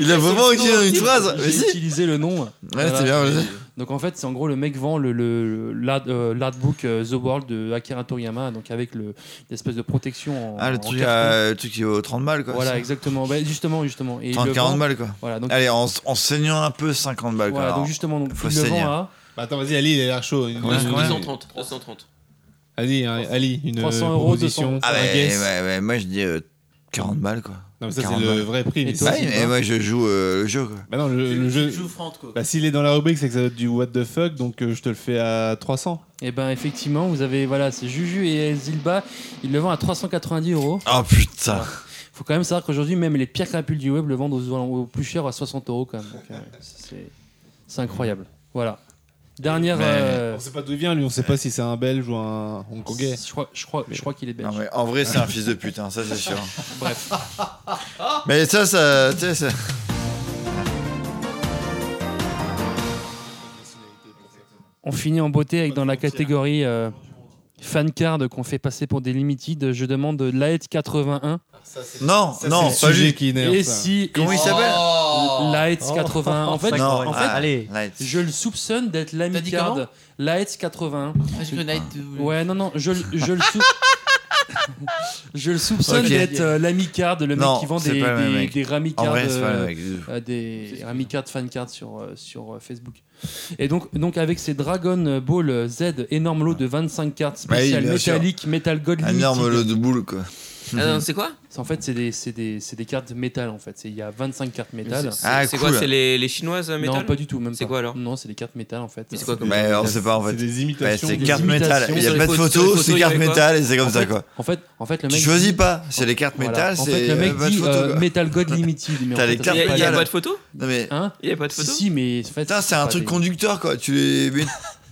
il a vraiment utilisé dans une phrase. Mais J'ai si. utilisé le nom. c'est bien, vas-y. Donc en fait, c'est en gros le mec vend le, le- l'art- euh, l'artbook euh, The World de Akira Toriyama, donc avec le, l'espèce de protection en. Ah, le en truc, carton. euh, le truc qui vaut 30 balles, quoi. Voilà, ça. exactement. Bah, justement, justement. Et il le 30, 40 vend- balles, quoi. Voilà, donc Allez, en, s- en saignant un peu, 50 balles, Voilà, quoi. donc justement, donc, Faut il le saigner. vend à. Bah, attends, vas-y, Ali, il a l'air chaud. Une- Ouais, une- ouais. 230. 230. Ali, hein, Ali, une 300 euros, proposition. un Ah, ouais, guess. ouais, ouais, moi je dis euh, 40 balles, quoi. Non, mais ça, 40 c'est le balles. vrai prix. Et mais toi, c'est- ouais, hein. mais moi je joue euh, le jeu, quoi. Bah non, le, le jeu. Bah, s'il est dans la rubrique, c'est que ça doit être du what the fuck, donc euh, je te le fais à 300. Et ben effectivement, vous avez voilà, c'est Juju et Zilba, ils le vendent à 390 euros. Oh putain. Faut quand même savoir qu'aujourd'hui, même les pires crapules du web le vendent aux, aux plus cher à 60 euros quand même. Donc, euh, c'est- c'est incroyable. Voilà. Dernière. Mais- euh, On sait pas d'où il vient, lui, on sait pas si c'est un belge ou un hongkongais. Je crois, je crois, je crois qu'il est belge. Non, mais en vrai, c'est un fils de pute, hein, ça c'est sûr. Bref. Mais ça, ça. Tu sais, ça. On finit en beauté avec dans la catégorie euh, fan card qu'on fait passer pour des limited. Je demande Light Non, 81. ça, non, c'est pas le sujet lui. qui énerve, Et si Comment et il Oh, si- s'appelle Lights Oh. 81. En fait, Non, en fait, allez. Lights. je le soupçonne d'être l'ami dit card. comment Lights 81. Ah, j'ai cru Light- Ouais, non, non, je, le- je le sou- Je le soupçonne Ok. d'être euh, l'amicard, le mec Non, qui vend c'est des, pas le même des, mec. des ramicards, En vrai, c'est pas le euh, mec. euh, des ramicards fancards sur, euh, sur euh, Facebook. Et donc, donc avec ces Dragon Ball Z, énorme lot de 25 cartes Bah oui, spéciales bien sûr. métalliques, Metal God Un Limited. énorme lot de boules, quoi. Ah non, c'est quoi En fait, c'est des, c'est des, c'est des cartes métal, en fait. C'est- Il y a 25 cartes métal. c'est- c'est- Ah, c'est quoi, cool. c'est les- les chinoises, euh, Non, métal pas du tout, même C'est quoi, alors Non, c'est des cartes métal, en fait. Mais c'est quoi comme- Mais on sait pas en fait. Bah, c'est carte métal. Il y a pas Sur les de photos, photos- sur les photos, c'est il y carte avait quoi métal et c'est comme En ça fait- quoi. En fait, en fait, le Tu mec. choisis dit- pas, c'est les cartes Voilà. métal, En c'est fait, le mec euh, pas de dit photos, euh, quoi. Metal God Limited. mais en T'as fait, les cartes il y a- il y a métal. pas de photo Non mais. Hein Il y a pas de photo Si, mais. Putain, c'est un pas truc des- conducteur quoi. Tu les mets-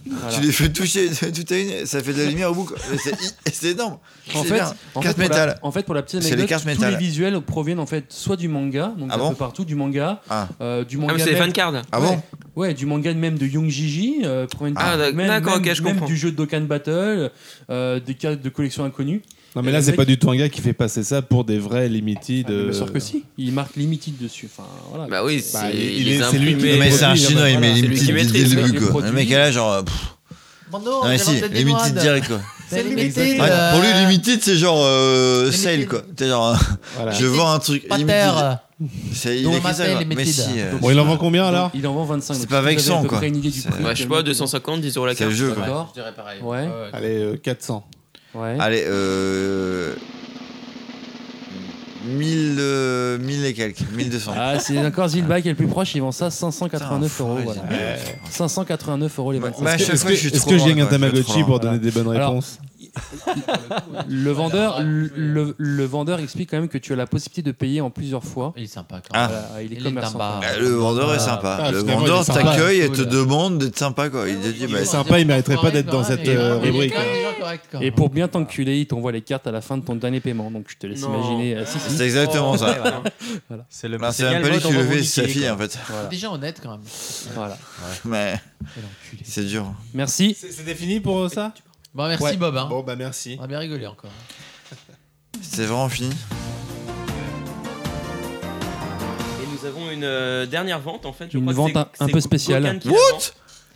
Voilà. Tu les fais toucher toute à une, ça fait de la lumière au bout. quoi. Mais C'est hi- c'est énorme. En C'est fait, bien. en fait, Carte pour la- métal. en fait, pour la petite C'est les anecdote, cartes tous métal. les visuels proviennent en fait soit du manga, donc Ah un bon peu partout du manga, Ah. euh, du Ah, manga. mais c'est les même- fancards. Ah Ouais. bon Ouais, du manga même de Young Gigi, euh, proviennent Ah, même, d'accord, même- ok, je même comprends. du jeu de Dokkan Battle, euh, des cartes de collection inconnues. Non, mais là, c'est pas du tout un gars qui fait passer ça pour des vrais limited. Ah, Mais euh, sûr que si, il marque limited dessus. Enfin, voilà. Bah oui, Bah, c'est il- il il les est- c'est lui qui imprimé. les Mais c'est un produit, chinois, il voilà. met C'est les lui qui petites maîtrise, dès le ouais. début quoi. Les Le mec est là genre. euh, pff. Non mais si, les limited direct quoi. C'est Ouais, limité. Euh, Pour lui, limited, c'est genre euh, sale quoi. T'es genre, euh, je vends un truc. Pas limited. terre. C'est il Dont est on écrit ça, m'appelle quoi. Mais limited. si. euh, Bon, il en vend combien alors Il en vend 25. C'est donc pas vous avez à vexant, peu quoi. près une idée du C'est- prix. Ouais, je sais pas, 250, 10 euros la C'est carte. le jeu quoi. D'accord. Ouais. Allez, euh, 400. Ouais. Allez, euh. 1000, euh, 1000 et quelques, 1200. Ah, c'est encore Zilba qui est le plus proche, ils vendent ça 589 euros. Voilà. 589 euros les 25. bah, à Est-ce que- chaque fois, je suis Est-ce trop que je loin, gagne un quoi, je suis trop Tamagotchi loin. pour donner des bonnes Alors, réponses Le vendeur, le, le- le vendeur explique quand même que tu as la possibilité de payer en plusieurs fois. Il est sympa quand Ah. Voilà, il est Il est commerçant. sympa. quand même. Eh, Le vendeur est sympa. Ah, le finalement, il est vendeur sympa. t'accueille et te Cool. demande d'être sympa quoi. Il te dit, bah, est sympa, il mériterait pas d'être dans correct, cette euh, hein, mais il est rubrique. quand même des gens corrects, quand Et pour bien t'enculer, il t'envoie les cartes à la fin de ton dernier paiement. Donc je te laisse Non. imaginer. Ah, si, si. C'est exactement ça. Voilà. C'est le- Bah, c'est c'est même pas lui qui le fait, c'est sa fille en fait. Voilà. Déjà honnête quand même. Voilà. Mais c'est dur. Merci. C'était fini pour euh, ça Bon, merci Ouais. Bob. hein. Bon, bah merci. On a bien rigolé encore. C'est vraiment fini. Et nous avons une euh, dernière vente en fait. Je Une crois que vente c'est- un- un c'est peu spéciale. Gauguin qui la What vend.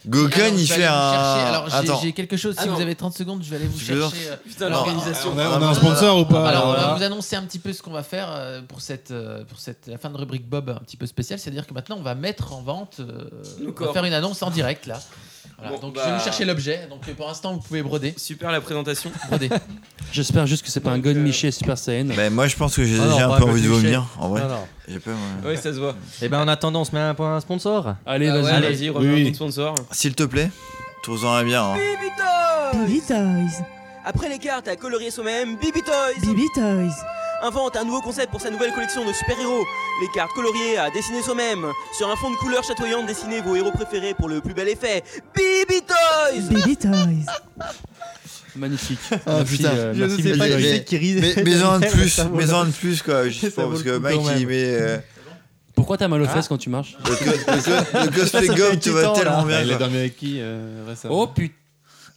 Gauguin, il Alors, je vais fait aller vous un. chercher. Alors, j'ai- Attends. j'ai quelque chose. Si Ah non. vous avez 30 secondes, je vais aller vous Je chercher vais- euh, Putain, l'organisation. Ah, on a- Ah, bah, on a un sponsor ou pas, Ah, Alors, on là va euh, vous annoncer un petit peu ce qu'on va faire euh, pour cette euh, pour cette la fin de rubrique Bob un petit peu spéciale. C'est-à-dire que maintenant, on va mettre en vente, euh, Nos on va corps. faire une annonce en direct là. Voilà, Bon, donc bah. je vais vous chercher l'objet. Donc euh, pour l'instant, vous pouvez broder. Super la présentation. Broder. J'espère juste que c'est pas un God Miché Super Saiyan. Bah, moi, je pense que j'ai Ah non, déjà pas un peu un envie de Gauthier. vomir en vrai. Non, non. J'ai peur. ouais. Oui, ça se voit. Et ben en attendant, on se met un point un sponsor. Allez, vas-y. Ah Allez, vas-y, remets Oui, un oui. compte sponsor. S'il te plaît, trouve-en un bien. hein. Bibi Toys Bibi Toys Après les cartes à colorier soi-même, Bibi Toys Bibi Toys Invente un nouveau concept pour sa nouvelle collection de super-héros. Les cartes coloriées à dessiner soi-même. Sur un fond de couleur chatoyante, dessinez vos héros préférés pour le plus bel effet. Bibi Toys Bibi Toys Magnifique. Ah Merci, putain, euh, merci, Mais- Bibi. mais- mais- mais en de plus, mais en de plus quoi, je sais Ça pas, vaut parce le que coup mec quand il même. met euh, Pourquoi t'as Ah. mal aux fesses quand tu marches le, co- le co- le cosplay gomme, tu vas tellement bien. Bah, Il a quoi. dormi avec qui euh, récemment Oh putain.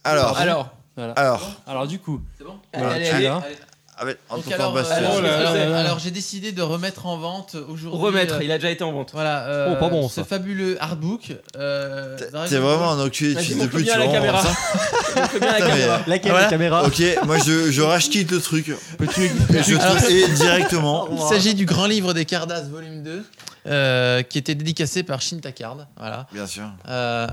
Alors, Alors. Voilà. Ah. alors, Alors du coup. C'est bon Voilà. Allez, Tu- allez, Ah, allez. avec en Donc tout temps alors, euh, Bastien. alors, alors, Oh là, là. alors, j'ai décidé de remettre en vente aujourd'hui. Remettre, euh, il a déjà été en vente. Voilà, euh, Oh, pas bon, ce ça. fabuleux artbook. Euh, T'es vraiment un enculé de Vas-y, fils de montre pute, bien tu la vois, caméra. ça Montre bien la Putain, mais- caméra. Laquelle Voilà. la caméra Ok, moi je, je rachète le truc. Peux-tu Et je Alors- et directement. Il s'agit du grand livre des Cardas, volume 2, euh, qui était dédicacé par Shin Takard. Voilà. Bien sûr. Euh,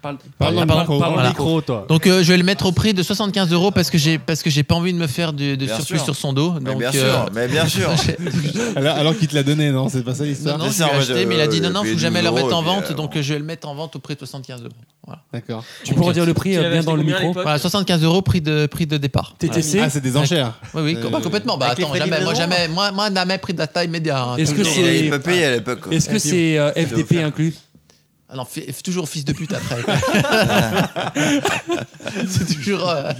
Parle, parle- dans le parle- micro, parle- parle voilà. au micro, toi. Donc euh, je vais le mettre au prix de 75 euros parce que j'ai parce que j'ai pas envie de me faire de, de Bien surplus sûr. sur son dos. Mais donc, bien euh, sûr, mais bien sûr. Alors, alors qu'il te l'a donné, non C'est pas ça l'histoire Non, non, C'est je ça, l'ai en mode, acheté, mais il a dit euh, non, non, faut payez jamais 12 le remettre euros, en et puis, vente, euh, donc euh, je vais le mettre en vente au prix de 75 euros. Voilà. D'accord. Tu pourras dire le prix Tu euh, l'avais bien acheté dans le combien à micro. l'époque Voilà, 75 euros prix de prix de départ. TTC Ah, c'est des enchères. Oui, oui, Euh, com- complètement. Bah avec les attends, frais de jamais, moi, livraison, jamais, moi, moi, jamais pris de la taille média. hein, Est-ce que toujours. c'est- Il pas payé à l'époque. quoi. Est-ce que c'est euh, FDP inclus Ah non, fi- toujours fils de pute après. c'est toujours. euh,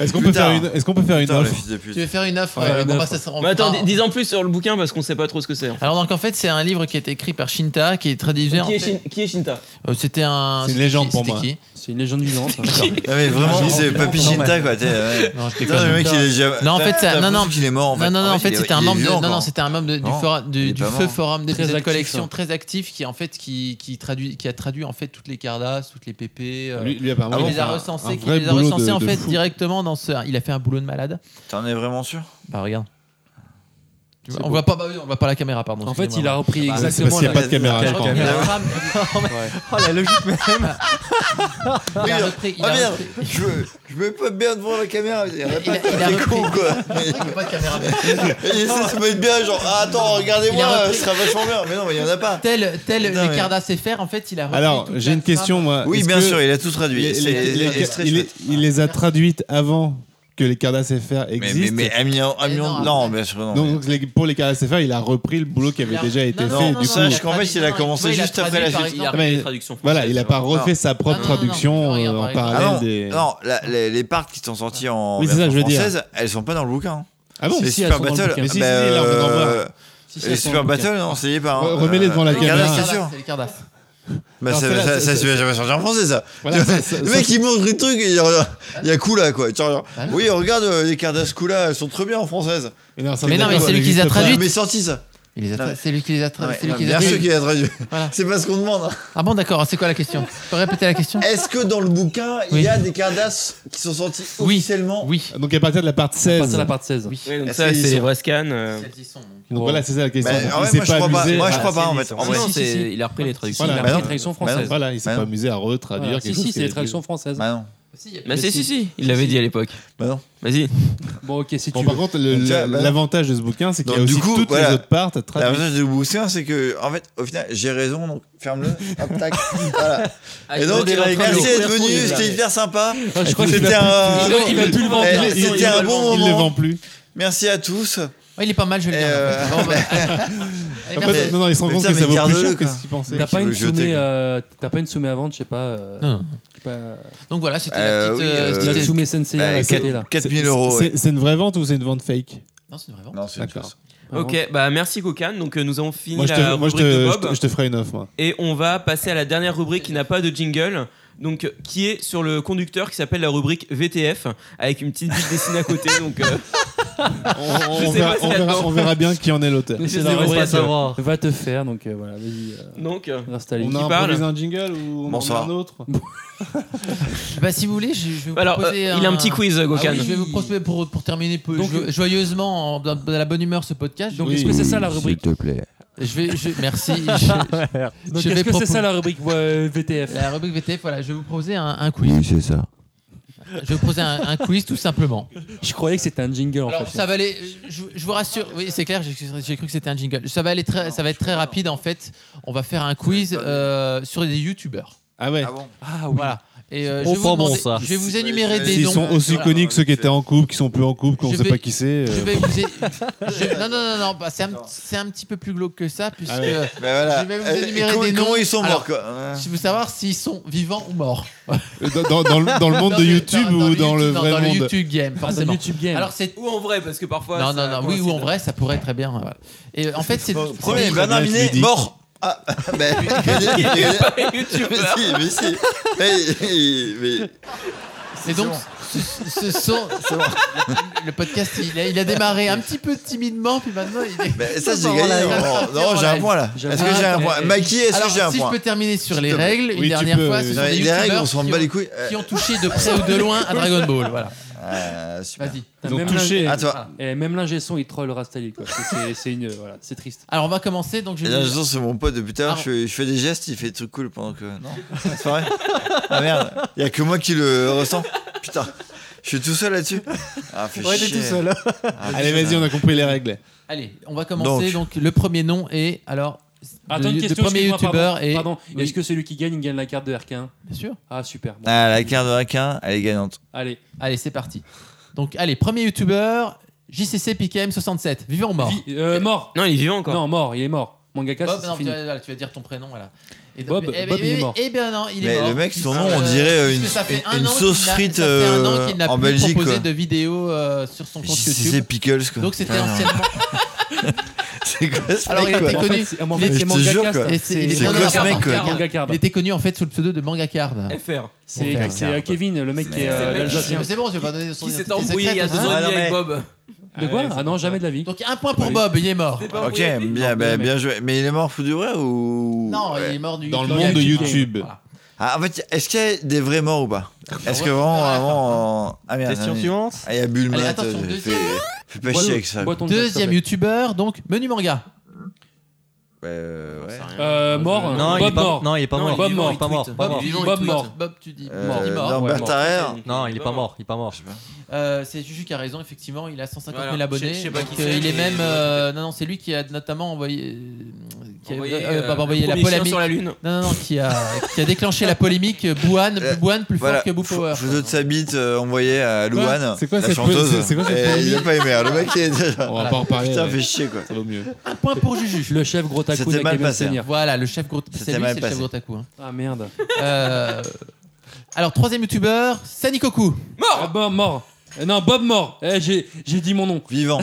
Est-ce qu'on peut Putain. faire une, est-ce qu'on peut faire une Putain, le offre fils de Tu pute. veux faire une offre Ouais, euh, une bon, bah, offre. ça se rend- Mais attends, Ah. dis- dis en plus sur le bouquin parce qu'on sait pas trop ce que c'est. en fait. Alors donc en fait c'est un livre qui a été écrit par Shinta qui est traduit en Qui est, fait- Shin- qui est Shinta Euh, C'était un. C'est une c'était légende qui- pour c'était moi. qui C'est une légende vivante. ça. Non mais Ah vraiment, c'est Papi Shinta quoi. t'es, ouais. Non, je Putain, déconne. le mec il est déjà. Non, en fait, ça- t'as non, non. l'impression qu'il est mort en fait. Non, non, non, en fait, il est- c'était il un est membre, de- vivant, non, non, encore. c'était un membre de- du, Non, fora- du- il est du pas feu mort. forum Très d'épisodes actif, collection hein. très actif qui en fait qui, qui traduit qui qui a traduit en fait toutes les Cardas, toutes les PP. euh, Lui- lui, apparemment, qui il les fait a un- un recensées, qui vrai les a boulot de- recensées, en de fait fou. directement dans ce. Il a fait un boulot de malade. T'en es vraiment sûr Bah regarde. Tu vois, C'est on beau. voit pas, bah oui, on voit pas la caméra, pardon. En fait, excusez-moi. il a repris Ah bah, exactement c'est parce qu'il y a la- pas de caméra, la- je crois. la- Il a- la- Non, mais- Oh la logique même. Oui, Il a alors- repris- il ah a merde, repris- je, me- je me mets pas bien devant la caméra. Il y en a il pas a- il a de con repris- quoi. Il y a pas de caméra. Il essaie de se mettre bien, genre ah, attends, Il a regardez-moi, repris- ce sera vachement bien. Mais non, mais il y en a pas. Tel, tel Putain, les mais- Cardas et faire, en fait, il a repris Alors, toute j'ai la une question, trame. moi. Oui, Est-ce bien que sûr, il a tout traduit. les- C'est- les- les- les- c'est très il les- chouette. Il les a traduites avant que les Cardas FR Mais, existent. mais, mais Amiens, Amiens- non, bien sûr, non. Donc, les- pour les Cardas FR, il a repris le boulot qui avait Il a- déjà été non, fait. non, du non, coup, non, Sache qu'en fait, il a commencé Ouais, il a juste après la traduit, par chute. exemple. Mais- voilà, il n'a pas refait Non. sa propre Non, non, non, traduction euh, en parallèle Ah non, des. non, la- les, les parts qui sont sorties en Oui, c'est ça version que je veux dire. française, elles sont pas dans le bouquin. hein. Ah bon, C'est si, elles Super sont dans le Battle. bouquin. Mais si, bah, si, là, on va en voir. euh, Si, si, les elles sont dans Super le Battle, bouquin. non, c'est lié par. Re- remets-les devant la les Cardass, caméra. c'est sûr. C'est les Cardas. Non, Bah, ça, c'est là, ça, c'est- ça, c'est- c'est jamais sorti en français, ça. Voilà, Tu vois, ça- le ça- Ah mec, il montre des trucs et il regarde- il y a Kula, quoi. Tu regardes, Bah non. oui, regarde, euh, les Cardass Kula, elles sont très bien en française. Mais non, ça, Mais non, mais D'accord, c'est lui mais qui les a juste pas. traduites. Mais sorti, ça. Il les a Non, tra- mais- C'est lui qui les Ah, a Non, traduits. mais- bien sûr qu'il a traduit. Voilà. C'est pas ce qu'on demande. hein. Ah bon, d'accord. C'est quoi la question Tu peux répéter la question Est-ce que dans le bouquin, il Oui. y a des Cardass qui sont sortis Oui. officiellement Oui. Donc, à partir de la part 16. la part 16. Ouais, donc Est-ce ça, qu'ils c'est les sont- vrais scans. euh, Donc, voilà, c'est ça la question. Bah, Il en vrai, s'est moi, je pas crois pas. amusé. Moi, je Ah, crois si, pas, en si, fait. si, En si, vrai, si, Non, si, c'est- si. il a repris les traductions. Voilà. Bah Il a non. repris la traduction Bah non. française. Voilà, il s'est Bah pas non. amusé à retraduire Voilà. quelque Si, chose. si, qui c'est les avait- traductions françaises. Bah non. Bah si, si, si, il l'avait dit à l'époque. Bah non. Vas-y. Bon, ok, si tu Bon, par veux. contre, le- Donc, tu vois, bah non. l'avantage de ce bouquin, c'est qu'il y a Donc, du aussi coup, toutes les voilà. autres parts La traduites. message du bouquin, c'est que, en fait, au final, j'ai raison, donc ferme-le. Hop, tac. voilà. Et donc, euh, merci d'être venu, c'était hyper sympa. je crois qu'il C'était un. Il va plus le vendre. Eh, C'était un bon Il les vend moment. plus. Merci à tous. Ouais, Il est pas mal, je Et le garde. euh, Bon, bah, allez, En merci. fait, non, non, ils se rendent Mais compte ça, que ça mais vaut plus garde-le, cher que quoi. ce qu'ils pensaient. T'as pas qui une veut jeter, soumée, quoi. euh, t'as pas une soumée à vendre, je sais pas. euh, Non. je sais pas. Donc voilà, c'était Euh, la petite. oui, euh, euh, c'était- La soumée sensei, Bah, là, quatre- c'était là. 4000 euros. ouais. C'est c'est une vraie vente ou c'est une vente fake Non, c'est une vraie vente. Non, c'est une D'accord. chose. Ok, bah merci Gokan. Donc euh, nous avons fini Moi, je la te- moi, je rubrique de te- je Bob te- je te ferai une offre, moi. et on va passer à la dernière rubrique qui n'a pas de jingle. Donc euh, qui est sur le conducteur qui s'appelle la rubrique VTF avec une petite bite dessinée à côté. Donc euh, On- Je On sais verra- pas ce on qu'il y a verra- dedans. on verra bien qui en est l'auteur. Mais Je c'est sais la pas rubrique, savoir. euh, Va te faire, donc euh, voilà, vas-y. euh, donc euh, Installe. On a parle improvisé un jingle ou on en a Bonsoir. un autre Bah, si vous voulez, je, je vais vous alors euh, proposer il a un petit quiz euh, Ah oui, Gokan. je vais vous proposer pour, pour terminer peu- Donc, jo- joyeusement, en, dans, dans la bonne humeur, ce podcast. Donc Oui. est-ce que c'est ça la rubrique te plaît. je vais, je, merci. je- Donc Je est-ce vais que c'est proposer- ça la rubrique euh, VTF la rubrique VTF, voilà, je vais vous proposer un, un quiz. c'est ça. Je vais vous proposer un, un quiz tout simplement. Je croyais que c'était un jingle en Alors fait. ça va aller. Je, je vous rassure. Oui, c'est clair. J'ai j'ai cru que c'était un jingle. Ça va aller très, ça va être très rapide en fait. On va faire un quiz euh, sur des youtubeurs. Ah Eh. ouais Ah bon Ah Voilà. Et euh, je, Oh, vais vous pas bon, demander- ça. je vais vous énumérer des S'ils noms. sont aussi Voilà. connus que ceux qui étaient en couple, qui sont plus en couple, qu'on Je sait vais- pas qui c'est. Je euh, vais vous é- je- Non, non, non, non, bah, c'est un, c'est un petit peu plus glauque que ça, puisque Ah ouais. Bah voilà. Je vais vous Euh, énumérer comment- des Comment noms. ils sont morts, Alors, quoi. Hein je veux savoir s'ils sont vivants ou morts. Dans, dans- dans le, dans le monde Dans de le- YouTube ou dans, le YouTube- vrai dans monde le YouTube game, Ah, dans forcément. YouTube Game. Alors c'est Ou en vrai parce que parfois. ça non, non, non, oui coïncide. ou en vrai, ça pourrait très bien. voilà. Et euh, en fait, c'est Premier, Ça Bernard doit être Minet, ludique. mort. Ah, ben. Mais Youtubeur. si, mais si. Mais- mais- Et donc, ce, ce sont. Le podcast, il a, il a démarré un petit peu timidement, puis maintenant il est. mais ça, j'ai Bon, gagné. voilà. Non, Non, j'ai un point là. J'ai Est-ce un que j'ai un point. point Maki, est-ce que j'ai Alors, un si je point peux terminer sur les S'il te plaît. règles, Oui, tu une dernière peux, fois, oui. ce sont Ouais, des Les règles, youtubeurs on s'en qui bat ont- les couilles. qui ont touché de près ou de loin à Dragon Ball. Voilà, Euh, Super. vas-y. Putain, Donc même touché. l'ingé- À toi. Et même l'ingé son, il troll Rastali quoi. C'est- c'est- C'est une euh, voilà, c'est triste. Alors, on va commencer. Donc, je Et vais là, vous- je sens, c'est mon pote depuis tout à l'heure. Ah, Je, fais- je fais des gestes, il fait des trucs cool pendant que. Non, c'est pas vrai. Ah merde, il y a que moi qui le ressens. Putain, je suis tout seul là-dessus. Ah, fais chier. Ah, Allez, putain. vas-y, on a compris les règles. Allez, on va commencer. Donc, le premier nom est. Alors, Attends, une le, le question. premier excuse-moi, youtubeur pardon. est. Pardon. Oui. Est-ce que celui qui gagne, il gagne la carte de RK1 Bien sûr. Ah super. Bon. Ah, la carte de Raquin, elle est gagnante. Allez. Allez, c'est parti. Donc, allez, premier youtubeur, JCC PKM67, vivant ou mort Vi- euh, mort. Non, il est vivant encore. Non, mort. Il est mort. Mangaka, Bob, c'est non, tu, fini. vas, voilà, tu vas dire ton prénom, voilà. Et Bob- eh, Bob, eh, il est eh, mort. Eh bien non, il est Mais mort. le mec, son Ah, nom, on euh, dirait puisque une, ça fait une- un une an sauce qu'il a- frite ça fait un an qu'il euh, n'a en plus Belgique. proposé Quoi. de vidéo euh, sur son compte JCC YouTube. Pickles, quoi. Donc c'était Putain, anciennement. C'est quoi ce Alors, mec, il quoi Ah, était En fait, connu. c'est- en Mais fait, je c'est te jure, Mangaka. quoi. ça. Et c'est- il est- C'est non, quoi non, ce non, mec, non, quoi regarde, Mangaka, Il pardon. était connu en fait sous le pseudo de Manga Card. FR. C'est c'est, euh, Kevin, le mec qui est euh, C'est- l'Alsacien. Mais C'est bon, je vais pas donner son Qui s'est identité embrouillé il y a secrète, deux ans hein. et Ah, demi non, avec mais- Bob. De quoi Ah non, jamais de la vie. Donc un point pour Bob, il est mort. Ok, bien, bien, bien joué. Mais il est mort fou du vrai ou Non, il est mort du Dans le YouTube. monde de YouTube. YouTube. Voilà. Ah, en fait, est-ce qu'il y a des vrais morts ou pas Ah, Est-ce que vraiment, vraiment. euh, Ah merde. Question ah, merde. suivante. Ah, il y a Bulma. Allez, attends, attention, j'ai deuxième. fait- Fais pas Bois- chier avec ça. bois ton Deuxième youtubeur, donc Menu Manga. Euh, ouais. Euh, mort Non, il est Bob pas- mort. non, il est pas mort. Bob Il est mort. pas mort, pas mort. Bob, Vivant, il mort. tweet. Bob, tu dis. Euh, Mort, il est mort, Norbert ouais, mort. Tarrer. Non, il est pas mort, il est pas mort. Euh, c'est Juju qui a raison, effectivement, il a 150 Voilà, 000 abonnés. je sais- je sais pas donc, qui euh, c'est, il est mais- même. euh, non, non, c'est lui qui a notamment envoyé. euh, Qui a, Envoyé, euh, pas euh, envoyé le la premier chien polémique. sur la Lune. Non, non, non, qui a, qui a déclenché la polémique euh, Bouane, Bouane plus Voilà, fort que Boo Power. Photo de sa bite euh, envoyée à Quoi Louane. C'est quoi la cette chanteuse po- c'est- c'est quoi cette Et polémique Il a pas aimé. hein, Le mec, il est déjà. On va pas en parler, Putain, ouais. fait chier quoi. Ça vaut mieux. Un point pour Juju. Le chef gros C'était mal passé, hein. Voilà, le chef gros C'était c'est lui, mal c'est le passé. chef gros taku, hein. Ah merde. Euh, alors, troisième youtubeur, Sanikoku. Mort Bob mort. Euh, Non, Bob mort. Eh, j'ai j'ai dit mon nom. Vivant.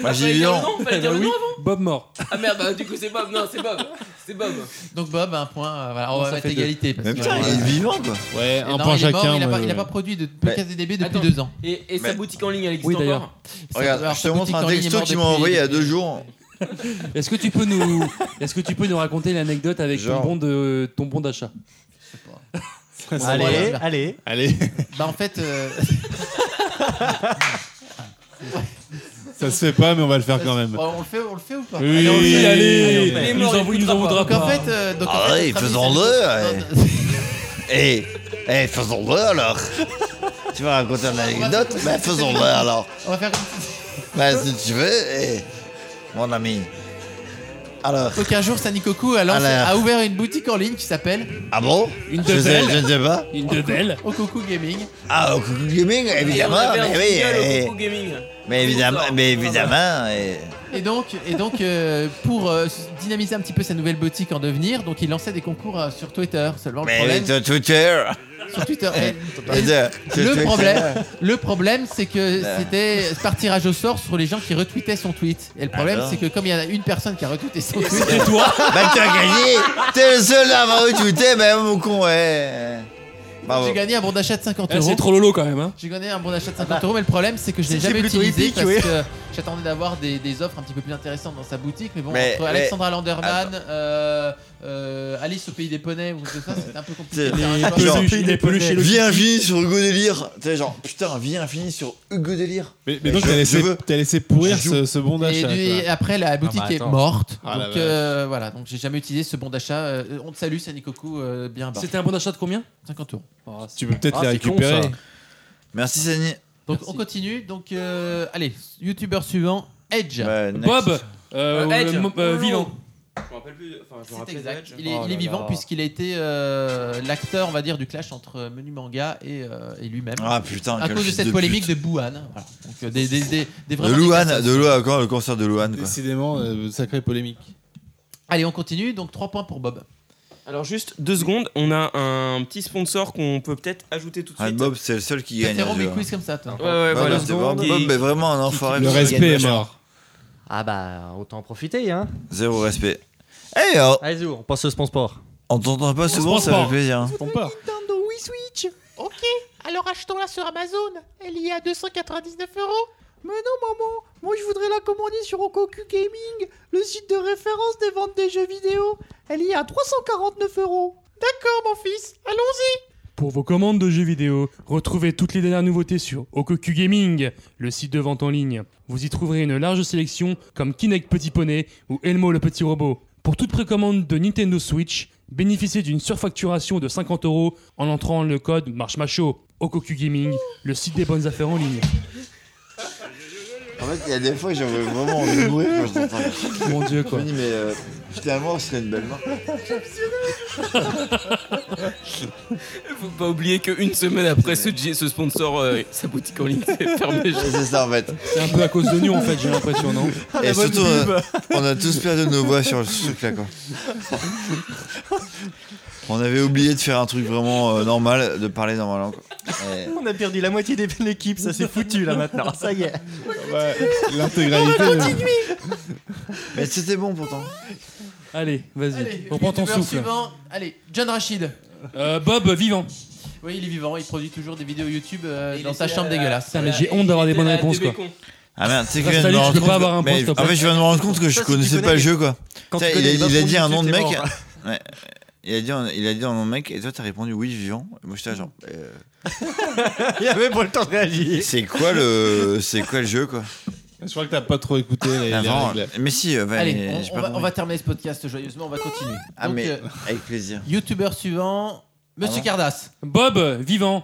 Moi, j'ai dit vivant. Fallait dire le nom, fallait dire le Oui, nom Bob mort. Ah merde, bah, du coup, c'est Bob. Non, c'est Bob. C'est Bob. Donc, Bob, un point. euh, voilà, on Non, va ça mettre fait deux. égalité. parce Mais que, euh, putain, il voilà. est vivant quoi. Ouais, Et non, il est mort, il a pas- il a pas produit de podcast DB depuis deux ans. Et, et sa Mais- boutique en ligne, elle existe Oui, d'ailleurs. encore Regarde, je te montre un texto qui m'a envoyé il y a deux jours. Est-ce que tu peux nous Est-ce que tu peux nous raconter l'anecdote avec Genre. ton bon de ton bon d'achat Allez, Voilà. allez. Allez. Bah, en fait. euh, Ça se fait pas, mais on va le faire quand même. Oh, on le fait, on le fait ou pas Oui, on le fait. allez. on le fait. Les morts, Nous en- ils nous en coûteront Ah, voudra pas. Donc en fait, euh, donc en fait, Allez, notre ami faisons-le. Salut. ouais. Eh, eh, faisons-le alors. Tu vas raconter une anecdote Mais faisons-le alors. On va faire. Ben, si tu veux, eh, mon ami. Alors. Donc un jour, Sanikoku a, lancé- Alors. a ouvert une boutique en ligne qui s'appelle Ah bon Une je sais, je ne sais pas. Une dedelle. Okoku Gaming. Ah, au Cuckoo Gaming, évidemment. Et on avait Mais oui. un jingle au eh, Cuckoo Gaming. Mais évidemment, mais évidemment. eh. Et donc, et donc euh, pour euh, s- dynamiser un petit peu sa nouvelle boutique en devenir, donc il lançait des concours euh, sur Twitter. Seulement le Mais problème, oui, sur Twitter. sur Twitter. Eh, et- Twitter, sur le Twitter. problème, le problème, c'est que Euh. c'était par tirage au sort sur les gens qui retweetaient son tweet. Et le problème, Alors c'est que comme il y en a une personne qui a retweeté son tweet, C'était toi. Bah, tu as gagné. T'es le seul à avoir retweeté, mais oh, mon con, ouais. Bravo. j'ai gagné un bon d'achat de 50 Eh, euros. C'est trop lolo quand même. Hein. J'ai gagné un bon d'achat de 50 euros, mais le problème c'est que je l'ai C'était jamais plutôt utilisé épique, parce oui. que j'attendais d'avoir des, des offres un petit peu plus intéressantes dans sa boutique. Mais bon, Mais- entre mais- Alexandra Landerman, euh, euh, Alice au pays des poneys ou tout ça, c'était un peu T'sais, compliqué. de faire un choix. genre, peluches et le Vie kiki. infinie sur Hugo Délire. Tu sais, genre, putain, vie infinie sur Hugo Délire. Mais, mais donc, je- t'as je laissé, veux. t'as laissé pourrir Je ce, ce bon Et, d'achat. du- quoi. et après, la boutique bah, est attends. morte. Ah, la donc euh, voilà, donc j'ai jamais utilisé ce bon d'achat. Euh, on te salue, Sanikoku, euh, bien bas. C'était un bon d'achat de combien 50 euros. Tu peux peut-être Ah, les c'est con, récupérer. ça. Merci, Sani. Donc on continue. Donc euh, allez, youtubeur suivant, Edge. Ouais, Ben, next. Bob euh, euh, mo- euh, vivant. Je me rappelle plus. Enfin, je me C'est rappelle exact. d'Edge. Il est, Oh il est là vivant là. puisqu'il a été euh, l'acteur, on va dire, du clash entre euh, Menu Manga et, euh, et lui-même. Ah, putain, À quel cause de fils cette de polémique pute. de Bouhan. Voilà. Donc, euh, des, des, des, des De vraiment des Louane, personnes- de Louane, quand le concert de Louane, quoi. Décidément, euh, sacrée polémique. Allez, on continue. Donc 3 points pour Bob. Alors, juste deux secondes, on a un petit sponsor qu'on peut peut-être ajouter tout de Ah, suite. Bob, c'est le seul qui gagne. T'interromps tu mes vois. quiz comme ça, toi. Ouais, ouais, Bob, voilà. c'est vraiment- Qui- Bah, Bob est vraiment un enfoiré. Le parce qu'il respect gagne est pas cher. mort. Ah bah, autant en profiter, hein. Zéro respect. Eh, on- Allez, on passe au sponsor. on t'entend pas souvent, ça fait plaisir. hein. Ton peur. Nintendo Wii Switch Ok, alors achetons-la sur Amazon. Elle y est à 299 euros. Mais non, maman, moi je voudrais la commander sur Okoku Gaming, le site de référence des ventes des jeux vidéo. Elle y est à 349 euros. D'accord, mon fils, allons-y. Pour vos commandes de jeux vidéo, retrouvez toutes les dernières nouveautés sur Okoku Gaming, le site de vente en ligne. Vous y trouverez une large sélection comme Kinect Petit Poney ou Elmo le Petit Robot. Pour toute précommande de Nintendo Switch, bénéficiez d'une surfacturation de 50 euros en entrant le code MARCHMACHO. Okoku Gaming, le site des bonnes affaires en ligne. En fait, il y a des fois, j'avais vraiment envie de mourir quand je t'entends. Mon Dieu, quoi. Je me dis, mais euh, finalement, ce serait une belle mort. Faut pas oublier qu'une semaine après ce, G- ce sponsor, euh, sa boutique en ligne s'est fermée. C'est ça, en fait. C'est un peu à cause de nous en fait, j'ai l'impression, non Ah, Et surtout, euh, on a tous perdu nos voix sur le truc là, quoi. On avait oublié de faire un truc vraiment euh, normal, de parler normalement, quoi. Et- On a perdu la moitié de l'équipe, ça c'est foutu là maintenant. Ça y est. L'intégralité. Mais c'était bon pourtant. Allez, vas-y, Allez, on prend ton youtubeur souffle. suivant. Allez, John Rachid. Euh, Bob, vivant. Oui, il est vivant. Il produit toujours des vidéos YouTube euh, dans sa chambre dégueulasse. Putain, mais j'ai honte d'avoir des bonnes réponses, quoi. Ah merde, c'est que Grâce je viens à de me rendre lui, tu peux pas avoir un compte. point, mais s'il te En plaît. fait, je viens de me rendre compte que je Ça, si tu connaissais connais pas le les- jeu, quoi. Quand tu Putain, connais il, a, les il a dit informations, un nom de t'es mec. euh, mort. Ouais, il a dit un, il a dit un nom de mec et toi t'as répondu oui vivant. Et Moi j'étais là, genre. euh, Il y avait pas le temps de réagir. C'est quoi le c'est quoi le jeu quoi Je crois que t'as pas trop écouté les, Ah, les vraiment. règles. Mais si, euh, va- Allez, j'ai on, pas on va, compris. on va terminer ce podcast joyeusement, on va continuer. Ah, Donc, mais euh, avec plaisir. Youtubeur suivant, Monsieur Pardon Cardass. Bob, euh, vivant.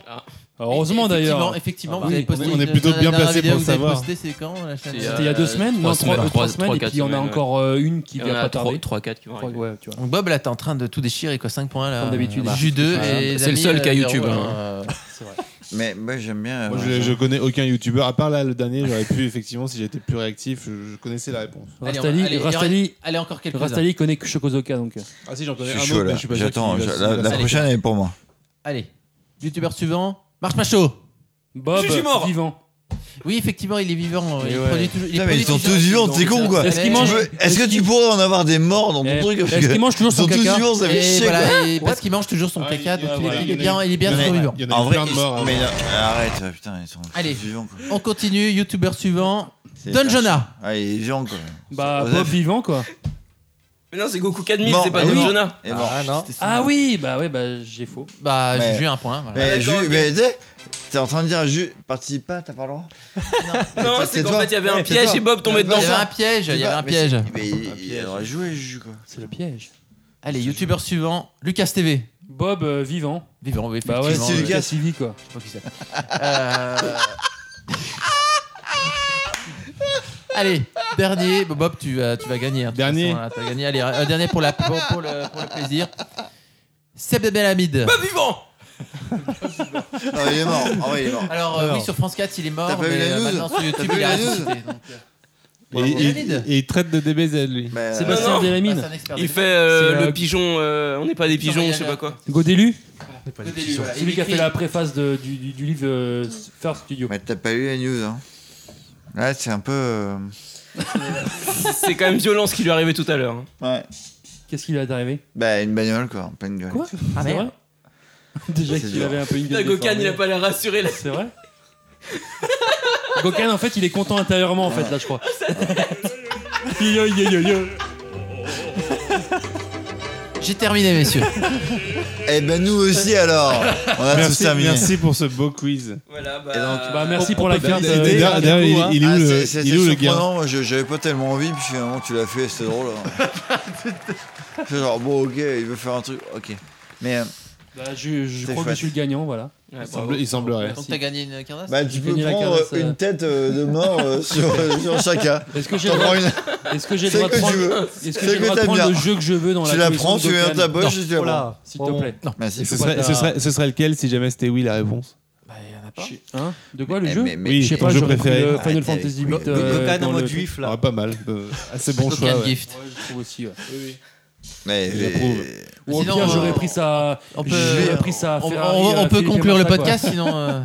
Heureusement d'ailleurs. Ah Effectivement, effectivement, vous bah. avez posté. une- euh, la dernière vidéo que vous avez postée, c'est quand la chaîne C'était il y a deux semaines, non, trois, trois, semaines, et puis il y en a encore euh, une qui vient pas tarder. Trois, ouais, tu vois. Donc euh, Bob, là, t'es en train de tout déchirer, quoi. 5 points, là. Comme d'habitude. Jus 2 et. euh, C'est le seul qui a YouTube, hein. Mais moi j'aime bien. Moi, euh, je, je connais aucun youtubeur, à part là le dernier, j'aurais pu effectivement, si j'étais plus réactif, je, je connaissais la réponse. Allez, on- Rastali, allez, Rastali, allez, encore quelques-uns. Rastali connaît que Shokozoka donc. euh. Ah si, j'en je connais suis un chaud autre, là. mais je suis pas sûr J'attends. qu'il va je- se- La, va la se- prochaine elle est pour moi. Allez, youtubeur suivant, Marc Macho. Bob, Je suis mort. vivant. Oui, effectivement, il est vivant. euh, Il ouais. produit toujours. il Putain, mais produit ils sont toujours- tous vivants, c'est con quoi. euh, Est-ce qu'il Tu mange- veux- Est-ce que est-ce tu pourrais en avoir des morts dans ton truc parce Eh, est-ce que qu'il mange toujours ils son sont tous caca vivants, ça fait Et chier voilà, quoi. et parce qu'il mange toujours son caca, donc Ah, il est- il est bien, il est bien Mais- toujours vivant. En vrai, ils- hein. mais non, arrête, putain, ils sont tous Allez. vivants quoi. On continue, youtubeur suivant, C'est Don vache. Jonah. Ah, il est vivant quoi. Bah, Joseph. Bob vivant quoi. Mais non, c'est Goku 4000, Mort, c'est pas et Don mort. Jonah. Et mort. Ah, non. Ah oui, bah ouais, bah j'ai faux. Bah, Mais- j'ai eu un point. voilà. Mais, Ah, d'accord, Ju- ok. mais tu sais, t'es en train de dire, Ju, participe pas, t'as pas le droit. Non, toi- c'est qu'en toi. fait, il y avait un Ouais, c'est piège toi. et Bob tombait Il y dedans. avait un piège, il y avait un Mais c'est- piège. Mais il- il aurait joué, Ju quoi. C'est le piège. Allez, youtubeur suivant, Lucas TV. Bob euh, vivant. Vivant, oui, Bah ouais, effectivement, c'est oui. Lucas Civi quoi. Je sais pas qui c'est. Euh, Allez, dernier. Bon, Bob, tu vas, tu vas gagner. hein, de toute Dernier. façon, là, t'as gagné. Allez, un dernier pour, la, pour, pour le, pour le plaisir. Seb Belamide. Bob Ah, vivant Ah, Non, il est mort. Ah ouais, il est mort. Alors, euh, oui, sur France 4, il est mort, T'as pas mais vu la euh, news maintenant sur T'as YouTube, pas il vu est la news ressuscité. donc, euh, Et, et- Pyramide. et il traite de DBZ lui. Bah, C'est Sébastien Bérémine. bah, c'est un expert Il des- fait euh, C'est, euh, le pigeon, euh, on n'est pas des pigeons, je sais pas quoi. Godélu Godelu, voilà. C'est Il lui qui a écrit- fait la préface de- du, du- du livre euh, First Studio. Mais t'as pas lu la news, hein. Là, c'est un peu. euh, C'est quand même violent ce qui lui est arrivé tout à l'heure. hein. Ouais. Qu'est-ce qui lui est arrivé Bah, une bagnole, quoi, en pleine gueule. Quoi Ah, C'est merde. vrai Déjà C'est qu'il dur. avait un peu une Putain, gueule Gokan, déformée. il a pas l'air rassuré là. C'est vrai Gokan en fait il est content intérieurement en Ah. fait là je crois. yo yo yo yo. J'ai terminé, messieurs. Eh ben, nous aussi, alors On a tous Merci, terminé. merci pour ce beau quiz. Voilà, bah. Bah merci pour la D'ailleurs, carte. d'ailleurs, euh, d'ailleurs, Nico, hein. il, il est où Ah, le, c'est- c'était il est où le gars surprenant, moi, je- j'avais pas tellement envie, puis finalement, tu l'as fait, c'était drôle. hein. c'est genre, bon, ok, il veut faire un truc, ok. Mais, euh, Bah, je, je C'est crois que je chouette. suis le gagnant, voilà. Ouais, Il bravo. semble- Il semblerait. Donc, t'as gagné une cardasse bah, tu J'ai peux gagné la prendre cardasse, euh. une tête euh, de mort euh, sur, sur chacun. Est-ce que j'ai T'en le droit, prends une- est-ce que j'ai le Fais droit de que tu prendre, veux. est-ce Fais que j'ai le que droit de t'aimes prendre bien. le jeu que je veux dans la Tu la collection prends, de tu mets dans Gokan ta poche, Non. et tu la Oh prends. là, S'il te plaît. Non. Merci. Ce Faut pas serait, que ce t'as- serait- ce serait lequel si jamais c'était oui la réponse Bah, il y en a pas. Hein De quoi le Mais- jeu mais- mais- Oui, Je sais pas, ton jeu j'aurais pris préféré. le Arrêtez Final Fantasy Ah, avec VIII. les euh, Gokan dans en le mode truc. juif, Ah, là. Pas mal. euh, Assez bon Gokan choix. ouais. Gift. Ouais, je trouve aussi. ouais. Mais J'approuve. j'ai- Ou au Sinon, pire, on- j'aurais pris ça. euh, on peut- euh, J'aurais pris ça. On, Ferrari, on- on euh, peut Felipe conclure le Massa, quoi. podcast, sinon. euh,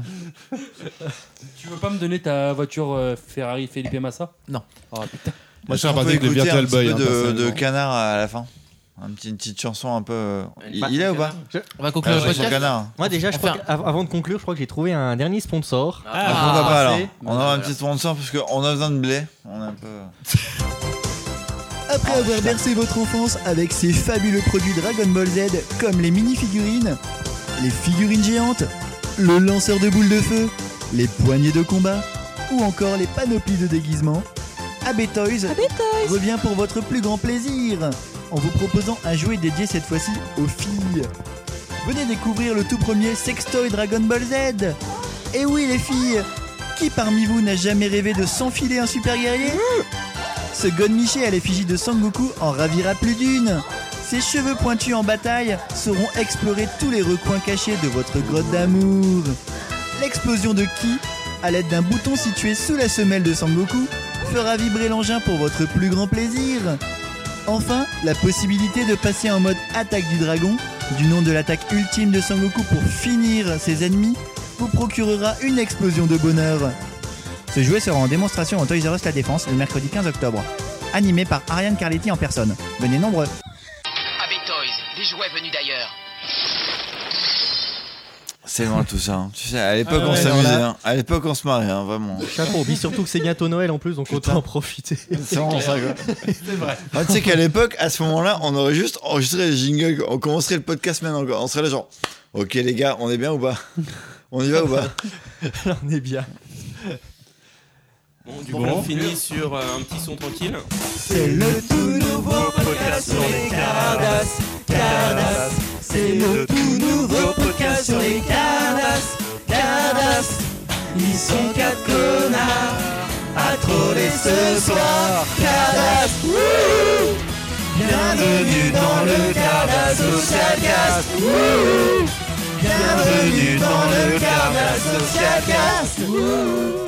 Tu veux pas me donner ta voiture euh, Ferrari Felipe Massa Non. Oh putain. Moi, je suis On un peut parti de écouter un Virtual petit Boy. peu hein, de, de personnellement. canard à la fin. Un petit- une petite chanson un peu. euh, Il, il est ou pas On va Ah, conclure je le crois que c'est podcast. canard. Moi déjà, je Enfin- crois qu'av- avant de conclure, je crois que j'ai trouvé un dernier sponsor. On Ah. va pas, alors. c'est- On aura un petit sponsor parce qu'on a besoin de blé. On a un peu. Après avoir bercé votre enfance avec ces fabuleux produits Dragon Ball Z comme les mini-figurines, les figurines géantes, le lanceur de boules de feu, les poignées de combat ou encore les panoplies de déguisement, AB Toys revient pour votre plus grand plaisir en vous proposant un jouet dédié cette fois-ci aux filles. Venez découvrir le tout premier sextoy Dragon Ball Z Et oui les filles Qui parmi vous n'a jamais rêvé de s'enfiler un super guerrier ce Gonmiché à l'effigie de Sangoku en ravira plus d'une. Ses cheveux pointus en bataille sauront explorer tous les recoins cachés de votre grotte d'amour. L'explosion de Ki, à l'aide d'un bouton situé sous la semelle de Sangoku, fera vibrer l'engin pour votre plus grand plaisir. Enfin, la possibilité de passer en mode attaque du dragon, du nom de l'attaque ultime de Sangoku pour finir ses ennemis, vous procurera une explosion de bonheur. Ce jouet sera en démonstration au Toys R Us La Défense le mercredi 15 octobre. Animé par Ariane Carletti en personne. Venez nombreux. AB Toys, des jouets venus d'ailleurs. C'est loin tout ça. hein. Tu sais, à l'époque, Ah on ouais, s'amusait. alors là- hein. À l'époque, on se marrait, hein, vraiment. Chapeau, puis surtout que c'est bientôt Noël en plus, donc autant en profiter. C'est vraiment ça, quoi. C'est vrai. Ah, tu sais qu'à l'époque, à ce moment-là, on aurait juste enregistré les jingles. On commencerait le podcast maintenant. quoi. On serait là, genre, ok, les gars, on est bien ou pas On y va ou pas On est bien. Bon, du Bon. coup, on finit sur euh, un petit son tranquille. C'est le tout nouveau podcast sur les Cardas, Cardas. C'est le tout nouveau podcast sur les Cardas, Cardas. Ils sont quatre connards à troller ce soir, Cardas. Wouhou Bienvenue dans le Cardas Social Cast. Wouhou Bienvenue dans le Cardas Social Cast. Wouhou